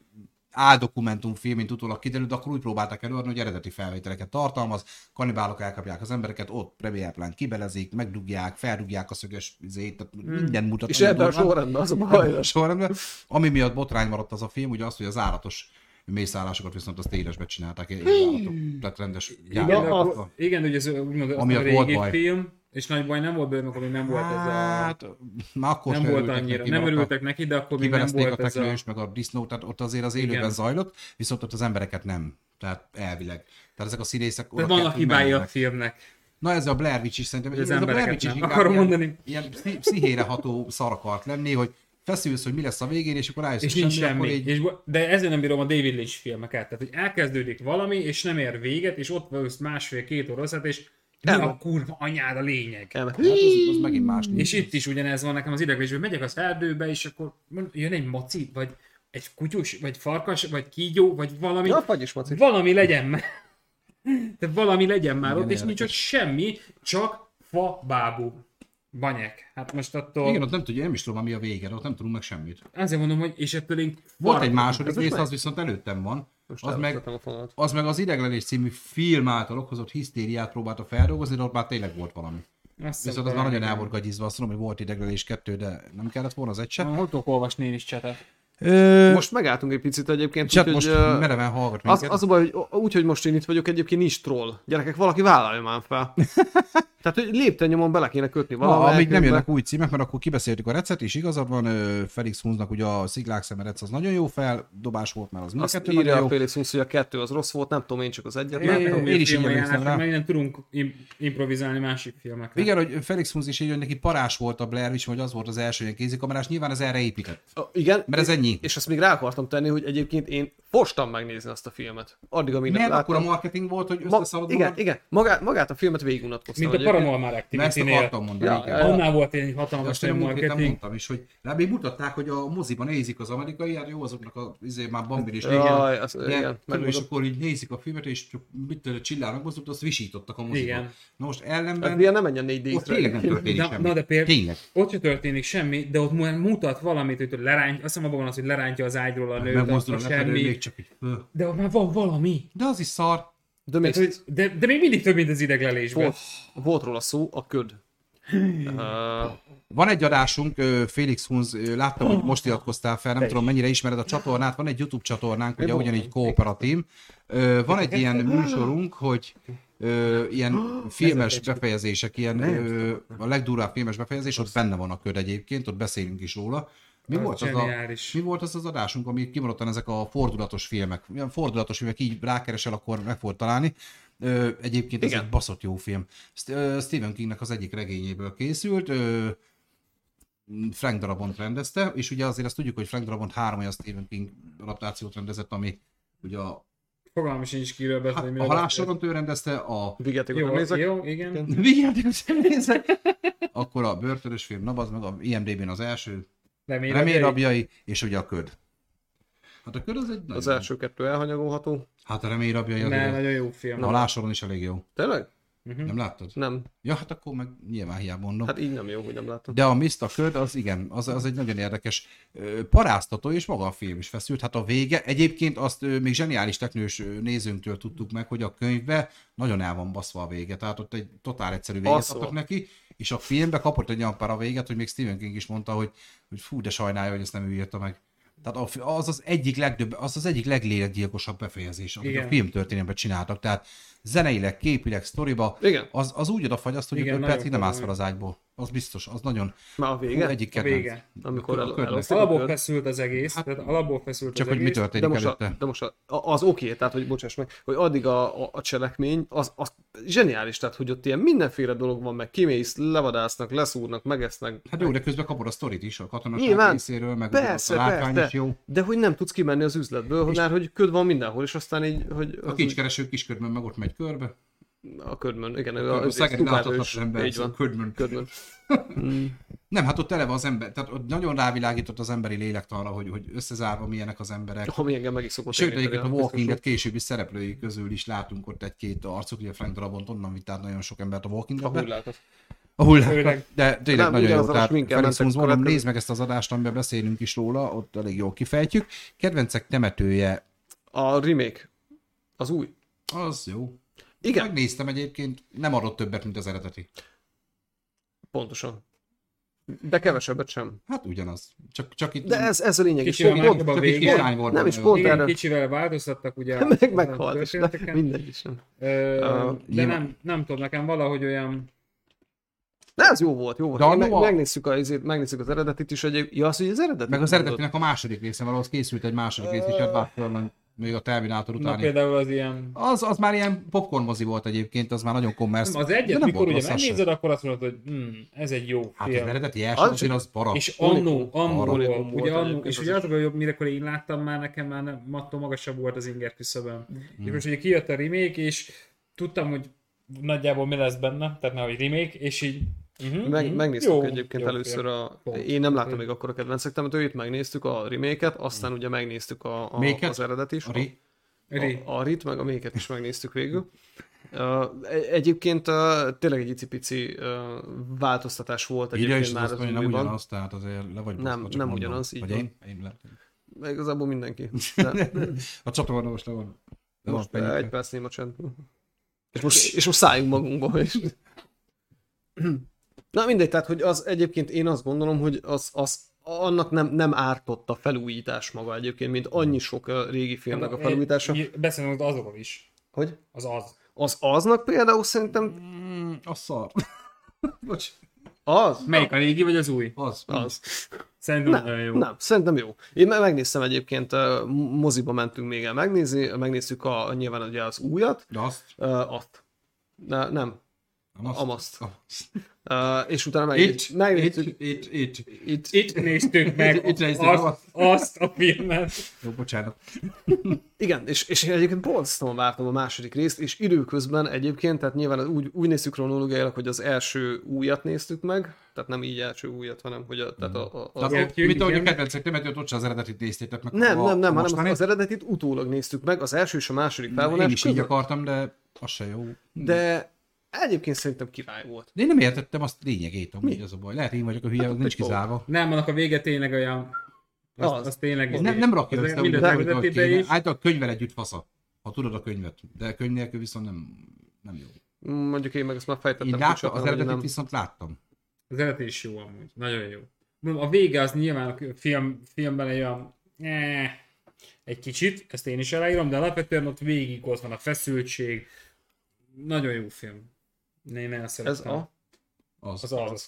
A: áldokumentumfilm, mint utólag kiderült, de akkor úgy próbálták előadni, hogy eredeti felvételeket tartalmaz, kanibálok elkapják az embereket, ott premierplán kibelezik, megdugják, feldugják a szöges izét, tehát minden mutat.
B: Hmm. És
A: nagyon
B: ebben a
A: durván.
B: sorrendben (laughs) az a
A: Ebben
B: baj.
A: a sorrendben. Ami miatt botrány maradt az a film, ugye az, hogy az állatos mészállásokat viszont azt élesbe csinálták, élő állatok. tehát rendes
C: Igen,
A: gyártottak.
C: akkor, igen, ugye ez úgymond az
A: Ami
C: a
A: ott volt
C: régi
A: baj.
C: film, és nagy baj nem volt bőle, akkor még nem volt ez a...
A: Hát, már akkor
C: Nem
A: se
C: volt
A: örültek
C: annyira,
A: neki,
C: nem
A: mert ott a-
C: örültek neki, de akkor még nem
A: kiverezték a
C: volt ez a...
A: teknős, meg a disznó, tehát ott azért az élőben
C: Igen.
A: zajlott, viszont ott az embereket nem. Tehát elvileg. Tehát ezek a színészek... oda
C: Tehát
A: kellett,
C: vannak
A: hogy
C: hibái a
A: menjenek.
C: filmnek.
A: Na ez a Blair Witch is szerintem.
C: Hogy az
A: ez a Blair
C: embereket
A: Witch is
C: nem.
A: inkább
C: Akarom
A: ilyen-
C: mondani.
A: Ilyen pszi- pszichére ható szar akart lenni, hogy feszülsz, hogy mi lesz a végén, és akkor rájössz,
C: És
A: hogy
C: nincs semmi.
A: akkor így-
C: És, bo- de ezért nem bírom a David Lynch filmeket. Tehát, hogy elkezdődik valami, és nem ér véget, és ott vagy másfél-két óra hosszát, és mi
B: Nem.
C: a kurva anyád a lényeg.
B: Elme-
A: Hát az, az megint más.
C: És itt is ugyanez van nekem az ideglés, hogy megyek az erdőbe, és akkor mond- jön egy maci, vagy egy kutyus, vagy farkas, vagy kígyó, vagy valami.
B: Ja, fagyis, Maci.
C: Valami legyen már. De valami legyen már ott, és
A: érdekes.
C: nincs ott semmi, csak fa bábú. Banyek. Hát most attól...
A: Igen, ott nem tudja, nem is tudom, már mi a vége, de ott nem tudunk meg semmit.
C: Azért mondom, hogy és ettől én...
A: Volt egy
C: farkas-
A: második
B: Ez most
A: rész,
B: meg-
A: az viszont előttem van.
B: Most
A: Az meg,
B: elvesztettem a fonalat.
A: az meg az ideglenés című film által okozott hisztériát próbálta feldolgozni, de ott már tényleg volt valami.
C: Azt hiszem,
A: Viszont az már
C: talán
A: nagyon el
C: igen.
A: volt gagyizva, azt mondom, hogy volt ideglenés kettő, de nem kellett volna az egy sem.
C: Hol tudok olvasni én is csetet?
B: Most megálltunk egy picit egyébként,
A: Csak
B: úgyhogy,
A: hát most
B: ö,
A: mereven hallgat
B: az,
A: minket.
B: az a baj, hogy úgy, hogy most én itt vagyok, egyébként nincs troll. Gyerekek, valaki vállalja már
A: (laughs)
B: fel. Tehát, hogy lépten nyomon bele kéne kötni
A: Na,
B: valamelyik.
A: amíg nem
B: könyvbe.
A: jönnek új címek, mert akkor kibeszéltük a recet, és igazad van, ö, Felix Hunznak ugye a sziglák szemerec az nagyon jó feldobás volt, mert az mind a
B: Azt
A: kettő
B: írja a
A: nagyon jó.
B: Félix Hunsz, hogy a kettő az rossz volt, nem tudom én csak az egyet.
A: Én-
B: láttam.
A: én is így emlékszem rá.
C: Mert nem tudunk im- improvizálni másik filmekre.
A: Igen, hogy Felix Hunz is így, hogy neki parás volt a Blair Witch, hogy az volt az első ilyen kézikamerás, nyilván ez erre épített.
B: Ö, Igen,
A: Mert ez ennyi.
B: és azt még rá akartam tenni, hogy egyébként én Fostam megnézni azt a filmet. Addig, amíg nem
A: Miért
B: láttam.
A: akkor a marketing volt, hogy
B: Ma,
A: összeszaladul?
B: igen, igen. Magát, magát a filmet végigunatkoztam.
C: Mint a
B: Szóval egyébként.
C: Paranormal
A: Mert ezt
C: Activity-nél.
A: akartam mondani.
B: Ja,
A: igen.
B: ja.
C: Annál volt egy
A: De
C: hatalmas
A: Azt én
C: nagy
A: múlt héten
C: marketing.
A: mondtam is, hogy rá még mutatták, hogy a moziban nézik az amerikai, hát jó, azoknak a, izé, már Bambin is
B: Jaj, az- igen,
A: de, tudod, és
B: megmondom.
A: akkor így nézik a filmet, és csak mit tudom, csillárnak mozdulat, azt visítottak a moziban.
C: Igen.
A: Na most
B: Hát
A: ellenben,
B: Ilyen nem menjen 4 d
A: ott tényleg nem történik
C: Na,
A: semmi.
C: na de például
A: Tényleg.
C: ott se történik semmi, de ott mu- mutat valamit, hogy ott lerány, azt hiszem abban van az, hogy lerántja az ágyról
A: Hát
C: a nőt,
A: Megmozdul a
C: akkor
A: lefelé,
C: semmi,
A: még csak így. ö.
C: de ott már van valami.
A: De az is szar.
B: De még
C: Tehát, hogy, de, de még mindig több, mint az ideglelésben.
B: volt, volt róla szó, a köd. Uh,
A: Van egy adásunk, ö, Félix Hunz, ö, láttam, hogy most iratkoztál fel, nem tudom mennyire ismered a csatornát, van egy YouTube csatornánk, ugye
B: voltam.
A: ugyanígy kooperatív. Ö, Van egy ilyen műsorunk, hogy ö, ilyen filmes befejezések, ilyen ö, a legdurvább filmes befejezés, ott benne van a köd egyébként, ott beszélünk is róla. Mi
C: Az
A: volt, az a,
C: zseniális.
A: mi volt az az adásunk, ami kimaradtan ezek a fordulatos filmek? Ilyen fordulatos filmek, így rákeresel, akkor meg fogod találni. Ö, egyébként ez
B: Igen.
A: egy baszott jó film. St- ö, Stephen Kingnek az egyik regényéből készült. Ö, Frank Darabont rendezte, és ugye azért azt tudjuk, hogy Frank Darabont három olyan Stephen King adaptációt rendezett, ami ugye a,
C: Fogalmam sincs kiről beszél,
A: hát, a halálsoront ő rendezte, a (laughs)
B: Vigyátékot nem
C: Jó,
B: nézek.
C: jó, igen.
A: Vigyátékot nem nézek. akkor a börtönös film, na bazd meg a IMDB-n az első,
C: Remény,
A: Remény
C: remény.
A: rabjai, és ugye a köd. Hát a köd az egy
B: Az
A: nagyon-
B: első kettő elhanyagolható.
A: Hát a remény rabjai az
C: Ne,
A: egy-
C: nagyon jó film.
A: a halálsoron is elég jó.
B: Tényleg?
A: Nem láttad?
B: Nem.
A: Ja, hát akkor meg nyilván hiába mondom.
B: Hát így nem jó, hogy nem láttam.
A: De a Mista köd, az igen, az, az egy nagyon érdekes ö, paráztató, és maga a film is feszült. Hát a vége, egyébként azt ö, még zseniális teknős ö, nézőnktől tudtuk meg, hogy a könyvbe nagyon el van baszva a vége, tehát ott egy totál egyszerű véget
B: Baszva.
A: adtak neki, és a filmbe kapott egy olyan para véget, hogy még Stephen King is mondta, hogy, hogy fú, de sajnálja, hogy ezt nem ő írta meg. Tehát a fi- az az egyik legdöbb, az az egyik leglélekgyilkosabb befejezés, amit
C: Igen.
A: a filmtörténetben csináltak. Tehát zeneileg, képileg, sztoriba,
B: Igen.
A: az, az úgy odafagy azt, hogy
C: Igen,
A: igen, 5
C: nagyon
A: percig nem állsz
C: komoly.
A: fel az ágyból. Az biztos, az nagyon.
B: Már a
A: Igen,
B: vége?
A: egyik
C: A
A: kedvenc.
C: vége.
B: Amikor
A: A
B: el-
A: ködnek.
B: elosztják a
C: Alapból
B: köd.
C: feszült az egész, tehát alapból feszült
A: Hát- Csak
C: az
A: hogy mi
C: egész.
B: De
A: történik
B: most, a,
A: előtte.
B: de most a, a- az oké, tehát hogy bocsáss meg, hogy addig a, a, a cselekmény, az, az zseniális, tehát hogy ott ilyen mindenféle dolog van, meg kimész, levadásznak, leszúrnak, megesznek.
A: Hát jó, de közben kapod a sztorit is, a katonaság
B: Nyilván.
A: részéről, meg
B: Persze,
A: a látvány
B: persze,
A: is jó.
B: de hogy nem tudsz kimenni az üzletből, hogy már hogy köd van mindenhol, és aztán így, hogy
A: A kincskereső kiskörben meg ott megy körbe.
B: a ködmön, igen,
A: A
B: a,
A: ködmön, Szegedi láthatatlan ember,
B: így van,
A: ködmön.
B: ködmön.
A: Nem, hát ott eleve az ember, tehát ott nagyon rávilágított az emberi lélektanra, hogy, hogy összezárva milyenek az emberek.
B: Ami engem meg is szokott
A: Sőt,
B: érinteni,
A: egyébként a
B: biztos,
A: Walking
B: hogy-
A: Dead későbbi szereplői közül is látunk ott egy-két arcot, ugye Frank Darabont onnan vitt át nagyon sok embert a Walking
B: A
A: Deadbe.
B: hullákat.
A: A hullákat,
C: Főleg.
A: de tényleg
B: Nem,
A: nem, nagyon jó.
B: ugyanaz a
A: Tehát
B: sminkkel
A: Felix
B: mentek
A: Hunz, mondom,
B: következő.
A: nézd meg ezt az adást, amiben beszélünk is róla, ott elég jól kifejtjük. Kedvencek temetője,
B: A remake, az új.
A: az jó.
B: Igen,
A: Megnéztem egyébként, nem adott többet, mint az eredeti.
B: pontosan. De kevesebbet sem.
A: Hát ugyanaz. Csak, csak itt
B: De ez, ez a lényeg. és
C: Kicsi a
B: pont-
C: mágyabb a
A: csak egy
C: vége.
A: kislány volt.
B: Nem is
A: benne.
B: pont
C: Igen,
B: erre.
C: kicsivel változtattak ugye. a-
B: (laughs) meg
C: a
B: meghalt, és ne,
C: történeteken.
B: mindegy is. Nem.
C: Ö,
B: Ah,
C: de
A: nyilván.
C: nem, nem tudom, nekem valahogy olyan...
B: De ez jó volt, jó volt.
A: De a
B: Én meg,
A: Noah-
B: megnézzük, a, izét, megnézzük az eredetit is egyéb. Ja, az, hogy az eredetit
A: Meg az
B: mondod.
A: eredetinek a második része, valahol az készült egy második rész, Richard Butler, még a Terminátor
C: Na
A: utáni.
C: például az ilyen...
A: Az, az már ilyen popcorn mozi volt egyébként, az már nagyon kommersz.
C: Nem, az
A: de
C: egyet,
A: nem
C: mikor
A: volt
C: ugye
A: rossz az se.
C: megnézed, akkor azt mondod, hogy hm, ez egy jó
A: Hát az
C: film.
A: eredeti első
B: Az-
A: az, az bara.
C: És
B: Unikum.
C: annó, annó,
B: Unikum
C: volt,
B: volt
C: ugye annó,
B: egyébként
C: és
B: az
C: ugye
B: is.
C: az, a jobb, mire én láttam már, nekem már nem, attól magasabb volt az inger küszöbön.
A: Hmm.
C: Mm. És most ugye kijött a remake, és tudtam, hogy nagyjából mi lesz benne, tehát már hogy remake, és így uh-huh,
B: Meg, megnéztük egyébként először a...
C: Pont. Mhm.
B: Én nem láttam még akkor a kedvencek temetőjét, megnéztük a remake-et, aztán ugye megnéztük a, a,
A: Méket?
B: az eredet is.
A: A ri-
C: Ri. hát
B: A, a rit, meg a méket is megnéztük végül. Ö, e- Egyébként ö, tényleg egy icipici ö, változtatás volt
A: Írja
B: egyébként
A: is
B: már
A: az,
B: az
A: hogy nem
B: újban.
A: ugyanaz, tehát azért le vagy
B: Nem,
A: baszva, csak
B: nem
A: mondom.
B: ugyanaz, így
A: Vagy
B: van.
A: én? Én le.
B: Meg Igazából
A: (laughs)
B: mindenki. De,
A: A csatorna most le van. Le
B: most
A: van
B: egy perc néma csend. És most, (laughs) és most szálljunk magunkba. És... (clears throat) Na mindegy, tehát hogy az egyébként én azt gondolom, hogy az, az annak nem, nem ártott a felújítás maga egyébként, mint annyi sok ö, régi filmnek a felújítása.
C: Beszélünk azokról is.
B: Hogy?
C: Az az.
B: Az aznak például szerintem
A: Mm, a szar. (laughs) Bocs.
B: az.
C: Melyik a régi, vagy az új?
A: Az.
B: Az.
C: Szerintem
B: Nem,
C: nagyon jó.
B: nem, szerintem jó. Én me- megnéztem egyébként, ö, moziba mentünk még el megnézni, megnéztük a, nyilván ugye az újat,
A: De azt.
B: ö, azt. De nem,
A: Amaszt.
B: Amaszt.
A: Amaszt.
B: Uh, és utána
A: Itt,
B: megjött.
A: itt,
B: megjött-
A: itt, itt.
B: itt,
C: Itt néztük
B: (laughs)
C: meg
A: Itt néztük
C: azt, azt a filmet.
A: Jó, bocsánat.
B: Igen, és, és én egyébként borzasztóan vártam a második részt, és időközben egyébként, tehát nyilván úgy, úgy néztük kronológiailag, hogy az első újat néztük meg, tehát nem így első újat, hanem hogy a, tehát a, a, a,
A: Tehát,
B: a
A: mint
C: igen.
A: ahogy a kedvencek nem, ott se az eredetit néztétek meg.
B: nem,
A: a-
B: nem, nem,
A: a
B: hanem
A: mostani.
B: az eredetit utólag néztük meg, az első és a második
A: Én
B: felvonás
A: is így
B: között,
A: akartam, de az se jó.
B: de egyébként szerintem király volt.
A: De én nem értettem azt lényegét, amúgy az a baj. Lehet én vagyok a hülye, az nincs
B: hogy volt.
A: kizárva.
C: Nem, annak a vége tényleg olyan... Az, az,
B: Az.
C: az tényleg... izé-
A: Ez nem, nem rakja
C: az
A: össze úgy,
C: minden
A: mint ahogy
C: eredetibe
A: kéne.
C: is.
A: Által könyvvel együtt fasza, ha tudod a könyvet. De könyv nélkül viszont nem, nem jó.
B: Mondjuk én meg ezt már
A: Én
B: fejtettem
A: láttam,
B: kapcsolatban,
A: az
B: hogy
A: eredetit
B: nem.
A: viszont láttam.
C: Az eredet is jó amúgy, nagyon jó. Mondom, A vége az nyilván a film, filmben egy olyan eh, egy kicsit, ezt én is aláírom, de alapvetően ott végig ott van a feszültség. Nagyon jó film. Én nagyon
B: Ez
C: szeretem.
B: a
A: Az,
C: Az az.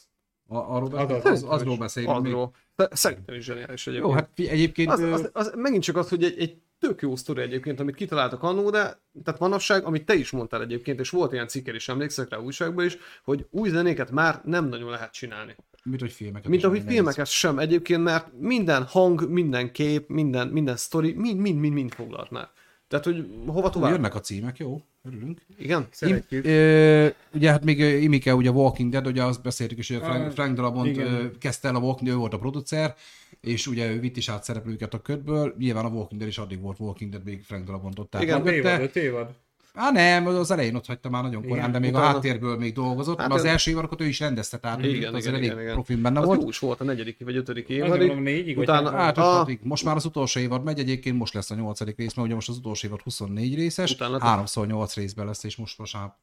A: A, arról
C: Az-
A: beszélünk,
C: az-
A: az, azról beszélünk még.
B: adról. De Szerintem is zseniális egyébként.
A: Jó, hát fi- egyébként
B: Az,
A: ö,
B: az, az, megint csak az, hogy egy, egy tök jó sztori egyébként, amit kitaláltak annó, de tehát manapság, amit te is mondtál egyébként, és volt ilyen cikker is, emlékszek rá újságban is, hogy új zenéket már nem nagyon lehet csinálni.
A: mint hogy filmeket.
B: Mint
A: is
B: ahogy
A: nehéz.
B: filmeket sem egyébként, mert minden hang, minden kép, minden, minden sztori, mind, mind, mind, mind foglalt már. Tehát, hogy hova tovább?
A: Jönnek a címek, jó? Örülünk.
B: Igen?
C: Szeretjük.
A: Ö, ugye hát még ö, Imike, ugye a Walking Dead, ugye azt beszéltük is, hogy a Frank,
C: Ah,
A: Frank Darabont
C: igen.
A: ö, kezdte el a Walking Dead, ő volt a producer, és ugye ő vitt is át szereplőket a ködből, nyilván a Walking Dead is addig volt Walking Dead, még Frank Darabont ott állt
B: Igen,
C: Öt
A: mögötte.
C: évad, öt évad.
A: Á nem, az elején ott hagyta már nagyon korán,
C: Igen,
A: de még a
B: utána-
A: háttérből még dolgozott,
B: Hát
A: hát az
B: ez-
A: első évarokat ő is rendezte, tehát
B: Igen,
A: igen,
B: igen,
A: azért
B: igen,
A: elég
B: igen, igen.
A: profin benne
B: Az
A: volt.
B: jó is volt a negyedik vagy ötödik
C: Azt gondolom
B: évad.
C: négyig, vagy
B: Utána-
C: három.
A: Hát, ott
B: Ah.
A: hatodik. most már az utolsó évad megy, egyébként most lesz a nyolcadik rész, mert ugye most az utolsó évad 24 részes,
B: Utána-
A: háromszor nyolc részben lesz, és most vasárnap.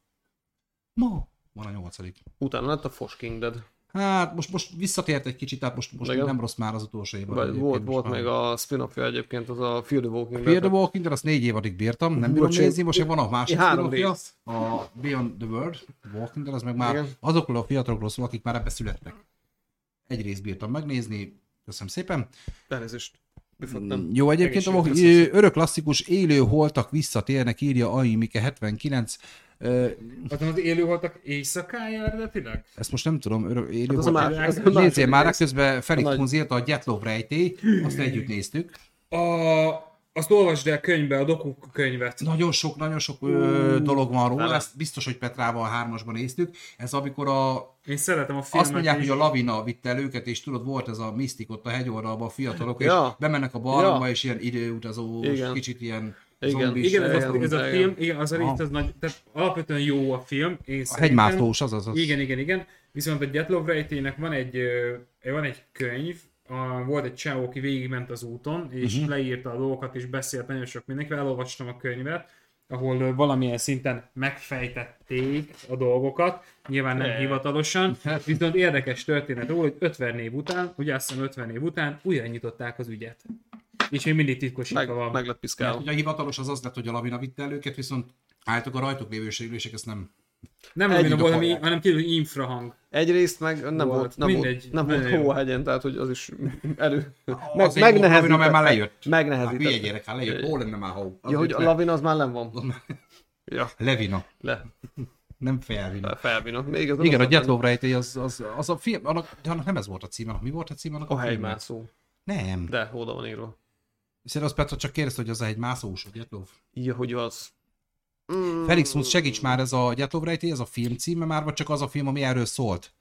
A: Ma van a nyolcadik.
B: Utána lett a Fosh King Dead.
A: Hát most, most visszatért egy kicsit, tehát most, most
B: Igen.
A: nem rossz már az utolsó évad.
B: Vagy
A: egyébként,
B: Volt,
A: most
B: volt
A: már.
B: még a spin-offja egyébként, az a Fear the Walking
A: Fear the
B: Dead.
A: Walking Dead, azt négy évadig bírtam, nem
B: Hú,
A: bírom
B: bocs, én-
A: nézni, most én van a másik
B: én három
A: spin-offja,
B: rész.
A: a Beyond the World, Walking Dead, az meg már
B: Igen.
A: azokról a fiatalokról szól, akik már ebbe születtek. Egy részt bírtam megnézni, köszönöm szépen.
B: Elnézést. Befogtam.
A: Jó, egyébként a
B: Egészségügyi
A: Walking-
B: közösség.
A: ö, örök klasszikus élő holtak visszatérnek, írja Aimike 79. Ö,
C: Azon az élő voltak éjszakája eredetileg?
A: Ezt most nem tudom, örök élő
B: Hát az a
A: holtak.
B: más- az a
A: Nézzél
B: második
A: már,
B: rész.
A: közben Felix
B: A nagy-
A: Kunz írta a Gyetlov rejtély, azt együtt néztük.
C: A, azt olvasd el könyvbe, a doku könyvet.
A: Nagyon sok, nagyon sok ö, dolog van róla,
B: Fele.
A: ezt biztos, hogy Petrával a hármasban néztük. Ez amikor a
C: Én szeretem a filmet.
A: Azt mondják, hogy a lavina vitte el őket, és tudod, volt ez a misztik ott a hegyoldalban a fiatalok, és
B: Ja.
A: bemennek a barlangba,
B: Ja.
A: és ilyen időutazó,
B: Igen.
A: kicsit ilyen
B: Igen.
A: zombis.
C: Igen, ez a,
B: Igen,
C: ez a
B: igen.
C: film, igen, az a rész,
A: Aha.
C: az nagy, tehát alapvetően jó a film. Én
A: a
C: szerintem-
A: hegymászlós, az az az.
C: Igen, igen, igen. Viszont a Gyatlov rejtének van egy, ö, van egy könyv, a, volt egy csávó, aki végigment az úton, és
A: Mhm.
C: uh-huh. leírta a dolgokat, és beszélt nagyon sok mindenkivel, elolvastam a könyvet, ahol ö, valamilyen szinten megfejtették a dolgokat, nyilván nem
B: Ne.
A: (laughs)
C: hivatalosan, viszont érdekes történet róla, hogy 50 év után, ugye azt hiszem 50 év után újra nyitották az ügyet. És még mindig titkosítva
B: Meg,
C: van.
B: meg lett
A: Mert
B: piszkálva.
A: ugye a hivatalos az az lett, hogy a lavina vitte el őket, viszont álltak a rajtuk lévő sérülések, ezt nem.
C: Nem
B: Egy
C: lavina volt, ami,
A: dokolják.
C: hanem kívül infrahang.
B: Egyrészt meg nem
C: Volt.
B: volt, nem
C: Mindegy.
B: volt, nem volt
C: Nagyon jó.
B: hóhegyen, tehát hogy az is elő.
A: volt lavina,
B: Meg,
A: mert
B: megnehezített.
A: már lejött. Hát hülye
B: Megnehezített.
A: gyerek, hát lejött, hol lenne már hó? Az
B: Ja, hogy
A: mit
B: a
A: le-
B: lavina az már nem
A: (laughs)
B: van. Ja,
A: Levina,
B: le,
A: nem felvina.
B: felvina. Még az
A: Igen, a
B: az-
A: Gyetlov rejtély az, az, az a film, annak, de annak nem ez volt a címe, annak mi volt a címe? Annak
B: A
A: filmnek?
B: helymászó.
A: Nem.
B: De, oda van írva.
A: Hiszen az Petra csak kérdezte, hogy az egy mászós, a Gyetlov.
B: Ja, hogy az. Mm,
A: Felix Musz, segíts már ez a Gyetlov rejtély, ez a film címe már, vagy csak az a film, ami erről szólt?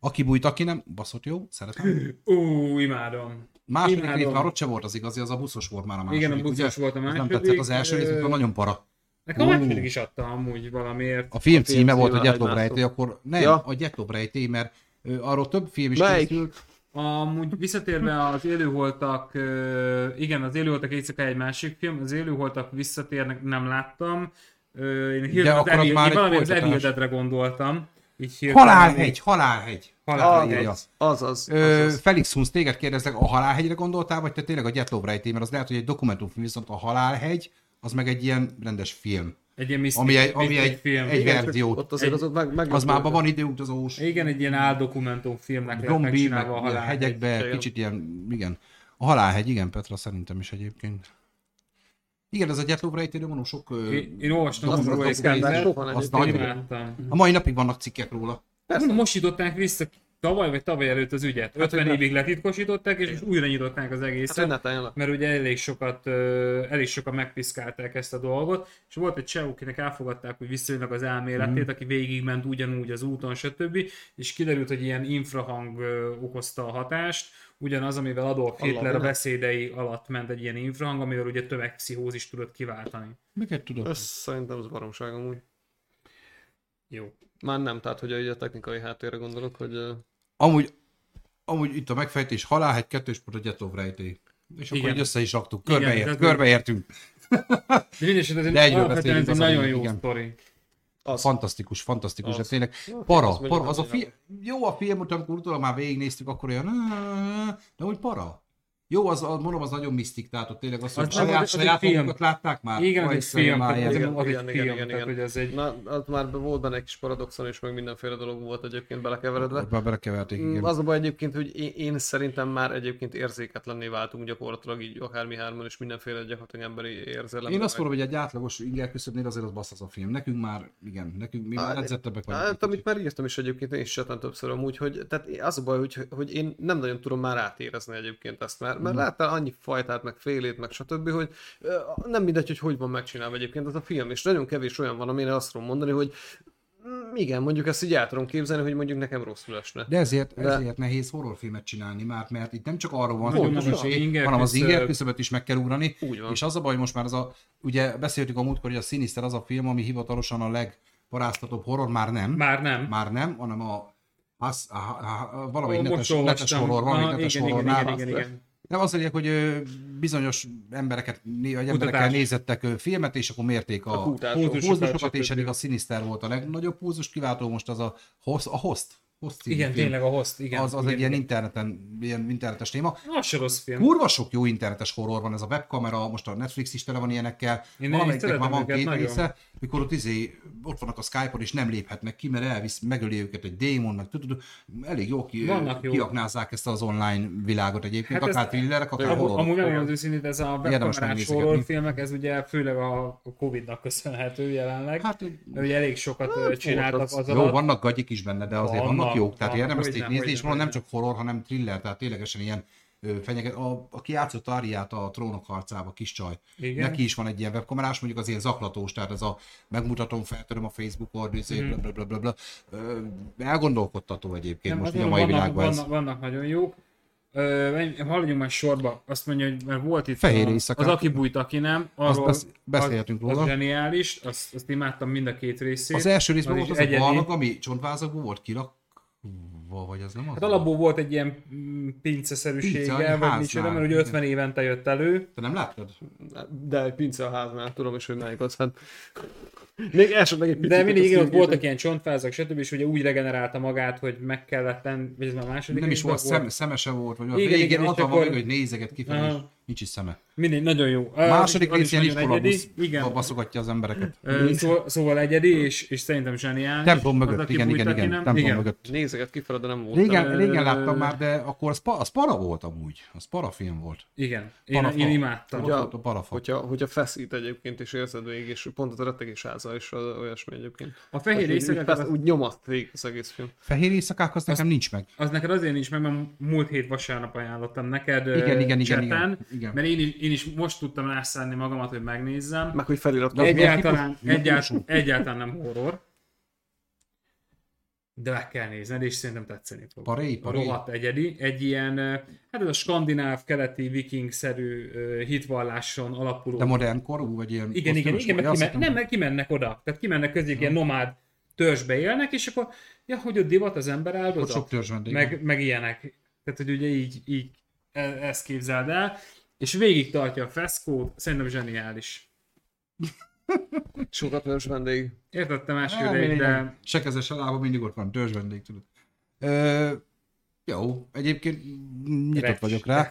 A: Aki bújt, aki nem, baszott jó, szeretem.
C: Ú, imádom.
A: Második
C: Imádom.
A: rész már ott sem volt az igazi, az a buszos volt már a második.
C: Igen, a buszos
A: ugye?
C: volt a
A: Az
C: második.
A: Nem tetszett az első rész,
C: ö,
A: viszont nagyon para.
C: Nekem
A: Ú.
C: a második is adta amúgy valamiért.
A: A film címe
B: címe
A: volt a
B: a
A: Gyetlov
B: Hegymászó.
A: rejtély, akkor nem,
B: Ja.
A: a Gyetlov rejtély, mert ö, arról több film is
B: Melyik?
A: készült.
C: Amúgy visszatérve az élőholtak, ö, igen, az élőholtak éjszaka egy másik film, az élőholtak visszatérnek, nem láttam. Ö, Én hirtelen
A: akkor az
C: az Evil-
A: már
C: én
A: egy
C: valami az
A: folytatás.
C: Evil Deadre gondoltam. Így hirtelen-
A: Halálhegy, halálhegy.
C: Halálhegy.
A: Hát, Az.
B: Az az.
A: Ö,
B: az, az.
A: Felix Hunz, téged kérdezlek, a halálhegyre gondoltál, vagy te tényleg a Gyetlov rejtély, mert az lehet, hogy egy dokumentumfilm, viszont a halálhegy, az meg egy ilyen rendes film.
C: Egy ilyen misztik,
A: Ami egy, ami egy,
C: film.
A: egy
B: Igen,
A: verzió.
B: Ott azért az ott meg, meg
A: Az már abban van időutazós,
C: Igen, egy ilyen áldokumentumfilmnek lett
A: zombi, meg
C: megcsinálva a
A: a
C: halál.
A: hegyekbe,
B: igen.
A: kicsit ilyen, igen. A halálhegy, igen, Petra, szerintem is egyébként. Igen, ez a Gyertlóbra ítélő, mondom, sok... ö,
C: Én, én olvastam
A: azt
C: a
A: mondom,
C: róla,
A: sok pénzért,
C: és
B: sokan
A: az
B: egyébként
A: nagy.
C: imádtam.
A: A mai napig vannak cikkek róla.
C: Persze. Most nyitották vissza tavaly vagy tavaly előtt az ügyet. 50
B: Hát, hogy ne-
C: évig letitkosították, és újra nyitották az
B: Hát, hogy
C: egészet.
B: ne tánjanak.
C: mert ugye elég sokat, ö, elég sokan megpiszkálták ezt a dolgot, és volt egy cseh, akinek elfogadták, hogy visszajönnek az elméletét,
B: Mhm.
C: aki végigment ugyanúgy az úton, stb. És kiderült, hogy ilyen infrahang ö, okozta a hatást, ugyanaz, amivel Adolf
B: Allah,
C: Hitler a
B: ne.
C: beszédei alatt ment egy ilyen infrahang, amivel ugye tömegpszichózis tudott kiváltani.
A: Miket tudod?
B: Ez szerintem az baromság amúgy.
C: Jó.
B: Már nem, tehát hogy a technikai háttérre gondolok, hogy ö,
A: Amúgy, amúgy itt a megfejtés halálhegy, kettős pont a Gyetlov rejtély. És akkor
C: Igen.
A: így össze is raktuk,
C: Igen,
A: körbeért,
C: tehát-
A: körbeértünk.
C: De mindesetre ez
A: De
C: egy,
A: egyről
C: alapvetően ez
A: beszélünk,
C: egy
A: az
C: nagyon
A: ami-
C: jó
A: igen.
C: sztori.
B: az.
A: Fantasztikus, fantasztikus,
B: Az.
A: de tényleg
B: Jó,
A: para,
B: azt mondjuk,
A: para, az a
B: azért
A: film, jó a film, hogy amikor utólag már végignéztük, akkor olyan, de úgy para. Jó, az, az mondom, az nagyon misztik, tehát ott tényleg azt, hogy
C: Az nem,
A: saját,
C: az- az egy
A: saját
C: film.
A: magukat látták már?
C: Igen, ez egy
A: Fajszer,
C: film,
A: Májer.
C: tehát
B: igen,
C: az
B: igen,
C: egy
B: igen,
C: film,
B: igen,
C: tehát
B: igen.
C: hogy ez egy
B: Na, az már volt benne egy kis paradoxon, és meg mindenféle dolog volt egyébként belekeveredve.
A: Ott Már belekeverték,
B: Mm,
A: igen.
B: Az a baj egyébként, hogy én, én szerintem már egyébként érzéketlenné váltunk gyakorlatilag így akármi hárman, és mindenféle gyakorlatilag emberi érzelem.
A: Én azt mondom, hogy egy átlagos inger küszöbnél azért az bassz az a film. Nekünk már, igen, nekünk mi már
B: Hát,
A: edzettebbek vagyunk.
B: Hát, amit már írtam is egyébként, én is csetem többször amúgy, hogy tehát az a baj, hogy, hogy én nem nagyon tudom már átérezni egyébként ezt, mert,
C: Mhm.
B: mert láttál annyi fajtát, meg félét, meg stb., hogy ö, nem mindegy, hogy hogy van megcsinálva egyébként az a film, és nagyon kevés olyan van, amire azt tudom mondani, hogy mm, igen, mondjuk ezt így át tudom képzelni, hogy mondjuk nekem rosszul esne.
A: De ezért,
B: De-
A: ezért nehéz horrorfilmet csinálni már, mert itt nem csak arról van,
C: Nagyon
A: hogy
C: magas
A: az
C: az
A: inger,
C: inger
A: hanem az
C: küszöb.
A: inger küszöböt is meg kell ugrani.
B: Úgy van.
A: És az a baj most már, az a, ugye beszéltük a múltkor, hogy a Sinister az a film, ami hivatalosan a legparáztatóbb horror, már nem.
C: Már nem.
A: Már nem, hanem a, az, a, a, a valami
C: Ó,
A: netes, netes horror, valami
C: Aha,
A: netes
C: igen, igen,
A: horrornál.
C: igen, igen, igen.
A: Nem azt mondják, hogy ö, bizonyos embereket, né- vagy emberekkel
C: Kutatást.
A: nézettek ö, filmet, és akkor mérték a,
B: A kútás.
C: Pulzusokat
A: pulzusokat, és
C: csöpögték.
A: eddig a Sinister volt a legnagyobb pulzus, kiváltó most az a host, a host, host című
C: Igen,
A: film.
C: tényleg a host, igen.
A: az, az
C: igen,
A: egy ilyen interneten, ilyen internetes téma.
C: Az se rossz film.
A: Kurva sok jó internetes horror van, ez a webkamera, most a Netflix is tele van ilyenekkel,
C: Én
A: valamelyiknek
C: szeretem
A: már van
C: őket,
A: két
C: nagyon.
A: része, mikor ott, izé, ott vannak a Skype-on és nem léphetnek ki, mert elvisz, megöli őket egy démon, meg tudod, elég jó, ki,
C: Vannak jó.
A: kiaknázzák ezt az online világot egyébként,
C: Hát
A: hát
C: ez-
A: akár ez... thrillerek, akár
C: Amú-
A: horrorok.
C: Amúgy megmondom az őszintét, ez a
A: Érdemes
C: webkamerás
A: megnézegetni.
C: horrorfilmek, ez ugye főleg a Covid-nak köszönhető jelenleg. Hát,
A: Hát, hogy-
C: ugye elég sokat hát, csináltak az,
B: volt az.
C: az
A: jó,
C: alatt.
A: vannak gagyik is benne, de azért vannak,
C: Vannak,
A: jók, tehát
C: vannak,
A: érdemes
C: hogyne,
A: ezt nézni, és
C: hogyne,
A: valahol nem
C: hogyne.
A: csak horror, hanem thriller, tehát ténylegesen ilyen ö, fenyeget, a, aki játszott Áriát a trónok harcába, kis csaj,
C: Igen.
A: neki is van egy ilyen webkamerás, mondjuk az ilyen zaklatós, tehát ez a megmutatom, feltöröm a Facebookon, mm. bla, bla, bla, bla, bla. Ö, elgondolkodtató egyébként
C: Mhm. Nem,
A: most
C: azt
A: így a mai
C: mondom, vannak,
A: világban ez.
C: vannak, vannak nagyon jók. Ö, menj- haladjunk már sorba. Azt mondja, hogy mert volt itt
A: Fehér
C: a,
A: éjszaka.
C: az Aki bújt, aki nem.
A: Azt
C: Arról,
A: besz- beszélhetünk
C: az,
A: róla.
C: az zseniális, azt, azt imádtam mind a két részét.
A: Az első részben
C: Az
A: volt
C: is
A: az egyedi. a
C: egyedi.
A: barlang, ami csontvázakú volt kilakva, vagy az nem az?
C: Hát alapból volt egy ilyen mm, pinceszerűsége,
A: Pince, ami
C: vagy
A: háznál.
C: micsoda, mert ugye 50 évente jött elő.
A: Te nem láttad?
B: De egy pince a háznál, tudom is, hogy melyik az. Hát... Még esetleg egy picit.
C: De mindig igen, ott
B: szívügyben.
C: voltak ilyen csontvázak, stb. és ugye úgy regenerálta magát, hogy meg kellett tenni, vagy ez már a második
A: Nem is
C: részben
A: volt, szem, szemese volt, vagy igen,
C: Igen,
A: végén
C: igen, és
A: ott van
C: akkor-
A: valami, hogy nézeget kifelé, és
C: Aha.
A: nincs is szeme.
C: Mindegy, nagyon jó.
A: A második
C: Az is
A: rész ilyen
C: nagyon
A: iskolabusz
C: egyedi, Igen.
A: baszogatja az embereket.
C: Ö, Szóval, szóval egyedi, és, és szerintem zseniális.
A: Templom
C: Az,
A: mögött,
C: aki
A: igen,
C: bújt,
A: igen,
C: aki
A: igen,
C: nem.
A: templom mögött.
B: Nézeget kifelé, de nem volt.
A: Régen,
C: Ö-
A: régen láttam már, de akkor az, pa, az para volt amúgy, az para film volt.
C: Igen, én,
A: Palafa.
C: én imádtam.
A: Ugye? Ott volt a parafa.
B: Hogyha, hogyha feszít egyébként, és érzed végig, és pont az a rettegés háza is az olyasmi egyébként.
C: A fehér
B: Tehát úgy- úgy,
C: éjszakát
B: fesz,
C: az,
B: úgy nyomaszt végig az egész film.
A: Fehér éjszakák az nekem nincs meg.
C: az neked azért nincs meg, mert múlt hét vasárnap ajánlottam neked ö,
A: Igen, igen, igen,
C: cseten,
A: igen, igen.
C: mert én is, én is most tudtam rászállni magamat, hogy megnézzem.
B: Meg hogy felirat.
A: az milyen
C: Egyáltalán,
A: típus-
C: egyáltalán,
A: típusú?
C: egyáltalán nem horror. De meg kell nézned, és szerintem tetszeni fog.
A: Paré, paré.
C: Rohadt egyedi. Egy ilyen, ö, hát ez a skandináv, keleti, viking-szerű ö, hitvalláson alapuló.
A: De modern korú, vagy ilyen...
C: igen, igen,
A: kosztümös,
C: igen,
A: vagy
C: mert
A: azt
C: kimen,
A: hittem,
C: nem,
A: hogy-
C: mert kimennek oda. Tehát kimennek közéig ilyen nomád törzsbe élnek, és akkor, ja, hogy ott divat az ember
A: Ott sok
C: áldozat,
A: törzs vendég.
C: meg, meg ilyenek. Tehát, hogy ugye így, így e- ezt képzeld el, és végig tartja a feszkót, szerintem zseniális.
B: Sokat vörös vendég.
C: Értettem első
A: Á,
C: ideig,
A: mindegy.
C: de
A: Se keze, se lába, mindig ott van, törzs vendég, tudod. Ö, jó, egyébként nyitott
C: Recs.
A: vagyok rá.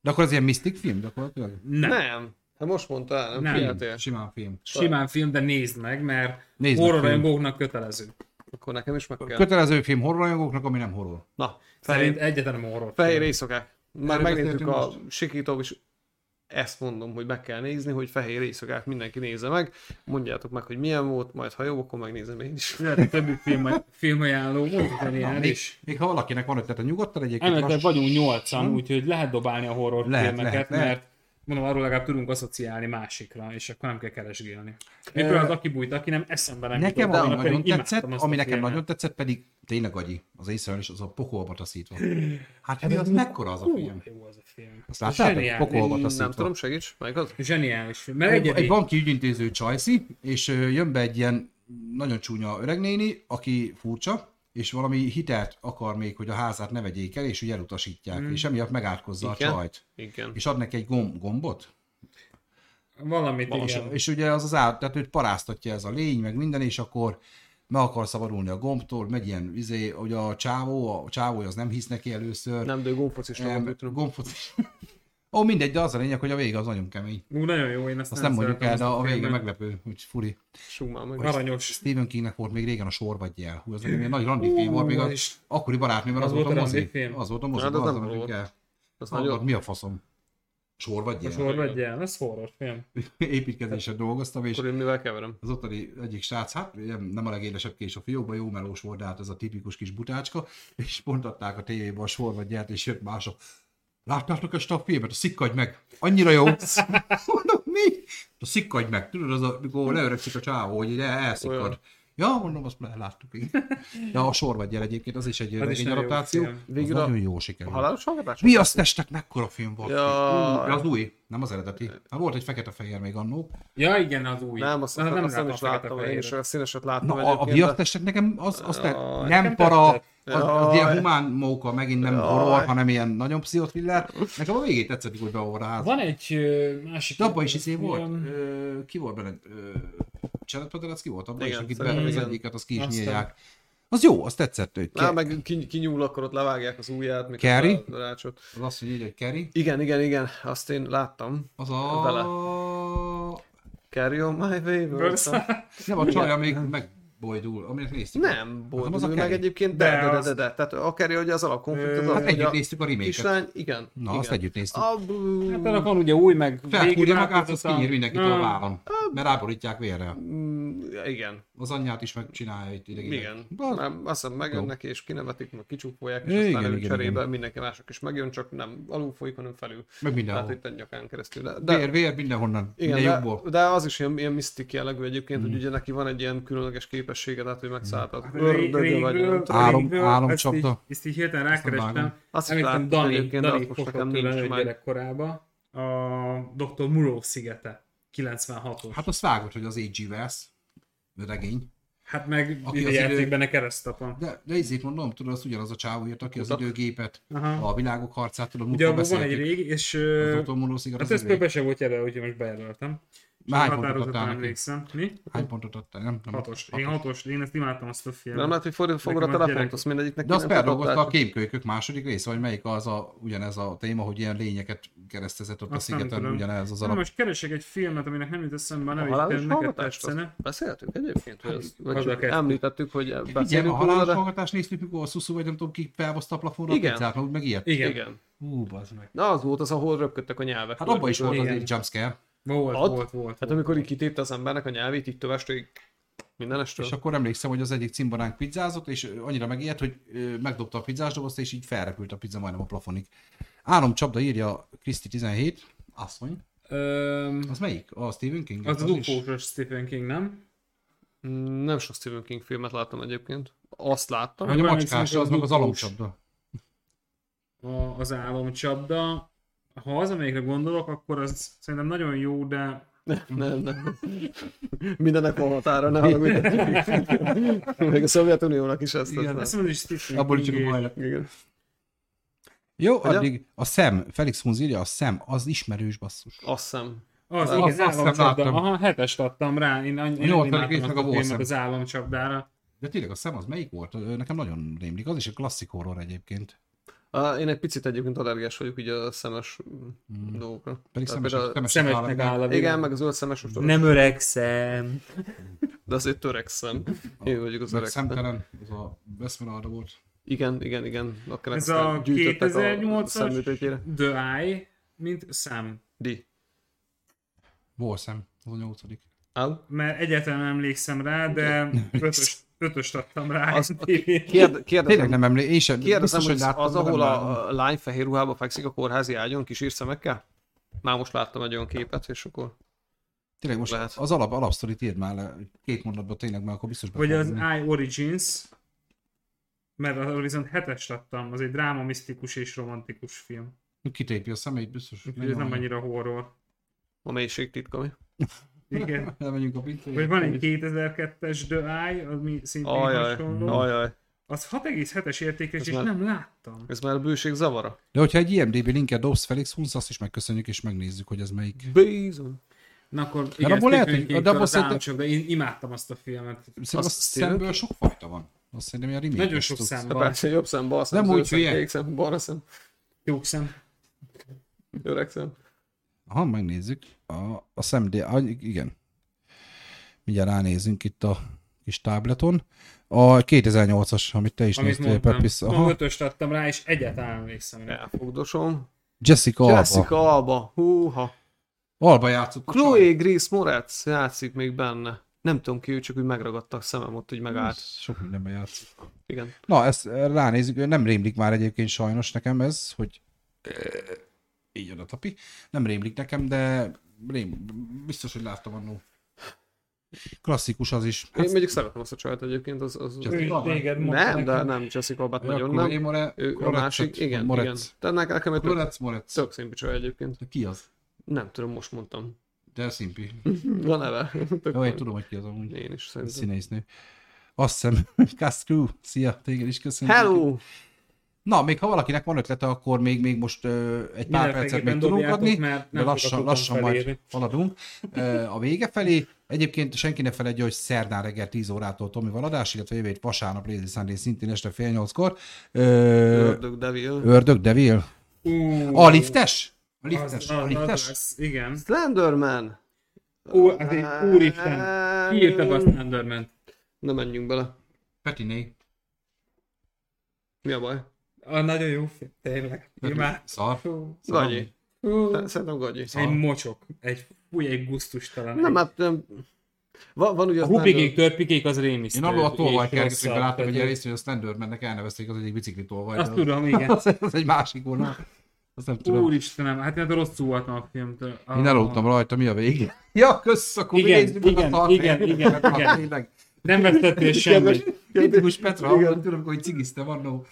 A: De akkor az ilyen misztik film gyakorlatilag?
C: Nem. nem.
B: Nem. Hát most mondtál, nem,
C: Nem.
B: nem. figyeltél.
A: Simán film.
C: Simán film, de nézd meg, mert
A: Nézd meg
C: horrorrajongóknak kötelező.
B: Akkor nekem is meg kell.
A: Kötelező film horrorajongóknak, ami nem horror.
B: Na,
C: Szerint
B: fehér,
C: egyetlen nem horror.
B: fehér éjszakák. Már
A: Erről
B: megnéztük
A: beszéltünk
B: a sikító is Ezt mondom, hogy meg kell nézni, hogy fehér éjszakát mindenki nézze meg. Mondjátok meg, hogy milyen volt, majd ha jó, akkor megnézem én is.
C: Lehet, többi film, filmajánló, multiferiális.
A: Még ha valakinek van ötlete, nyugodtan egyébként
C: Emellett
A: lass-
C: vagyunk nyolcan, úgyhogy lehet dobálni a horror
A: Hm? Lehet,
C: filmeket,
A: lehet, lehet.
C: mert mondom, arról legalább tudunk asszociálni másikra, és akkor nem kell keresgélni. Én például az aki bújt, aki nem eszembe nem
A: Nekem
C: jutott,
A: ami
C: annak pedig
A: nagyon
C: imádtam
A: tetszett,
C: azt a
A: ami nekem
C: filmet.
A: nagyon tetszett, pedig tényleg agyi. Az észre is az a pokolba taszítva. Hát mi az, mekkora az a
C: Hú,
A: film?
C: Jó az a film.
A: Azt láttátok?
C: Zseniális.
A: Pokolba
B: Nem
A: taszítva.
B: tudom, segíts, melyik az?
C: Zseniális film. Mert
A: Egy,
C: egyedi.
A: egy banki ügyintéző csajszi, és ö, jön be egy ilyen nagyon csúnya öregnéni, aki furcsa, és valami hitelt akar még, hogy a házát ne vegyék el, és úgy elutasítják,
C: Hmm.
A: mm. és emiatt megátkozza
B: Igen.
A: a csajt.
B: Igen.
A: És ad neki egy gomb, gombot,
C: Valamit,
A: És,
C: igen.
A: és ugye az az állat, tehát őt paráztatja ez a lény, meg minden, és akkor meg akar szabadulni a gombtól, megy ilyen, izé, ugye a csávó, a csávó az nem hisz neki először.
B: Nem, de ő gombfocista volt, úgy
A: Em,
B: tudom.
A: gombfot... (laughs) Ó, mindegy, de az a lényeg, hogy a vége az nagyon kemény.
C: Ú, nagyon jó, én ezt
A: Azt nem, mondjuk
C: szeretem,
A: el,
C: ezt
A: de a vége
C: filmet.
A: meglepő, hogy furi.
B: Súg már meg.
C: Aranyos.
A: Stephen Kingnek volt még régen a sor vagy jel. Hú, ez nekem ilyen nagy randi film volt, még
C: az
A: az
C: is.
A: akkori barátnővel az,
C: Az
A: volt a
C: volt a
A: mozi.
C: randifilm.
A: Az volt a mozi,
B: Hát
A: az,
B: az
A: az,
B: nem
A: nem
B: volt.
A: el.
B: Az
A: Hallod,
B: nagyon...
A: mi a faszom? Sor vagy
C: A
A: (laughs) jel?
C: sor vagy ilyen, ez horror film.
A: Építkezéssel dolgoztam, és
B: Akkor én mivel keverem?
A: az ottani egyik srác, hát nem- nem a legédesebb kés a fiókban, jó melós volt, de hát ez a tipikus kis butácska, és pont adták a tévébe a sorvagyját, és jött mások. Láttátok ezt a filmet? A szikkadj meg! Annyira jó! Mondom, mi? A szikkadj meg! Tudod, az a, mikor leöregszik a csávó, hogy ide elszikkad.
B: Olyan.
A: Ja, mondom, azt már láttuk, igen. De a sorvagyjel egyébként, az is egy
C: nagyon
A: regény
C: jó
A: adaptáció.
C: film.
A: Az
B: Végül a-
A: nagyon jó
B: A
A: sikerült.
B: halálos hallgatás?
A: Mi az testek, mekkora film volt?
B: Jaj.
A: Ú, de az új, nem az eredeti. Hát volt egy fekete-fehér még annó.
C: Ja, igen, az új.
B: Nem, azt,
C: Na,
B: nem, azt nem
C: láttam
B: is
C: a fekete
B: láttam, én
C: fehéret.
B: is a színeset láttam
A: Na, a, a
B: egyébként, de-
A: viasztestek nekem az, az ja,
B: Jaj,
A: nem
C: nekem
A: para, az,
C: tetszett.
A: az ilyen
B: Jaj.
A: humán móka, megint nem
B: Jaj.
A: horror, hanem ilyen nagyon pszichothriller. Nekem a végét tetszett, mikor beolva a ház.
C: Van egy ö, másik...
A: De abban is izé volt,
C: film.
A: ö, ki volt benne, Cseretpederac ki volt abban,
B: Igen,
A: és akit
B: szerintem
A: be az
B: igen.
A: egyiket, az ki is
C: Aztán.
A: nyírják. Az jó, az tetszett, hogy
B: Lá,
A: Ke-
B: meg kiny- kinyúl, akkor ott levágják az ujját, meg
A: Carrie?
B: a darácsot.
A: az azt, hogy így, hogy Kerry,
B: Igen, igen, igen, azt én láttam.
A: az a...
B: Vele. Carry on my way,
C: Girls.
B: Wilson.
A: Nem, a csaja még megbojdul, aminek néztük.
B: Nem,
A: nem az a
B: boldog, meg
A: Carrie?
B: egyébként de,
C: De
B: de, de,
C: azt-
B: de, de. Tehát a Carrie, ugye az alapkonflikt, az
C: Hát
B: az,
A: Hát
B: hogy
A: együtt
B: a
A: néztük a remake
B: kislány, igen.
A: Na,
B: igen.
A: azt együtt néztük.
B: A...
C: Hát annak van ugye új, meg
A: Felkúrja magát, az
C: változatlan.
A: kinyír mindenkit a
C: Na,
A: vállon, mert ráborítják vérrel.
B: Mm, Igen,
A: Az anyját is megcsinálja itt ideg
B: igen.
A: Az,
B: Már azt hiszem megjönnek és kinevetik, meg kicsúfolják, és
A: Igen,
B: aztán
A: igen,
B: ő
A: igen,
B: cserébe
A: igen.
B: mindenki mások is megjön, csak nem alul folyik, hanem felül.
A: meg
B: Tehát
A: mindenhol.
B: itt egy nyakán keresztül. De,
A: De...
B: de
A: Vér, vér, mindenhonnan. Igen,
B: Igen,
A: minden Mm.
B: de,
A: jobból.
B: de, az is ilyen, ilyen misztik jellegű egyébként, hogy ugye neki van egy ilyen különleges képessége, tehát hogy megszállta az
C: Hát
B: ördögöt, vagy nem
C: régről-
B: tudom.
A: Álom-
C: régről,
A: álomcsapda.
C: Ezt így, ezt így hirtelen
A: vágom.
C: rákerestem.
B: Azt is
C: Emlékszem
B: láttam
C: Dani,
B: egyébként, de
C: Dani
B: azt most
C: fogta
B: nekem
C: tőle
B: nincs
C: egy
B: meg.
C: gyerekkorába. A Dr. Murrow szigete. 96-os. Hát,
A: Hát azt vágod, hogy az A.G. Wells regény.
C: hát meg
A: az idő-
C: videójáték benne keresztapon.
A: De, de ezért mondom, tudod, az ugyanaz a csávó írt, aki az
B: Utak.
A: időgépet,
C: Aha.
A: a világok harcát, tudod,
C: Ugye
A: múltkor
C: abban van egy
A: beszéltük.
C: régi, és...
A: Az
C: ö,
A: otomoló szigar,
C: Hát
A: az
C: ez
A: egy régi.
C: például se volt jelölve, úgyhogy most bejelöltem. És
A: Már hány
C: a
A: pontot
C: határozatra
A: adtál neki?
C: emlékszem. Mi?
A: Hány pontot adtál, nem? nem
C: Hatos.
A: hatos.
C: Én hatost, én ezt imádtam azt a
B: De Nem hát
C: filmet.
B: lehet, hogy fordít fogod a
C: Nekem a
B: telefont,
C: gyerek-
B: azt mindegyiknek
A: De azt
B: kilenc
A: feldolgozta a
B: adták.
A: kémkölykök második része, vagy melyik az a, ugyanez a téma, hogy ilyen lényeket keresztezett ott
C: Azt
A: a
C: nem
A: szigeten,
C: tudom.
A: ugyanez az
C: Na
A: alap.
C: most keresek egy filmet, aminek nem jut eszembe a
B: A
C: neve,
B: halálos
C: de neked
B: hallgatást azt
C: tetszene.
B: beszéltünk egyébként, hogy ezt, vagy
C: Azzal
B: csak
C: kezdtük.
B: említettük, hogy
A: Igen, a
B: beszélünk róla,
A: halálos
B: de...
A: hallgatást néztük, mikor a szuszú, vagy nem tudom ki felhozta a plafonra, a
B: Igen.
A: pizzát, meg úgy meg ilyet.
C: Igen.
B: Igen.
A: Hú, bazd meg.
B: Na az volt az, ahol röpködtek a nyelvek.
A: Hát abban is volt az
C: Igen.
A: egy jumpscare,
C: Volt,
B: Ott?
C: volt, volt.
B: Hát amikor így kitépte az embernek a nyelvét, így tövest, így mindenestől.
A: és akkor emlékszem, hogy az egyik cimboránk pizzázott, és ö, annyira megijedt, hogy ö, megdobta a pizzás dobozt, és így felrepült a pizza majdnem a plafonig. Álomcsapda írja Kriszti 17, asszony.
C: Öm,
A: Az melyik? A Stephen King?
C: Az az
A: is?
C: ufós Stephen King, nem?
B: Mm, Nem sok Stephen King filmet láttam egyébként. Azt láttam.
A: Vagy a
C: Abban
A: macskás,
C: emlékszem,
A: az meg az
C: ufós.
A: alomcsapda.
C: A, az álomcsapda. Ha az, amelyikre gondolok, akkor az szerintem nagyon jó, de
B: Nem, nem. Mindennek van határa, ne haragudj. Még a Szovjetuniónak is ezt
A: Igen,
B: Igen,
C: azt mondom, hogy Stephen
A: Hát Abból is csak
C: King
A: a
C: és-
A: hajlak.
B: Igen.
A: Jó,
B: Ugye?
A: addig a szem, Felix Hunz írja, a szem, az ismerős basszus.
B: Azt hiszem.
C: Az,
B: Azt-
C: igen,
A: azt
C: az
A: nem
C: államcsapda.
A: láttam.
C: Aha, hetest adtam rá. Én annyira
A: nyolcadik
C: imádtam
A: résznek
C: azt
A: a
C: a filmet
A: Wolfen.
C: az államcsapdára.
A: De tényleg a szem az melyik volt? Ö, Nekem nagyon rémlik, az is egy klasszik horror egyébként.
B: Á, Én egy picit egyébként allergiás vagyok így a szemes mm. dolgokra.
A: Pedig
B: Tehát
A: szemes,
B: például-
A: szemes,
C: Szemesnek áll a
B: Igen,
C: világ.
B: meg az ölt szemes most nem.
C: Nem öregszem.
B: de azért törekszem. Én vagyok az
A: Meg
B: öreg. szem.
A: szemtelen, az a Veszmenarda volt.
B: Igen, igen, igen. Akkor
C: Ez
B: aztán
C: a
B: gyűjtöttek
C: 2008-as
B: szemütőtjére.
C: The Eye, mint szem.
B: Di.
A: Volszem, az a nyolcadik.
B: Au.
C: Mert egyáltalán nem emlékszem rá, de ötös, ötöst adtam rá.
B: Az-
C: IMDb-n.
B: Kérd,
A: Tényleg
B: kérdezem,
A: nem emlékszem, én sem.
B: kérdezem
A: biztos,
B: hogy
A: láttam,
B: az,
A: de nem
B: ahol
A: láttam.
B: a lány fehér ruhába fekszik a kórházi ágyon, kis írszemekkel? Már most láttam egy olyan képet, és akkor...
A: Tényleg most
B: lehet.
A: az alap, alapsztorit írd már le, két mondatban tényleg, mert akkor biztos be
C: Vagy
A: fog
C: az
A: jönni.
C: I Origins, mert arra viszont hetest adtam, az egy dráma, misztikus és romantikus film.
A: Kitépi a szemét, biztos.
C: Úgyhogy ez nem annyira horror.
B: A mélység titka, mi?
A: (laughs)
C: Igen.
A: Elmegyünk a pincébe.
C: Vagy van egy 2002-es The Eye, ami szintén
B: Ajaj,
C: hasonló.
B: ajaj.
C: Az 6,7-es értékes,
B: Ez
C: és
B: már-
C: nem láttam.
B: Ez már bőség zavara.
A: De hogyha egy IMDB linket dobsz Felix Hunsz, azt is megköszönjük, és megnézzük, hogy ez melyik.
B: Bízom.
C: Na akkor
A: igen, abból lehet, hogy-
C: Stephen King
A: de abból
C: az
A: szerintem-
C: államcsok, de én imádtam azt a filmet.
A: Szerintem azt
B: Stephen
A: szemből sok fajta van. Azt szerintem ilyen remake
C: Nagyon sok szám van.
B: Hát Persze, jobb szem, bal szem,
A: Nem
B: zöld
A: úgy
B: szem,
A: hülye.
B: kék szem, balra szem,
C: Jók szem.
B: öreg szem.
A: Ha megnézzük, a, a szemdé, a, igen. Mindjárt ránézünk itt a kis tábleton. A 2008-as, amit te is
C: Amit
A: néztél,
C: mondtam.
A: Pepis.
C: Ma
A: Aha.
C: ötöst adtam rá, és egyáltalán nem emlékszem rá.
B: Elfogdosom.
A: Jessica, Alba.
B: Jessica Alba, húha.
A: Alba játszott. a csaj.
B: Chloe Grace Moretz játszik még benne. Nem tudom ki, ő csak úgy megragadta a szemem ott, hogy megállt.
A: Hát, Sok mindenben játszik.
B: Igen.
A: Na, ezt ránézzük, nem rémlik már egyébként sajnos nekem ez, hogy így jön a tapi. Nem rémlik nekem, de rém, biztos, hogy láttam annó. Klasszikus az is.
B: Én mondjuk szeretem azt a csajt egyébként, az... az...
A: Hát Csak-
C: Ő téged mondta
B: Nem, de
C: nekem.
B: nem Jessica Albát
A: Ja,
B: nagyon
A: Chloé
B: nem.
A: More-
B: Ő a
A: Moretz,
B: másik,
A: vagy
B: igen, igen.
A: Moretz.
B: De ne- nekem egy tök,
A: Moretz, Moretz.
B: tök szimpi csaj egyébként.
A: De ki az?
B: Nem tudom, most mondtam.
A: De szimpi.
B: A neve. Tök
A: Hmm. Jó, én
B: fajn.
A: tudom, hogy ki az amúgy.
B: Én is
A: A
B: szerintem.
A: Színésznő. Azt hiszem, Cast Crew, szia, téged is köszönöm.
B: Hello!
A: Na, még ha valakinek van ötlete, akkor még, még most ö, egy pár percet még
C: Mindenféleképpen
A: tudunk
C: dobjátok,
A: adni,
C: mert
A: de
C: nem
A: lassan,
C: tudok
A: lassan
C: otthon
A: majd
C: felírni.
A: haladunk ö, a vége felé. Egyébként senki ne feledje, hogy szerdán reggel 10 órától Tomi van adás, illetve jövő hét vasárnap Lazy Sunday szintén este fél nyolckor. Ö,
B: Ördög Devil.
A: Ördög Devil.
C: Ú,
A: A liftes? A
C: az-
A: liftes, a
C: az- az
A: liftes.
C: lesz, Igen.
B: Slenderman!
C: Ó, az egy úristen. Kiírtam a Slenderman.
B: Na menjünk bele.
A: Petiné.
B: Mi a baj?
C: A nagyon jó film, tényleg. Imád.
A: Szar. Szóval
B: Gagyi. Szerintem gagyi.
C: Egy mocsok, egy fúj, egy guztustalan.
B: Nem,
C: egy-
B: hát nem. Van, van ugye
C: a
B: az
C: hupikék, törpikék az rémisztő.
A: Én abból a
C: és
A: tolvajkergetőkben
C: rosszabb,
A: láttam egy
C: tehát-
A: ilyen részt, hogy a Slendermannek elnevezték az egyik bicikli tolvajt.
C: Azt tudom, igen.
A: Az, (laughs) az egy másik volna. Azt nem tudom.
C: Úristenem, hát én rosszul voltam a filmtől. A-
A: Én eloltam rajta, mi a vége? Ah. (laughs) Ja, kösz, akkor
C: Igen,
A: nézzük meg
C: igen,
A: a Hát,
C: igen, igen, igen. Nem vesztettél semmit.
A: Kritikus Petra,
B: Igen.
A: ahol tudom, hogy cigiztem annó,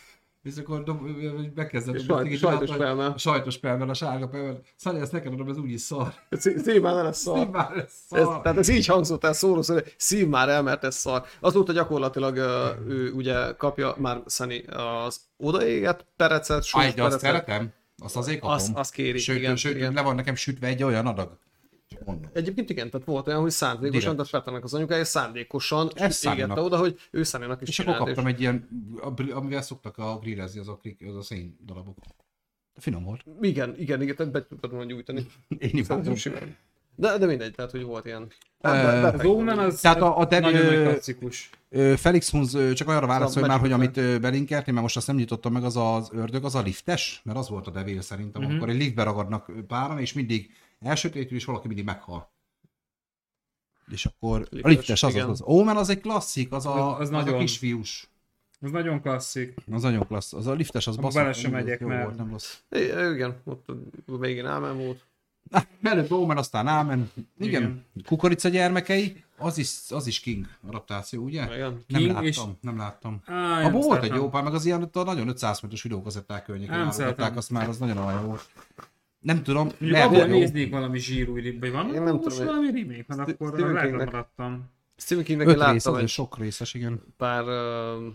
A: és akkor dob, bekezdett.
B: És
A: a
B: saj-
A: cigit,
B: sajtos
A: látta, hogy
B: felme.
A: A sajtos pelmel, a sárga pelmel. Szani, ezt neked adom, ez úgyis szar.
B: Szív már el, ez szar.
A: (laughs) Már ez
B: Ez,
A: szar.
B: tehát ez így hangzott el szóról, szóval, szív már el, mert ez szar. Azóta gyakorlatilag ö, ő ugye kapja már Sunny az odaéget, perecet,
A: Aj,
B: súlyos
A: de azt
B: perecet.
A: szeretem. Azt azért kapom.
B: Azt, azt kéri,
A: sőt,
B: igen,
A: sőt
B: igen.
A: le van nekem sütve egy olyan adag. Csak mondom.
B: Egyébként igen, tehát volt olyan, hogy szándékosan,
A: Direkt.
B: tehát Petának az anyukája szándékosan
A: Ezt
B: égette
A: Sunnynak.
B: oda, hogy ő Sunnynak is
A: És akkor
B: csinált,
A: kaptam egy ilyen, a- amivel szoktak a grillezni, az a, krik- az a szén darabok. Finom volt.
B: Igen, igen, igen, tehát be tudtad volna gyújtani.
A: Én
B: Szerintem simán. De, de mindegy, tehát hogy volt ilyen.
C: Az Omen az
A: Tehát a- a Devil-
C: nagyon nagy klasszikus.
A: Ö, Felix Hunz, ö, csak arra válaszolj
B: a
A: már, hogy amit
B: becsukott
A: ö, belinkeltem, mert most azt nem nyitottam meg, az az ördög, az a liftes, mert az volt a devél
C: Mhm.
A: szerintem, uh-huh. akkor egy liftbe ragadnak ö, páran, és mindig elsötétül, és valaki mindig meghal. És akkor liftes, a liftes, az, az,
B: igen.
A: az. Omen az egy klasszik, az a,
C: Az-
A: az,
C: az
A: az nagyon...
C: nagyon-
A: a kisfiús.
C: Az nagyon klasszik.
A: Az nagyon klassz. Az a liftes, az
C: Abba
A: basszus.
C: bele sem
A: jó
C: megyek,
A: volt,
C: mert-
A: Volt, nem rossz.
B: É, igen, ott a végén ámen volt.
A: Na, Előbb Omen, aztán Ámen. Igen.
C: Igen.
A: Kukorica gyermekei, az is, az is King adaptáció, ugye?
B: Igen.
A: Nem
C: King
A: láttam,
C: és-
A: nem láttam.
C: Á, én
A: Abban
C: azt
A: volt egy
C: láttam.
A: jó pár, meg az ilyen ott a nagyon 500 méteres videókazetták környékén
C: Nem
A: állították,
C: szeretem.
A: azt már az nagyon alany volt. Nem tudom,
C: Lehet,
A: lehet,
C: abból
A: hogy jó.
C: néznék valami zsírúj remake, vagy van
B: Én nem
C: most
B: tudom,
C: valami remake, mert
B: Ste-
C: akkor
B: Stephen
C: lehet
B: Kingnek.
C: maradtam.
B: Stephen Kingnek én
A: Öt rész,
B: láttam
A: az egy
B: egy
A: sok részes, igen.
B: pár uh,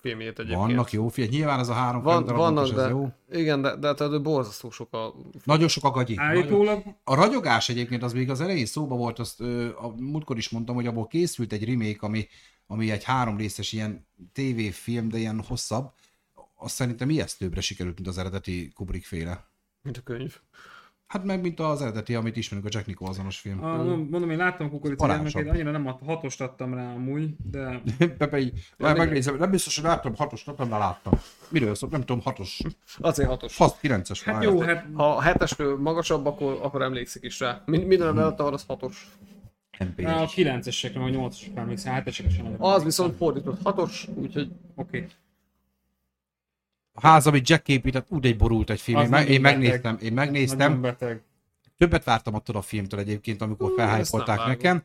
B: filmjét egyébként.
A: Vannak jó fiak, nyilván ez a három
B: Van,
A: Van,
B: vannak,
A: darabos,
B: de...
A: ez jó.
B: Igen, de, de tehát borzasztó sok a...
A: Nagyon sok a gagyi. Nagyon-
C: Állítólag
A: A ragyogás egyébként az még az elején szóba volt, azt ö, a múltkor is mondtam, hogy abból készült egy remake, ami, ami egy három részes ilyen tévéfilm, de ilyen hosszabb. Azt szerintem ijesztőbbre sikerült, mint az eredeti Kubrick féle.
B: Mint a könyv.
A: Hát meg mint az eredeti, amit ismerünk, a Jack Nicholsonos film.
C: A,
B: Hm.
C: mondom, én láttam kukoricát, meg
A: Paránsabb.
C: én annyira nem ad, hatost adtam rá amúgy, de
A: Pepe így, már megnézem, nem biztos, hogy láttam hatos, nem, de láttam. Miről szól? Nem tudom, hatos.
B: Azért hatos.
A: Fasz, kilences
C: hát
A: már.
C: jó, hát
B: Ha a hetesről magasabb, akkor, akkor emlékszik is rá. Mind, minden,
A: Hmm.
B: amit adtam, az hatos.
A: MP.
C: a 9-esekre, vagy 8-esekre emlékszem, 7-esekre sem nagyon.
B: Az viszont fordított hatos, úgyhogy
A: Hmm.
C: Oké.
A: A ház, amit Jack épített, úgy egy borult egy film.
C: Az
A: Én, meg,
C: nagyon
A: én
C: beteg.
A: megnéztem, én
C: Nagyon
A: megnéztem.
C: beteg.
A: Többet vártam attól a filmtől egyébként, amikor
B: Hú, ezt nem
A: felhájpolták
B: vágom.
A: nekem.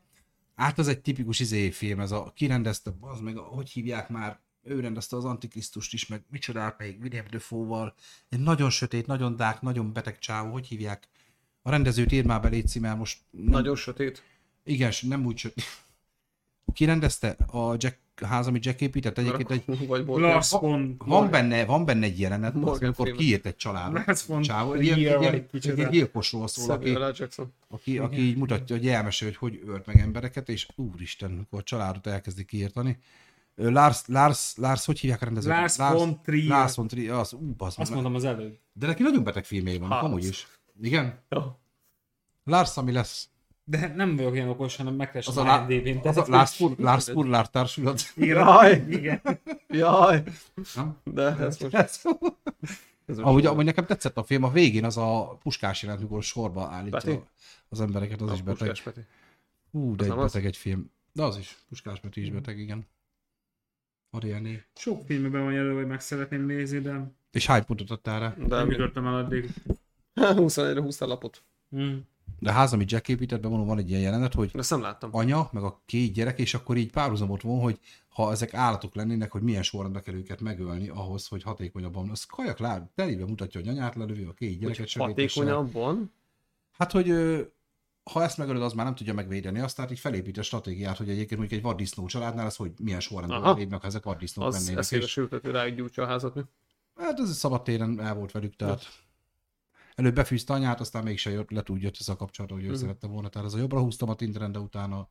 A: Hát az egy tipikus izé film, ez a kirendezte, az meg, a- hogy hívják már, ő rendezte az Antikrisztust is, meg micsodát még William Defoe-val. Egy nagyon sötét, nagyon dák, nagyon beteg csávó, hogy hívják? A rendezőt ír már belé címmel, most nem
B: nagyon sötét.
A: Igen, s- nem úgy, (laughs) sőt. Ki rendezte a Jack, a ház, amit Jack épített? Egyébként egy,
B: (laughs) Vagy volt.
C: Lars von...
A: van, benne, van benne egy jelenet,
B: Morgan
A: az, amikor
B: Freeman.
A: kiírt egy
C: (laughs)
A: család.
C: Lars von...
A: Csávó, ilyen,
C: Trier,
A: ilyen,
C: vagy
A: ilyen,
C: kicsoda.
A: ilyen gyilkosról szól, aki,
B: Samuel L. Jackson.
A: aki, aki így mutatja, hogy elmesél, hogy hogy ölt meg embereket, és úristen, amikor a családot elkezdi kiírtani. Ö, Lars, Lars, Lars, hogy hívják a rendezőt?
C: Lars von Trier.
A: Lars von Trier, az, ú, bazd
C: Azt
A: meg.
C: mondom az előbb.
A: De neki nagyon beteg filmjei vannak,
B: Hans.
A: amúgy is. Igen?
B: Ja.
A: Lars, ami lesz.
C: De nem vagyok ilyen okos, hanem
A: Az
C: megkeresem
A: a,
C: a IMDb-n.
A: az a
C: tehát-
A: Lars, Fur- Lars Furlar
C: (laughs)
A: társulat.
B: Jaj,
C: Igen.
B: jaj.
A: Nem?
B: De ez most... Ez most
A: Ahogy, ahogy nekem tetszett a film, a végén az a puskás jelent, mikor sorba állítja
B: Peti?
A: az embereket, az
B: a
A: is beteg.
B: Puskás Peti.
A: Hú, de
B: Az
A: egy
B: nem az? Mm.
A: beteg egy film. De az is, puskás Peti is beteg, igen. Ariani.
C: Sok filmben van jelölve, hogy meg szeretném nézni, de
A: És hány pontot adtál rá?
B: De
C: nem
B: mi-
C: jutottam el addig.
B: (laughs) 21-re húztál lapot.
C: Mm.
A: De a ház, amit Jack épített, be mondom, van egy ilyen jelenet, hogy
B: Ezt nem láttam.
A: anya, meg a két gyerek, és akkor így párhuzamot von, hogy ha ezek állatok lennének, hogy milyen sorrendbe kell őket megölni ahhoz, hogy hatékonyabban. Az kajak lá, terébe mutatja, hogy anyát lelövi, a két gyereket
B: Hogy
A: segítésre.
B: hatékonyabban.
A: Hát, hogy ö, ha ezt megölöd, az már nem tudja megvédeni azt, tehát így felépít a stratégiát, hogy egyébként mondjuk egy vaddisznó családnál az, hogy milyen
B: Aha.
A: sorrendben védnek, ha ezek vaddisznók
B: Az
A: lennének.
B: eszébe
A: És,
B: sültet, hogy ráig gyújtja a házat. mi?
A: hát ez szabad téren el volt velük,
B: Hát.
A: tehát előbb befűzte anyát, aztán mégse jött, le úgy jött ez a kapcsolat, hogy ő
B: Mhm.
A: szerette volna. Tehát ez a jobbra húztam a Tinderen, de utána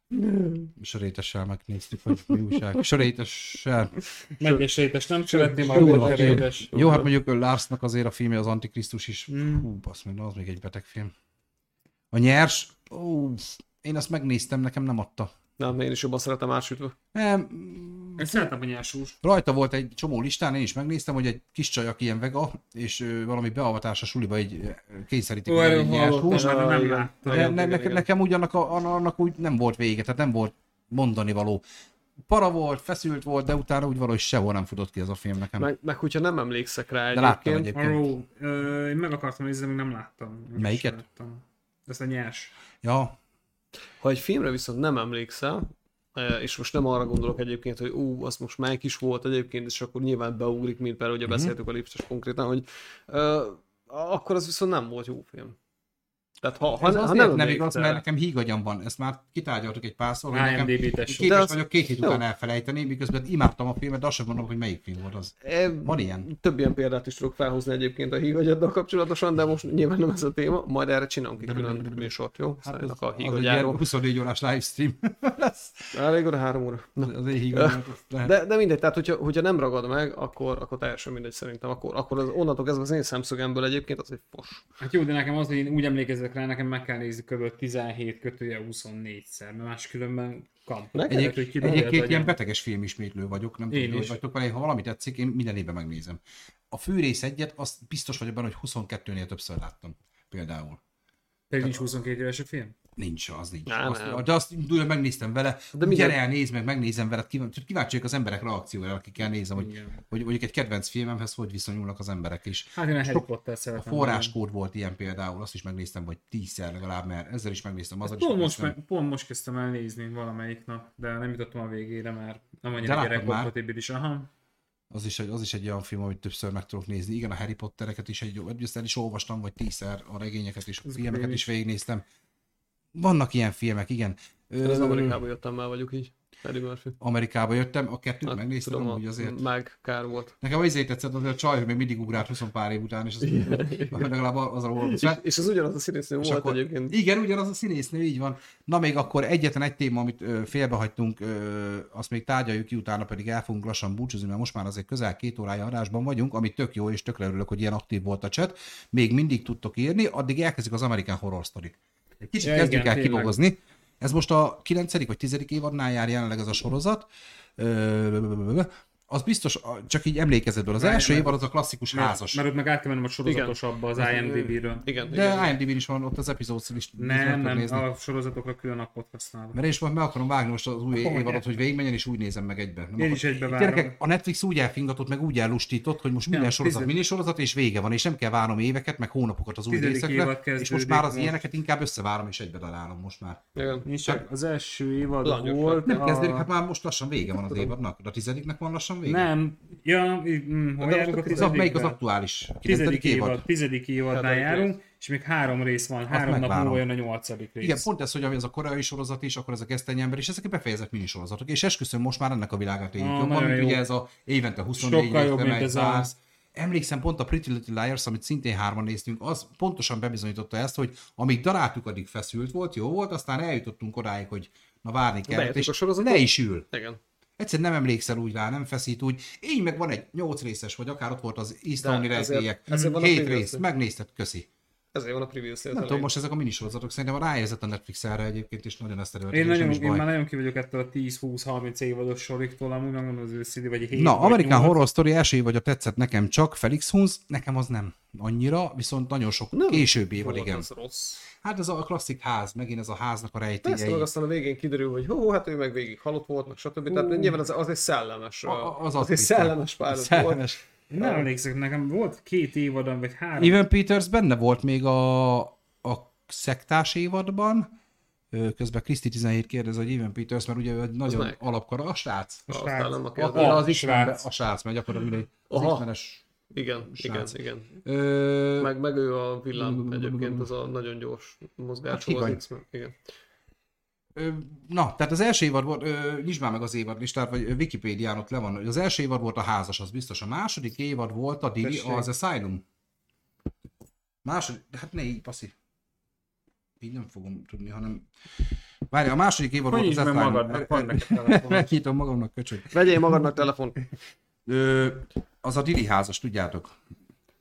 A: sörétessel megnéztük, hogy mi újság. Sörétessel.
C: Megyes rétes, nem szeretném a
B: Durva
C: megyes
A: film.
C: rétes.
A: Jó, hát mondjuk ő Larsnak azért a filmje az Antikrisztus is.
B: Mhm.
C: Mm.
A: Hú, basz meg, na, az még egy beteg film. A nyers, ó, én azt megnéztem, nekem nem adta.
B: Nem, én is jobban szeretem ársütve.
A: Nem,
C: Én szeretem a nyásús.
A: rajta volt egy csomó listán, én is megnéztem, hogy egy kis csaj, aki ilyen vega, és ö, valami beavatás a suliba így ö, kényszerítik.
C: Ó,
A: hogy
C: erről
A: egy nyers hús.
C: hallottam, már
B: Ah,
C: nem
B: igen.
C: láttam.
A: Ne,
B: Igen,
A: ne,
B: igen,
A: nekem,
B: igen.
A: nekem úgy annak, a, an- annak úgy nem volt vége, tehát nem volt mondani való. Para volt, feszült volt, de utána úgy valahogy sehol nem futott ki ez a film nekem.
B: Meg, meg hogyha nem emlékszek rá
A: de láttam
B: egyébként,
A: egyébként.
C: A Row. Ö, Én meg akartam nézni, de még nem láttam. Én
A: Melyiket?
C: sem láttam. Ezt a nyers.
A: Ja,
B: ha egy filmre viszont nem emlékszel, eh, és most nem arra gondolok egyébként, hogy ú, az most melyik is volt egyébként, és akkor nyilván beugrik, mint például
A: Mhm.
B: ugye beszéltük a lépcsős konkrétan, hogy ö, akkor az viszont nem volt jó film. Tehát ha, ha,
A: ez
B: ha
A: azért
B: nem,
A: nem, igaz,
B: emlékszel
A: mert
B: rá.
A: nekem hígagyam van. Ezt már kitárgyaltuk egy párszor, hogy nekem
C: IMDb
A: én
C: tesó.
B: De
A: képes
B: az-
A: vagyok két hét
B: jó.
A: után elfelejteni, miközben imádtam a filmet, de azt sem mondom, hogy melyik film volt az.
B: Eh,
A: Van ilyen?
B: Több ilyen példát is tudok felhozni egyébként a hígagyattal kapcsolatosan, de most nyilván nem ez a téma, majd erre csinálunk egy külön műsort, jó? Hát
A: az,
B: ez, a
A: az egy ilyen
B: hígagyáról.
A: 24 órás (laughs) livestream lesz.
B: Elég oda három óra. Na.
A: Az én hígagyam. lehet.
B: De, de mindegy, tehát hogyha, hogyha nem ragad meg, akkor, akkor teljesen mindegy szerintem. Akkor, akkor az, onnantól kezdve az én szemszögemből egyébként az egy fos.
C: Hát jó, de nekem az, hogy én úgy emlékezek rá, nekem meg kell nézni kb. 17 kötője 24-szer, mert máskülönben kamp.
B: Neked?
C: Lehet, hogy
A: Egyébként,
C: kidobja az
A: egyébként
C: agyam.
A: ilyen beteges filmismétlő vagyok, nem
C: Én
A: tudom, hogy
C: is.
A: vagytok vele, ha valami tetszik, én minden évben megnézem. A fűrész egyet, azt biztos vagyok benne, hogy 22-nél többször láttam. Például.
C: Pedig nincs 22 éves a film?
A: Nincs, az nincs.
B: Nem,
A: azt,
B: nem.
A: De azt nagyon megnéztem vele, de
B: De
A: mindjárt...
B: mindjárt-
A: gyere el, nézd meg, megnézem veled, kíváncsi, kíváncsi vagyok az emberek reakcióra, akikkel nézem, hogy,
C: Igen.
A: hogy mondjuk egy kedvenc filmemhez hogy viszonyulnak az emberek is.
C: Hát én a Harry
A: Sok-
C: Potter
A: A
C: szeretem.
A: forráskód volt ilyen például, azt is megnéztem, vagy tízszer legalább, mert ezzel is megnéztem, azzal is
C: Hát Pont most,
A: megnéztem.
C: me- pont most kezdtem el nézni valamelyik nap, de nem jutottam a végére, mert nem
A: De
C: annyira
A: láttad
C: gyerekkompatibilis. Aha.
A: Az is, egy, az is egy olyan film, amit többször meg tudok nézni. Igen, a Harry Pottereket is egy jó, ezt el is olvastam, vagy tízszer a regényeket és a
C: Ez
A: filmeket
C: kemény.
A: is végignéztem. Vannak ilyen filmek, igen.
B: Én az
A: Ö,
B: Amerikából jöttem már vagyok így. Eddie Murphy.
A: Amerikába jöttem, a kettőt hát, megnéztem,
B: tudom,
A: amúgy azért.
B: Meg kár volt.
A: Nekem az izét tetszett, hogy a csaj még mindig ugrált 20 pár év után, és az, legalább az a volt.
B: És, és az ugyanaz a színésznő
A: hát- És
B: volt akkor... egyébként.
A: Igen, ugyanaz a színésznő, így van. Na még akkor egyetlen egy téma, amit ö, félbehagytunk, ö, azt még tárgyaljuk ki, utána pedig el fogunk lassan búcsúzni, mert most már azért közel két órája adásban vagyunk, ami tök jó, és tökre örülök, hogy ilyen aktív volt a chat. Még mindig tudtok írni, addig elkezdik az American Horror Story. Egy kicsit
C: Ja,
A: ja, kezdjük
C: igen,
A: el
C: tényleg.
A: kidolgozni. Ez most a 9. vagy 10. évadnál jár jelenleg ez a sorozat. Ö, Az biztos, a- csak így emlékezetből. Az
C: Várjál,
A: első
C: mert-
A: évad az a klasszikus házas.
C: Mert ott meg át kell mennem a sorozatosabba az IMDB-ről.
B: Igen, igen.
A: De IMDb-n is van ott az epizód is.
C: Nem, nem, a sorozatokra külön appot használom.
A: Mert én is majd meg akarom vágni most az új
C: Akkor
A: évadot,
C: mondják.
A: hogy végigmenjen, és úgy nézem meg egybe. Nem
C: Én is egybe várom.
A: Gyerekek, a Netflix úgy elfingatott, meg úgy ellustított, hogy most minden
C: Ja,
A: sorozat,
C: tizen-
A: mini sorozat, és vége van, és nem kell várnom éveket, meg hónapokat az új
C: Tizedik évad
A: részekre, és most
C: kezdődik
A: már az
C: most.
A: ilyeneket inkább összevárom, és egybe darálom most már.
B: igen.
C: Nincs
B: Csak
C: csak az első évad
B: Langyos
C: volt.
A: Nem
C: a-
A: kezdődik, hát már most lassan vége van az évadnak, de a tizediknek van lassan vége?
C: Nem, ja, í- mm, hol járunk
B: De most a
C: akkor?
A: Ez Hát a, melyik az
C: Tizedikben.
A: aktuális?
C: Tizedik
A: Kilencedik
C: évad, tizedik évadnál
B: Tizedik
C: járunk, és még három rész van, három nap
A: megvárom.
C: múlva jön a nyolcadik rész.
A: Igen, pont ez, hogy ami ez a koreai sorozat is, akkor ez a kesztenyember, és ezek a befejezett minisorozatok. És esküszöm, most már ennek a világát éljük
C: Ah,
A: jobban,
C: nagyon
A: mint
C: jó.
A: ugye ez a évente 24
C: Sokkal jobb,
A: részre
C: mint
A: megy,
C: ez a-
A: vársz. Emlékszem, pont a Pretty Little Liars, amit szintén hárman néztünk, az pontosan bebizonyította ezt, hogy amíg daráltuk, addig feszült volt, jó volt, aztán eljutottunk odáig, hogy na várni kell,
B: Bejártuk a
A: és
B: sorozatot?
A: le is ül.
B: igen.
A: Egyszerűen nem emlékszel úgy rá, nem feszít úgy. Így meg van egy 8 részes, vagy akár ott volt az Eastoni
B: ezért-
A: rejtélyek.
B: ezért van a
A: Mm. Hét
B: previously.
A: rész, megnézted, köszi.
B: Ezért van a previously.
A: Nem
B: az
A: tudom,
B: elején.
A: most ezek a minisorozatok szerintem ráérzett a Netflix erre egyébként, és nagyon ezt erőltetik,
C: Én,
A: és
C: nagyon,
A: nem is
C: én
A: baj.
C: már nagyon ki vagyok ettől a 10-20-30 évados soriktól, amúgy megmondom az őszidi, vagy 7
A: Na, Amerikán Horror Story első vagy a tetszett nekem csak Felix Hunz, nekem az nem annyira, viszont nagyon sok nem. későbbi évad,
B: Volt,
A: igen.
B: az rossz.
A: Hát ez a klasszik ház, megint ez a háznak a
B: Persze, meg
A: rejtélyei.
B: aztán a végén kiderül, hogy hó, hát ő meg végig halott volt, meg stb. Tehát nyilván az, az egy szellemes,
A: A-
B: a,
A: az
B: az,
A: azt
B: egy
A: hiszem.
B: szellemes páros volt.
A: Szellemes.
C: Nem emlékszek, nekem volt két évadon, vagy három.
A: Even Peters benne volt még a, a szektás évadban, Ö, közben Kriszti 17 kérdez, hogy Even Peters, mert ugye ő egy nagyon
B: meg.
A: alapkara, a srác.
C: A
B: Azt
C: srác.
B: állom, aki
A: A,
B: az-
A: a, az
C: srác.
A: X-Menbe- a srác, mert gyakorlatilag az
B: Aha.
A: X-menes.
B: Igen, igen,
A: Srác.
B: igen.
A: Ö,
B: Meg, meg ő a villám
C: Mm-hmm.
A: Mm.
B: egyébként, az a nagyon gyors
A: Hát
B: mozgás
A: higany.
B: volt. X-Men. Igen.
A: Ö, Na, tehát az első évad volt, ö, nyisd már meg az évadlistát, vagy ö, Wikipédián ott le van, hogy az első évad volt a házas, az biztos. A második évad volt a Dili,
C: Tessék.
A: az Asylum. Második, hát ne így, passzi. Így nem fogom tudni, hanem... Várj, a második évad
C: Hogy
A: volt
C: is
A: az
C: meg
A: Asylum.
C: magadnak, van neked
A: Ö,
C: telefon.
A: Megnyitom magamnak, köcsög.
B: Vegyél magadnak telefon.
A: Ö, Az a Dili házas, tudjátok.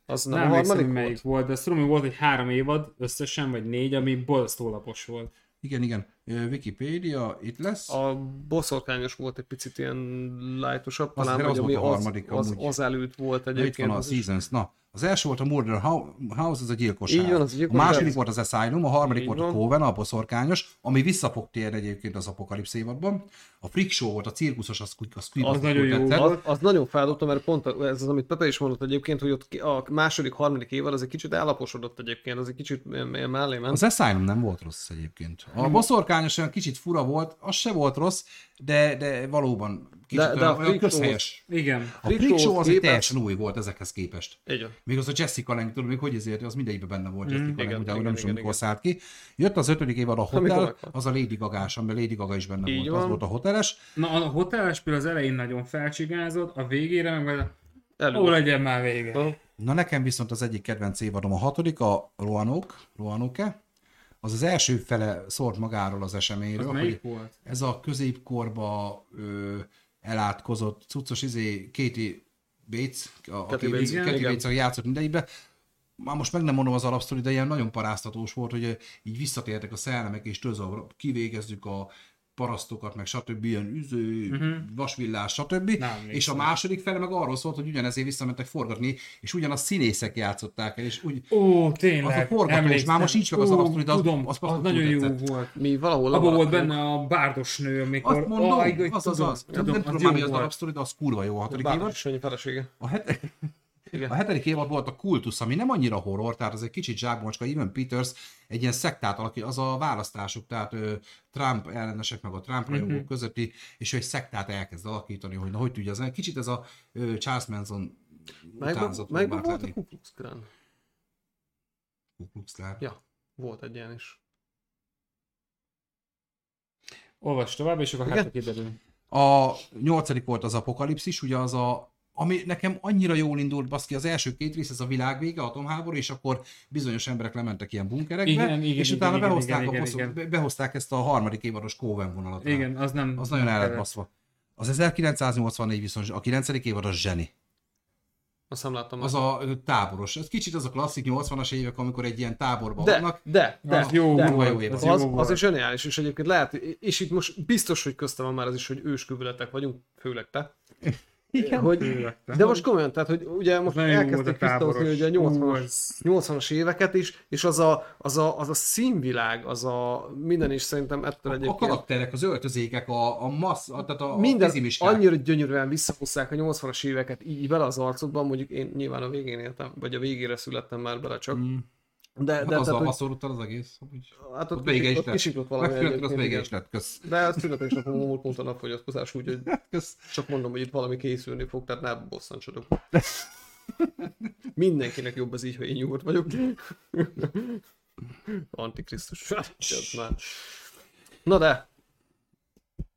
B: Az nem,
C: Nem
B: nem a
C: emlékszem,
B: harmadik
C: hogy melyik
B: volt.
C: volt, de azt tudom, hogy volt egy három évad összesen, vagy négy, ami borzasztó lapos volt.
A: Igen, igen. Ö, Wikipédia, itt lesz.
B: A boszorkányos volt egy picit ilyen lightosabb,
A: Az
B: talán,
A: azért
B: hogy
A: az
B: ami
A: volt a
B: az,
A: harmadik
B: az,
A: amúgy.
B: az előtt volt
A: Na, itt van
B: egyébként.
A: a
B: az is.
A: Seasons. Na, az első volt a Murder Hou- House, az a gyilkos
B: Így
A: ház.
B: van, az a gyilkos
A: A második
B: ház.
A: volt az Asylum, a harmadik
B: Így
A: volt a
B: van.
A: Coven, a boszorkányos, ami vissza fog térni egyébként az apokalipsz évadban. A Freak Show volt, a cirkuszos, az, az, az,
C: Az nagyon jó
A: tetszett.
B: Az, az nagyon feldobta, mert pont ez az, amit Pepe is mondott egyébként, hogy ott ki- a második, harmadik évad az egy kicsit ellaposodott egyébként, az egy kicsit ilyen- ilyen mellé ment.
A: Az Asylum nem volt rossz egyébként. A boszorkányos olyan kicsit fura volt, az se volt rossz, de, de valóban kicsit
B: De- de
A: olyan, olyan
B: a Freak Show-
A: közhelyes.
C: Igen.
A: A Freak
B: Freak
A: Show az
B: Showhoz
A: egy
B: képest-
A: teljesen új volt ezekhez képest.
B: Így van.
A: Még az a Jessica Lang, tudom, még hogy ezért, az mindegyikben benne volt mm, Jessica Lang,
B: igen,
A: ugye,
B: igen,
A: nem tudom,
B: igen,
A: mikor
B: igen.
A: szállt ki. Jött az ötödik évad a
B: Amikor
A: hotel,
B: meghalt.
A: az a Lady gaga amiben Lady Gaga is benne
B: Így
A: volt, az
B: van.
A: volt a hoteles.
C: Na a hoteles például az elején nagyon felcsigázott, a végére meg majd
B: Elő.
C: ó, legyen már vége.
B: Aha.
A: Na nekem viszont az egyik kedvenc évadom a hatodik, a Roanoke, Roanoke. Az az első fele szólt magáról az eseményről,
C: Az
A: hogy
C: melyik volt?
A: ez a középkorba ö, elátkozott cuccos izé Katie Bates, a, aki
B: Kathy Bates,
A: Katie
B: igen.
A: Bates, aki játszott mindegyikbe, már most meg nem mondom az alapsztori, de ilyen nagyon paráztatós volt, hogy ö, így visszatértek a szellemek, és tőzavra kivégezzük a parasztokat, meg stb. ilyen üző, uh-huh. vasvillás, stb.
C: Mhm. Nem,
A: és a második fele meg arról szólt, hogy ugyanezért visszamentek forgatni, és ugyanaz színészek játszották el, és úgy
C: Ó,
A: az a
C: tényleg,
A: forgatós, már most nincs meg az
C: Ó,
A: alapsztori, de az,
C: tudom,
A: az,
C: az,
A: az, az
C: nagyon jó
A: tetszett.
C: volt.
B: Mi valahol
C: Abban volt
B: lemaradtunk.
C: benne a bárdos nő, amikor...
A: Azt mondom,
C: Aj, hogy
A: az, az,
C: tudom,
A: az.
C: Tudom,
A: nem tudom,
C: jó
A: már mi az
C: volt.
A: darab sztori, de az kurva jó a hatodik
B: Bárdos
A: évad.
B: Sanyi felesége.
A: A, het...
B: Igen.
A: a hetedik évad volt a kultusz, ami nem annyira horror, tehát az egy kicsit zsákmocska, Even Peters egy ilyen szektát alakít, az a választásuk, tehát ö, Trump ellenesek meg a Trump rajongók
B: Mhm.
A: mm-hmm. közötti, és ő egy szektát elkezd alakítani, hogy na hogy tudja, ez kicsit ez a ö, Charles Manson
B: Meg,
A: utánzat
B: meg
A: próbált
B: volt a
A: lenni.
B: Ku Klux Klan.
A: Ku Klux Klan.
B: Ja, volt egy ilyen is.
C: Olvasd tovább, és akkor hát
B: Igen.
C: kiderül.
A: A nyolcadik volt az apokalipszis, ugye az a ami nekem annyira jól indult, baszki, az első két rész, ez a világvége, atomháború, és akkor bizonyos emberek lementek ilyen bunkerekbe,
C: Igen, igen,
A: és
C: igen,
A: utána
C: igen,
A: behozták,
C: igen,
A: a
C: igen,
A: bosszú-
C: igen.
A: be- behozták ezt a harmadik évados Coven vonalat. rá.
C: Igen, az nem...
A: Az nagyon el lett baszva. Az 1984 viszont a 9. évad az zseni.
B: Azt nem láttam.
A: Az a ö, táboros. Ez kicsit az a klasszik 80-as évek, amikor egy ilyen táborban
B: de,
A: vannak.
B: de, de,
C: Az jó
B: de,
A: kurva jó
C: volt,
A: évad.
C: az,
B: Az,
C: jó
B: az
C: volt.
B: is zseniális, és egyébként lehet, és itt most biztos, hogy köztem van már az is, hogy őskövületek vagyunk, főleg te. Igen. Hogy,
C: Főleg te.
B: de most komolyan, tehát, hogy ugye most
C: Nagyon jó
B: elkezdték
C: volt a táboros.
B: visszahozni ugye a
C: Ú,
B: 80-as,
C: az-
B: 80-as éveket is, és az a, az a, az a színvilág, az a minden is szerintem ettől
A: A
B: egyébként
A: karakterek, az öltözékek, a, a massz, a, tehát a
B: minden
A: kézimiskák.
B: annyira gyönyörűen visszahozták a 80-as éveket így bele az arcodban, mondjuk én nyilván a végén éltem, vagy a végére születtem már bele csak.
A: Mm.
B: De,
A: Hát
B: de
A: azzal
B: hogy-
A: baszorutal az egész. Úgy.
B: hát
A: Ott
B: ott,
A: vége
B: kicsit-
A: is
B: ott
A: lett.
B: kicsit ott valami
A: Megfülöttől az
B: egyébként,
A: vége
B: igen.
A: is lett. Kösz. Hát,
B: De hát a születésnapom múlt pont a napfogyatkozás, úgyhogy
A: Kösz.
B: csak mondom, hogy itt valami készülni fog, tehát ne bosszantsodok. Mindenkinek jobb az így, ha én nyugodt vagyok. Antikrisztus. Ez már. Na de,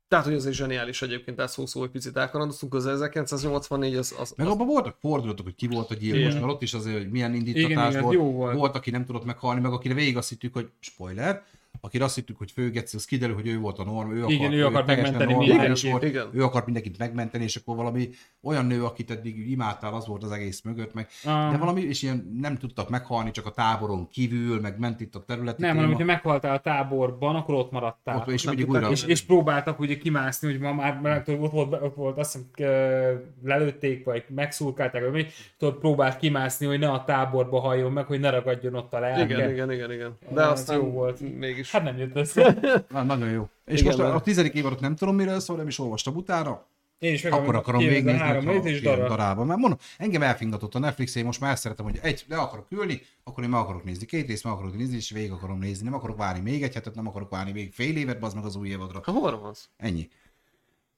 B: tehát, hogy azért zseniális egyébként, tehát szó szó, hogy picit elkalandoztunk, az 1984 az, az,
A: Meg abban voltak fordulatok, hogy ki volt a gyilkos,
C: Igen.
A: mert ott is azért, hogy milyen indítatás
C: Igen, igen,
A: volt.
C: jó volt.
A: Volt, aki nem tudott meghalni, meg akire végig azt hittük, hogy spoiler, akire azt hittük, hogy főgetsz, az kiderül, hogy ő volt a norm, ő
C: Igen,
A: akart,
C: ő akart
A: teljesen
C: megmenteni
A: normális
B: mindenkit,
A: volt,
B: igen.
A: ő akart mindenkit megmenteni, és akkor valami olyan nő, akit eddig imádtál, az volt az egész mögött, meg
C: Ah.
A: de valami, és ilyen nem tudtak meghalni, csak a táboron kívül, meg ment itt a területi
C: Nem, hanem
A: téma.
C: hogyha meghaltál a táborban, akkor ott maradtál.
A: Ott- és
B: nem
A: mindig
B: tudták
A: újra
C: és, és próbáltak ugye kimászni, hogy ma már már tudod, ott volt, ott volt azt hiszem, ö, lelőtték, vagy megszurkálták, vagy mi, tudod, próbált kimászni, hogy ne a táborba halljon meg, hogy ne ragadjon ott a lelke.
B: igen, igen, igen, igen. De
C: Az
B: aztán
C: hát jó volt.
B: mégis.
C: Hát nem jött
B: (laughs)
C: össze.
A: Na, nagyon jó. És
B: Igen,
A: most a,
B: mert-
A: a tizedik évadot nem tudom miről szól, nem is olvastam utána,
C: Én is meg
A: akkor akarom
C: kérdezni,
A: végignézni,
C: Három
A: hogyha
C: minut és
A: film
C: darab.
A: darálban. Mert mondom, engem elfingatott a Netflix, én most már ezt szeretem, hogy egy, le akarok ülni, akkor én meg akarok nézni. Két részt meg akarok nézni, és végig akarom nézni. Nem akarok várni még egy hetet, nem akarok várni még fél évet, bazd meg az új évadra.
B: Ha hol van az?
A: Ennyi.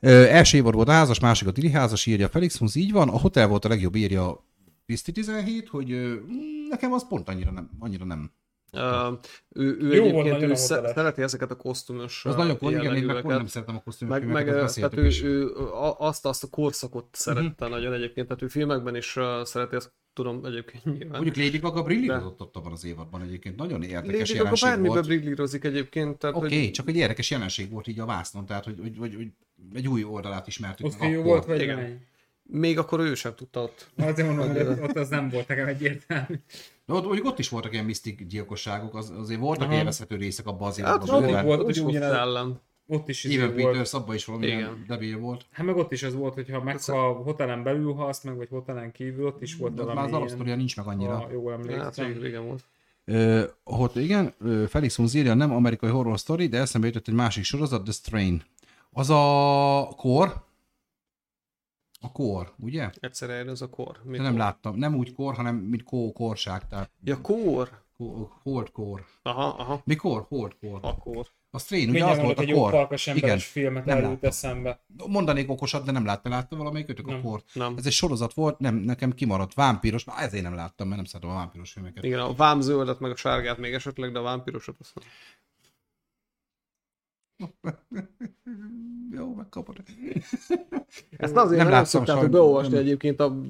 A: Ö, első évad volt a házas, másik a Tili házas, írja Felix Hunz, így van. A hotel volt a legjobb, írja Piszti 17, hogy ö, mm, nekem az pont annyira nem, annyira nem.
B: Uh, ő, ő
C: Jó volt
B: egyébként
C: nagyon
B: ő
C: a
B: sze-
C: hoteles.
B: szereti ezeket a kosztümös
A: Az
B: ö,
A: nagyon komoly, igen, én meg pont
B: jellegűeket.
A: nem szeretem a
B: Meg,
A: kosztümfilmeket,
B: meg
A: ezt
B: ö, tehát
A: beszéltük
B: ő,
A: is. Mhm.
B: ő a- azt, azt a korszakot szerette nagyon egyébként, tehát ő filmekben is ö, szereti, ezt tudom egyébként nyilván.
A: Mondjuk Lady Gaga brillírozott ott abban az évadban egyébként, nagyon érdekes
B: Lady
A: Lady
B: Gaga
A: jelenség
B: bármibe
A: volt.
B: brillírozik egyébként, tehát
A: Oké,
B: hogy
A: okay, csak egy érdekes jelenség volt így a vásznon, tehát hogy, hogy, hogy, hogy egy új oldalát ismertük
C: Ott
A: meg
C: jó
A: akkor.
C: volt, vagy
B: Igen.
C: nem?
B: még akkor ő sem tudta ott.
C: Azért mondom, hogy ott- ott az nem volt nekem egyértelmű.
A: De ott, mondjuk ott is voltak ilyen misztik gyilkosságok, az, azért voltak
C: Aha.
A: élvezhető részek abban az
B: Hát
A: évadban.
B: ott
A: bőven.
C: volt,
B: is volt, ott is volt
C: ugyanez-
B: szellem.
C: Ott is izé
A: Steven
C: volt.
A: Peters abban is valami ilyen
B: Igen.
A: debil volt.
C: Hát meg ott is az volt, hogyha meg ha a hotelen belül halsz, meg vagy hotelen kívül, ott is volt
A: De ott már az
C: valami ilyen,
A: alapsztoria nincs meg annyira.
C: ha jól
B: Hát rég-
C: emlékszem.
B: régen volt.
A: Ö, ott igen, ö, Felix Hunz írja, nem amerikai horror story, de eszembe jutott egy másik sorozat, The Strain. Az a kor, a kor, ugye?
B: Egyszer eljön az a kor.
A: De
B: Mikor?
A: nem láttam. Nem úgy kor, hanem mint kó, korság, tehát
B: Ja, kor.
A: ko- holdkor.
B: Aha, aha.
A: Mikor? Holdkor.
B: A kor.
A: A Strain, ugye
C: Mindjárt
A: az
C: van
A: volt
C: ott
A: a
C: egy jó
A: kor.
C: farkas
A: Igen.
C: emberes filmet
A: nem
C: előtt
A: láttam.
C: eszembe.
A: Mondanék okosat, de nem láttam. Látta valamelyik ötök a
C: Nem.
A: kort?
B: Nem.
A: Ez egy sorozat volt, nem, nekem kimaradt. Vámpíros, már ezért nem láttam, mert nem szeretem a vámpíros filmeket.
B: Igen, a vámzöldet meg a sárgát még esetleg, de a vámpírosat azt nem.
A: (laughs) Jó, megkapod.
B: Ezt azért nem, nem
A: láttam
B: szoktátok
A: sajnos.
B: beolvasni
A: Nem.
B: egyébként a...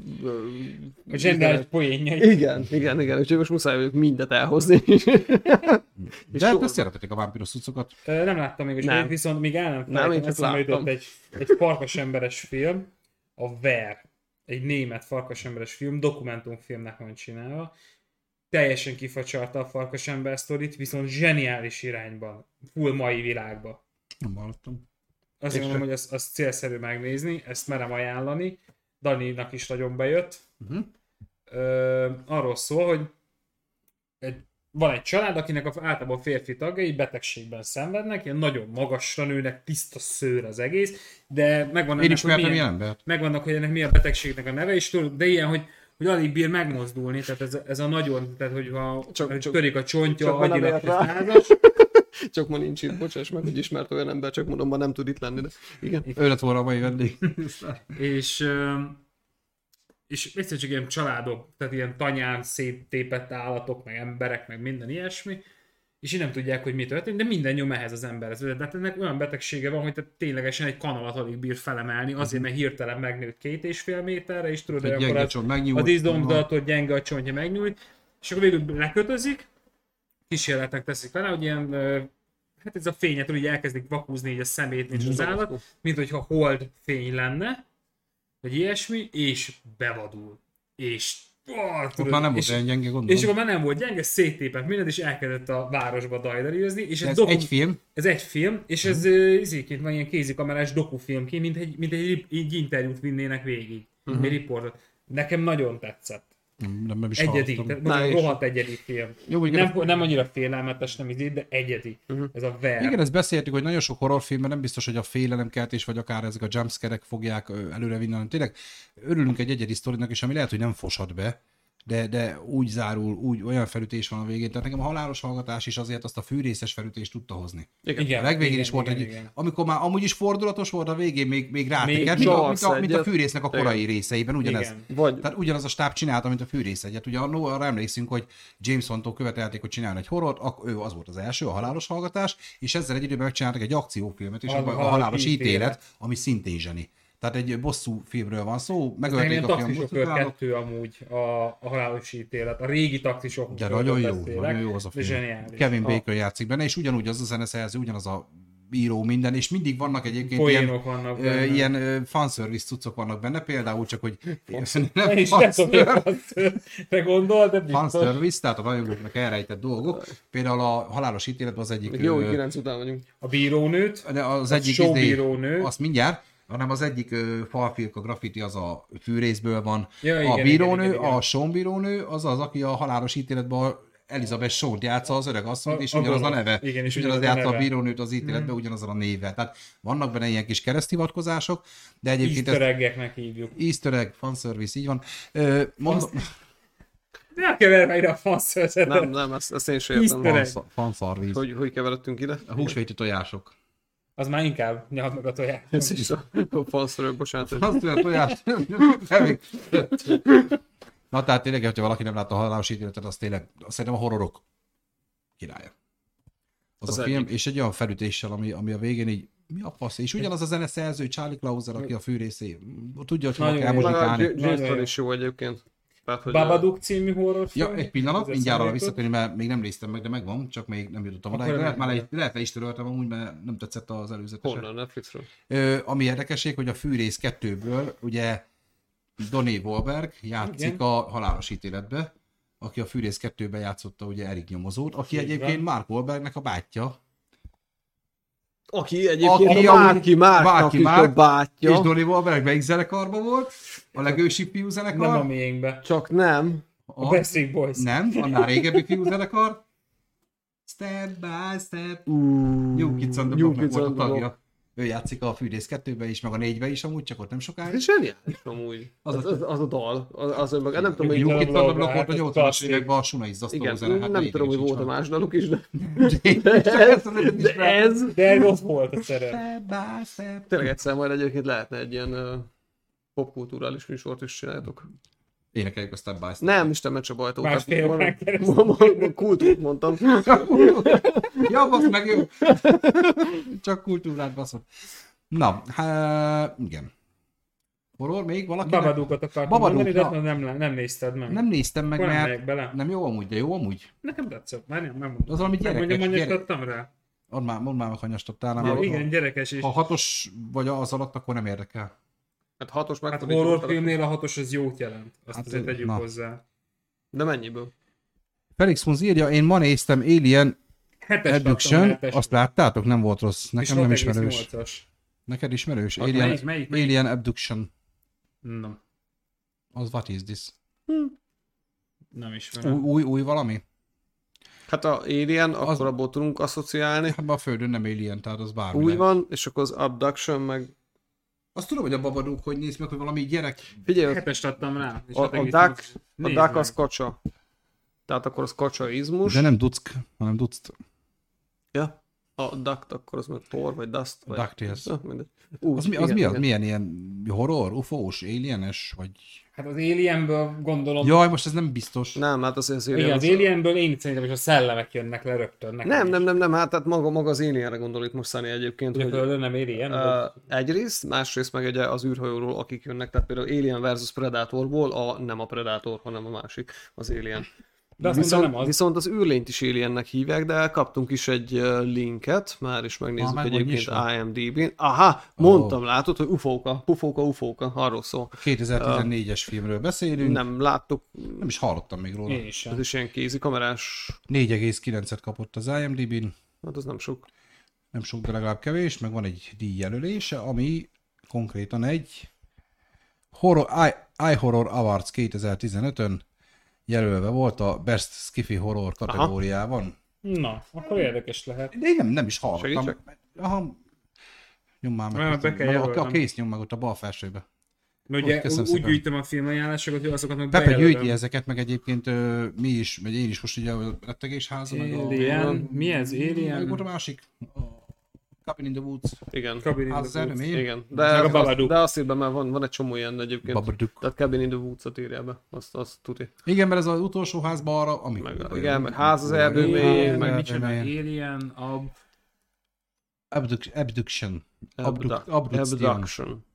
C: A zsendel egy poénja.
B: Igen, igen, igen, úgyhogy most muszáj vagyok mindet elhozni.
A: De hát
B: sorban.
A: ezt szeretitek a vámpiros cuccokat.
C: Ö, Nem láttam még, és
B: Nem.
C: én viszont még el nem
B: Nem,
C: felejtem,
B: én csak
C: eszembe jutott
B: láttam.
C: egy, egy farkas emberes film, a Ver, egy német farkas emberes film, dokumentumfilmnek van csinálva, teljesen kifacsarta a farkas ember sztorit, viszont zseniális irányban, full mai világba.
A: Nem hallottam.
C: Azt
B: És
C: mondom, hogy azt, azt célszerű megnézni, ezt merem ajánlani. Daninak is nagyon bejött.
A: Mhm.
C: Ö, arról szól, hogy egy, van egy család, akinek a, általában a férfi tagjai betegségben szenvednek, ilyen nagyon magasra nőnek, tiszta szőr az egész, de megvan
A: Én
C: ennek, hogy
A: ismertem ilyen
C: hát milyen,
A: embert.
C: megvannak, hogy ennek mi a betegségnek a neve, és tudod, de ilyen, hogy hogy alig bír megmozdulni, tehát ez, ez a nagyon, tehát hogy ha
B: Csak-
C: csak,
B: csak-
C: törik a csontja,
B: csak van,
C: agyilag
B: amelyet rá.
C: százas,
B: (laughs) Csak ma nincs itt, bocsáss meg, hogy ismert olyan ember, csak mondom, ma nem tud itt lenni, de igen.
A: Ő lett volna a mai vendég.
C: és, ö, és egyszerűen csak ilyen családok, tehát ilyen tanyán széttépett állatok, meg emberek, meg minden ilyesmi, és így nem tudják, hogy mi történt, de minden nyom ehhez az emberhez. De hát ennek olyan betegsége van, hogy te ténylegesen egy kanalat alig bír felemelni, azért, mert hirtelen megnőtt két és fél méterre, és tudod,
A: Egy
C: hogy
A: gyenge
C: akkor
A: csont
C: a,
A: megnyúlt,
C: a díszdomdatól gyenge a csontja megnyúlt, és akkor végül lekötözik, kísérletek teszik vele, hogy ilyen, ö, hát ez a fényet, úgy elkezdik vakúzni így a szemét, nincs az állat, mint hogyha hold fény lenne, vagy ilyesmi, és bevadul. És ó,
A: Ott
C: tudod,
A: már nem volt
C: és,
A: olyan gyenge, gondolom.
C: és akkor már nem volt gyenge, széttépett mindent, és elkezdett a városba dajderírozni, és
A: De
C: ez,
A: ez
C: doku,
A: egy film, Mhm.
C: ez egy film, és ez ö, izéként van ilyen kézikamerás dokufilmként, mint egy, mint egy, rip- így interjút vinnének végig,
A: Mhm.
C: uh-huh. egy riportot. Nekem nagyon tetszett.
A: nem, nem is
C: Egyedi, tehát
A: hallottam.
C: mondjuk
B: Na, és-
C: rohadt egyedi film.
A: Jó, hogy Mhm.
C: nem, nem annyira félelmetes, nem így, de egyedi. Uh-huh. Ez a ver.
A: Igen, ezt beszéltük, hogy nagyon sok horrorfilmben nem biztos, hogy a félelemkeltés, vagy akár ezek a jumpscare-ek fogják ö, előrevinni, hanem tényleg örülünk egy egyedi sztorinak, és ami lehet, hogy nem foshat be, de, de úgy zárul, úgy olyan felütés van a végén. Tehát nekem a halálos hallgatás is azért azt a fűrészes felütést tudta hozni.
B: Igen.
A: a legvégén is volt
C: igen,
A: egy,
C: igen.
A: amikor már amúgy is fordulatos volt, a végén még, még rátekert,
C: Még
A: mint, a- mint,
B: csalsz
A: a, mint a
B: egyet.
A: fűrésznek a korai részeiben, ugyanez.
C: Igen.
B: Vagy
A: Tehát ugyanaz a stáb csinálta, mint a fűrész egyet. Ugye annó arra emlékszünk, hogy Jameson-tól követelték, hogy csináljon egy horrort, ak- ő az volt az első, a halálos hallgatás, és ezzel egy időben megcsináltak egy akciófilmet, és
C: A-
A: a, a,
C: a
A: halálos
C: ítélet.
A: ítélet, ami szintén zseni. Tehát egy bosszú filmről van szó,
C: Meg ilyen
A: megölték a
C: taxisofőr
A: filmbuszokállót.
C: kettő amúgy a, a halálos ítélet, a régi taxisofőr.
A: De nagyon jó, nagyon jó az a film.
C: Zseniális.
A: Kevin
C: A
A: Bacon játszik benne, és ugyanúgy az a zeneszerző, ugyanaz a író minden, és mindig vannak egyébként ilyen,
C: Poénok vannak
A: ö,
C: benne.
A: ilyen ö, fanservice cuccok vannak benne, például csak,
C: (laughs)
A: hogy
C: Nem
A: (laughs) nem
C: is nem tudom,
A: fanservice,
C: hogy azt- (laughs) te gondolod, de biztos.
A: fanservice, tehát a rajongóknak elrejtett dolgok. Például a halálos ítéletben az egyik,
B: még jó, hogy
A: ö,
B: 9 után vagyunk.
C: A bírónőt,
A: de az
C: a
A: egyik izé-
C: showbírónő.
A: azt mindjárt, hanem az egyik ö, falfilka graffiti az a fűrészből van.
C: Ja,
A: a
C: igen,
A: bírónő,
C: igen, igen, igen.
A: a sonbírónő az az, aki a halálos ítéletben a Elizabeth Short játsza az öreg asszonyt,
C: A-
A: és
C: a
A: ugyanaz a
C: gonosz.
A: neve.
C: Igen, és
A: és ugyanaz
C: ugyanaz a
A: játsza a
C: neve. Mm.
A: bírónőt az ítéletben, ugyanazon a névvel. Tehát vannak benne ilyen kis kereszthivatkozások, de egyébként ez
C: íztereggeknek hívjuk.
A: easter egg, fanservice, így van. Ö, mondom,
C: Ne keverj már ide a fanszerzetet.
B: Nem, nem, ezt, ezt én sem értem.
C: Easter egg.
A: Fansz- fanservice.
B: Hogy, hogy keveredtünk ide?
A: A húsvéti tojások.
C: Az már inkább nyald meg a toját.
B: (laughs) Ez is a a falszerő, bocsánat. hogy-
A: Azt a tojást. Na tehát tényleg, hogyha valaki nem látta a halálos ítéletet, az tényleg az szerintem a horrorok királya. Az,
B: Az
A: az a film,
B: egyik.
A: és egy olyan felütéssel, ami, ami a végén így, mi a fasz? És ugyanaz a zeneszerző, Charlie Klauser, aki a fűrészé, tudja, hogy hova
C: Nagyon
A: kell
C: jó.
B: Meg a
A: muzsikálni.
B: J- James
C: Nagyon
B: Bond
C: jó.
B: is jó egyébként. Tehát, hogy
C: Babadook című horrorfilm.
A: Ja, egy pillanat,
C: Ez
A: mindjárt arra
C: eszembe jutott.
A: visszatérni, mert még nem néztem meg, de megvan, csak még nem jutottam
C: Akkor
A: oda. Lehet,
C: nem
A: már
C: kell.
A: egy, lehet le is töröltem amúgy, mert nem tetszett az előzetes.
B: Honnan, Netflixről?
A: Ö, ami érdekesség, hogy a Fűrész 2-ből ugye Donnie Wahlberg játszik
C: Igen.
A: Igen. a halálos ítéletbe, aki a Fűrész 2-ben játszotta ugye Erik nyomozót, aki
C: Így
A: egyébként
C: van.
A: Mark Wahlbergnek a bátyja,
B: Aki egyébként
A: Aki
B: Aki,
A: a-
B: a Márki Márknak
A: Márki
B: is
A: Márk,
B: a bátyja,
A: ja. és Donnie Wahlberg melyik zenekarban volt? A legősibb fiú zenekar?
C: Nem a miénkbe.
B: csak nem.
A: a,
C: A Backstreet Boys.
A: Nem, annál régebbi fiú zenekar. Step by step. New Kids on the
B: New
A: Blocknak
B: Kids
A: volt a
B: on the Block.
A: tagja. Ő játszik a Fűrész 2-be is, meg a 4-be is amúgy, csak ott nem sokáig.
B: Ez zseniális amúgy. Az, az, az, az a dal. Az, az meg, nem tudom,
A: Jó,
B: hogy...
A: itt van a blokkot a
C: Hát,
A: 80-as
C: klasszik.
A: években a Sunai Zasztó hát
B: Igen, nem tudom, hogy volt a más daluk is, de
A: (laughs) ez,
B: de ez...
C: De ez ott volt a szerep.
B: Tényleg egyszer majd egyébként lehetne egy ilyen ö, popkulturális műsort is csináltok.
A: Énekeljük a Step by Step.
B: Nem, Isten, mert csak bajtó.
C: Másfél órán keresztül.
B: Kultúrt mondtam.
A: (laughs) ja, basz meg jó. Csak kultúrát baszod. Na, há, igen. Horror még valaki?
C: Babadookot akartam
A: Babadook,
C: mondani, de
A: na.
C: nem, nem, nem nézted meg.
A: Nem néztem meg,
C: Hol nem
A: mert
C: megyek bele?
A: nem jó amúgy, de jó amúgy.
C: Nekem tetszett, már nem, nem mondom.
A: Az valami
C: Megmondjam,
A: gyerekes, gyerek,
C: anyagtattam rá.
A: add már, mondd már, hogy hanyastoptál. nem,
C: Ja,
A: ha-
C: igen, gyerekes és
A: Ha hatos vagy az alatt, akkor nem érdekel.
B: Hát hatos
C: Hát
B: megfordítottalak.
C: horrorfilmnél a hatos az jót jelent. Azt
A: Hát,
C: azért tegyük
A: na.
C: hozzá.
B: De mennyiből?
A: Felix Munz írja, én ma néztem Alien
C: Hetes
A: Abduction,
C: tartom,
A: azt láttátok, nem volt rossz, nekem nem ismerős.
C: 6,8-as.
A: Neked ismerős?
C: Ad-
A: Alien,
C: melyik- melyik- melyik?
A: Alien Abduction.
C: Nem,
A: Az what is this?
C: nem ismerem.
A: Új, új, új valami?
B: Hát a Alien, az... akkor abból tudunk asszociálni.
A: Hát ma a Földön nem Alien, tehát az bármi.
B: Úgy
A: lehet.
B: van, és akkor az abduction meg...
A: Azt tudom, hogy a babadók hogy néz meg, hogy valami gyerek.
B: Figyelj, ott
C: Hetest adtam rá. és
B: a, a
C: 6,8.
B: duck, a
C: Nézd
B: duck
C: meg.
B: az kacsa. Tehát akkor az kacsaizmus.
A: De nem duck, hanem duck.
B: Ja. a Duct, akkor az meg Thor, vagy Dust, vagy...
A: DuckTales.
B: Ah, mindegy. Úgy,
A: Az, mi, az
B: igen,
A: mi az?
B: igen.
A: Milyen ilyen horror, ufós, alienes, vagy...
C: Hát az Alienből gondolom,
A: Jaj, most ez nem biztos.
B: Nem, hát az, az
C: igen, az
B: az-
C: Alienből én szerintem is a szellemek jönnek le rögtön. Nekem
B: Nem,
C: is.
B: nem, nem, nem, hát, hát maga, maga az Alienre gondol itt most Sunny egyébként,
C: Ugye
B: hogy
C: földön nem Alien?
B: ö, egyrészt, másrészt meg ugye az űrhajóról, akik jönnek, tehát például Alien versus Predatorból, a, nem a Predator, hanem a másik, az Alien.
C: de azt mondta,
B: Viszont,
C: nem az.
B: viszont az űrlényt is Aliennek hívják, de kaptunk is egy ö, linket, már is megnézzük
A: Ah, meg vagy
B: egyébként
A: nyisva.
B: IMDb-n. Aha, mondtam, látod, hogy ufóka, pufóka, ufóka, arról szól.
A: 2014-es filmről beszélünk. Nem.
B: Ah. Nem láttuk,
A: nem is hallottam még róla.
C: Én is sem.
B: ez is ilyen kézikamerás,
A: 4,9-et kapott az IMDb-n.
B: hát az nem sok.
A: nem sok, de legalább kevés, meg van egy díjjelölése, ami konkrétan egy horror, I, I Horror Awards 2015-ön jelölve volt a Best Skiffy Horror kategóriában.
C: Na, akkor érdekes lehet.
A: De én nem, nem is hallottam.
B: Segítsek?
A: Aha, nyom már meg.
C: Már
A: közben.
C: be kell
A: Meg a, a
C: jelölnem.
A: kész nyom meg ott a bal felsőbe.
C: Mert
A: Ó,
C: ugye
A: köszönöm
C: úgy
A: szépen.
C: gyűjtöm a filmajánlásokat, hogy azokat meg
A: Pepe
C: bejelölöm.
A: gyűjti ezeket, meg egyébként ö, mi is, vagy én is most ugye a rettegésháza, meg a...
C: Alien. Mi ez? Alien?
A: Meg volt a másik. A Cabin in the Woods.
B: Igen.
C: Cabin in
A: Az az
C: the Woods.
A: előmény.
B: Igen,
C: Meg
B: de, hát
C: a
B: az,
C: Babadook.
B: de azt írben már van, van egy csomó ilyen egyébként.
A: Babadook.
B: Tehát Cabin in the Woods-ot írja be, azt, azt tudja.
A: Igen, mert ez az utolsó ház balra, ami...
B: Meg, igen, meg ház az erdő
A: Alien,
B: mélyén,
C: Alien,
B: meg
A: Alien.
C: meg micsoda Alien, a...
A: Abduc- abduction. Abduc-
B: Abduct-
A: abduction.
B: Abduction.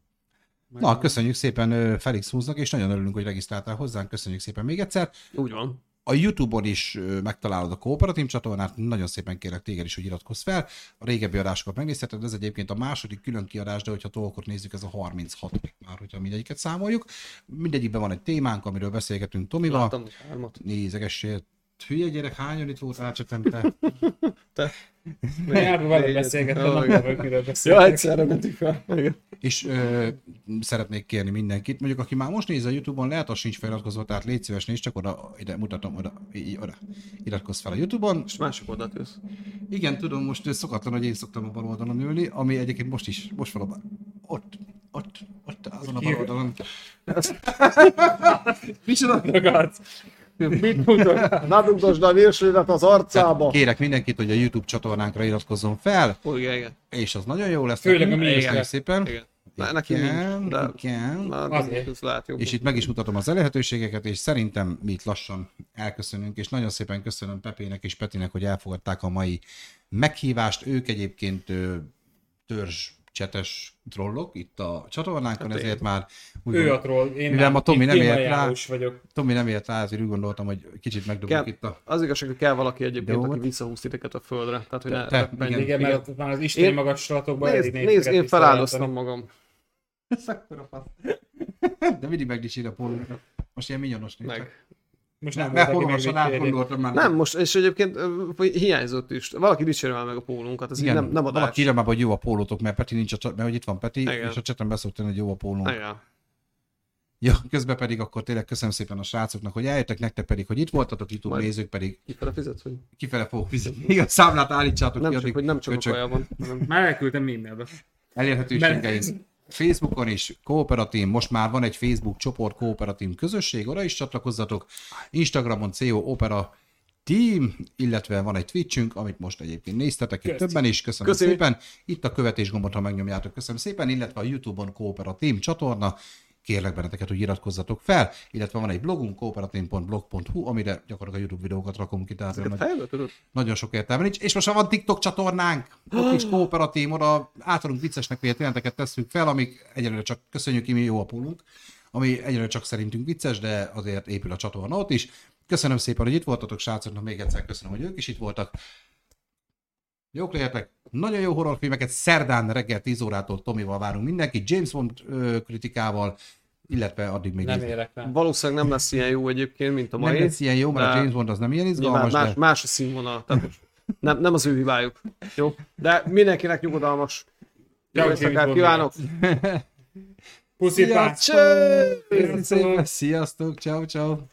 A: Na, köszönjük szépen ö, Felix Húznak, és nagyon örülünk, hogy regisztráltál hozzánk. Köszönjük szépen még egyszer.
B: Úgy van.
A: A YouTube-on is ö, megtalálod a kooperatív csatornát, nagyon szépen kérlek téged is, hogy iratkozz fel. A régebbi adásokat megnézheted, ez egyébként a második külön kiadás, de hogyha tolkot nézzük, ez a 36 már, hogyha mindegyiket számoljuk. Mindegyikben van egy témánk, amiről beszélgetünk Tomival.
B: Láttam hogy hármat.
A: Nézegessél, hülye gyerek, hányan itt volt rácsötem te?
C: Mert vele
B: Négy-
C: beszélgettem,
B: Ó,
C: nem
B: igen.
C: tudom, hogy miről beszéltek.
B: Ja, egyszerre mentük fel. Igen.
A: És ö, szeretnék kérni mindenkit, mondjuk aki már most nézi a Youtube-on, lehet, az sincs feliratkozva, tehát légy szíves, nézd, csak oda, ide mutatom, oda, így, oda, iratkozz fel a Youtube-on.
B: És másik oldalt jössz.
A: Igen, tudom, most ö, szokatlan, hogy én szoktam a bal oldalon ülni, ami egyébként most is, most van a bal- ott, ott, ott, azon a bal oldalon. Micsoda?
C: Ragad.
B: Mit mutat? Na dugdosd a virslidet az arcába.
A: Kérek mindenkit, hogy a YouTube csatornánkra iratkozzon fel,
B: Ó, igen, igen.
A: és az nagyon jó lesz.
C: Főleg a
A: nekünk.
C: miénkre.
A: Köszönjük szépen.
B: igen. Na, neki nincs, de...
A: igen.
B: Na, hát
C: Azért.
B: ez lehet jobb.
A: És itt meg is mutatom az elérhetőségeket, és szerintem mi itt lassan elköszönünk, és nagyon szépen köszönöm Pepének és Petinek, hogy elfogadták a mai meghívást. Ők egyébként ö, törzs csetes trollok itt a csatornánkon,
B: Hát
A: ezért már úgy
C: Ő
A: gond-
C: a troll, én
A: Mivel ma Tomi
C: én
A: nem ért rá.
C: filmajánlós vagyok.
A: Tomi nem ért rá, ezért úgy gondoltam, hogy kicsit megdobjuk
B: Kell,
A: itt a...
B: az igazság, hogy kell valaki egyébként,
A: Dolgot.
B: aki visszahúz titeket a földre. Tehát, hogy ne
A: Te-
B: te,
A: igen.
C: Igen, mert ott már az isteni
B: Én-
C: magaslatokban
B: Nézd,
C: elég
B: nézd,
C: népeket
B: én
C: is
B: feláldoztam
C: találtam.
B: magam.
A: De mindig megdicsér a pólunkat. Most ilyen minyonos nincs.
B: Meg.
C: Most nem
A: Nem,
C: volt,
A: mert
C: aki
A: holomosan
C: megvédje.
A: átgondoltam már.
B: Nem, most, és egyébként ö, vagy hiányzott is. Valaki dicsérje már meg a pólunkat, ez
A: Igen,
B: így nem, nem adás.
A: valaki írja már, hogy jó a pólótok, mert Peti nincs a csa- mert hogy itt van Peti,
B: Igen.
A: és a chaten beszólt, hogy jó a pólónk.
B: Igen.
A: Ja, közben pedig akkor tényleg köszönöm szépen a srácoknak, hogy eljöttek, nektek pedig, hogy itt voltatok, YouTube
B: Majd.
A: nézők pedig
B: Kifele fizetsz, hogy
A: kifele fogok fizetni. A számlát állítsátok
B: nem
A: ki,
B: csak,
A: addig
B: hogy nem csak
A: köcsög.
B: Ukrajában,
A: (laughs)
B: hanem
C: Már elküldtem e-mailbe.
A: elérhetőségeink. Facebookon is kooperatív, most már van egy Facebook csoport kooperatív közösség, oda is csatlakozzatok. Instagramon CO Opera Team, illetve van egy Twitchünk, amit most egyébként néztetek itt
C: Köszi.
A: többen is, köszönöm
B: Köszi.
A: szépen. Itt a követés gombot, ha megnyomjátok, köszönöm szépen, illetve a YouTube-on kooperatív csatorna, kérlek benneteket, hogy iratkozzatok fel, illetve van egy blogunk, kooperatív.blog.hu, amire gyakorlatilag a YouTube videókat rakunk ki, tehát
B: ezeket
A: nagy-
B: fejbe tudod?
A: nagyon sok értelme nincs. És most már van TikTok csatornánk, ott is kooperatív, oda általunk viccesnek vélt jeleneteket tesszük fel, amik egyelőre csak köszönjük ki, mi jó a pólunk, ami egyelőre csak szerintünk vicces, de azért épül a csatorna ott is. Köszönöm szépen, hogy itt voltatok, srácoknak még egyszer köszönöm, hogy ők is itt voltak. Jók legyetek, nagyon jó horrorfilmeket, szerdán reggel 10 órától Tomival várunk mindenkit, James Bond ö, kritikával, illetve addig még
C: Nem
A: nézni.
C: érek rá.
B: Valószínűleg nem lesz ilyen jó egyébként, mint a
A: nem
B: mai.
A: lesz ilyen jó, mert a
B: de-
A: James Bond az nem ilyen
B: Nyilván
A: izgalmas,
B: más,
A: de
B: más a színvonal. Tehát most nem, nem az ő hibájuk. Jó? De mindenkinek nyugodalmas. Jó
C: Ciao,
B: éjszakát
C: James
B: kívánok!
C: Puszi,
A: Sziasztok!
C: pács!
A: Köszönöm szépen, Sziasztok, ciao, ciao.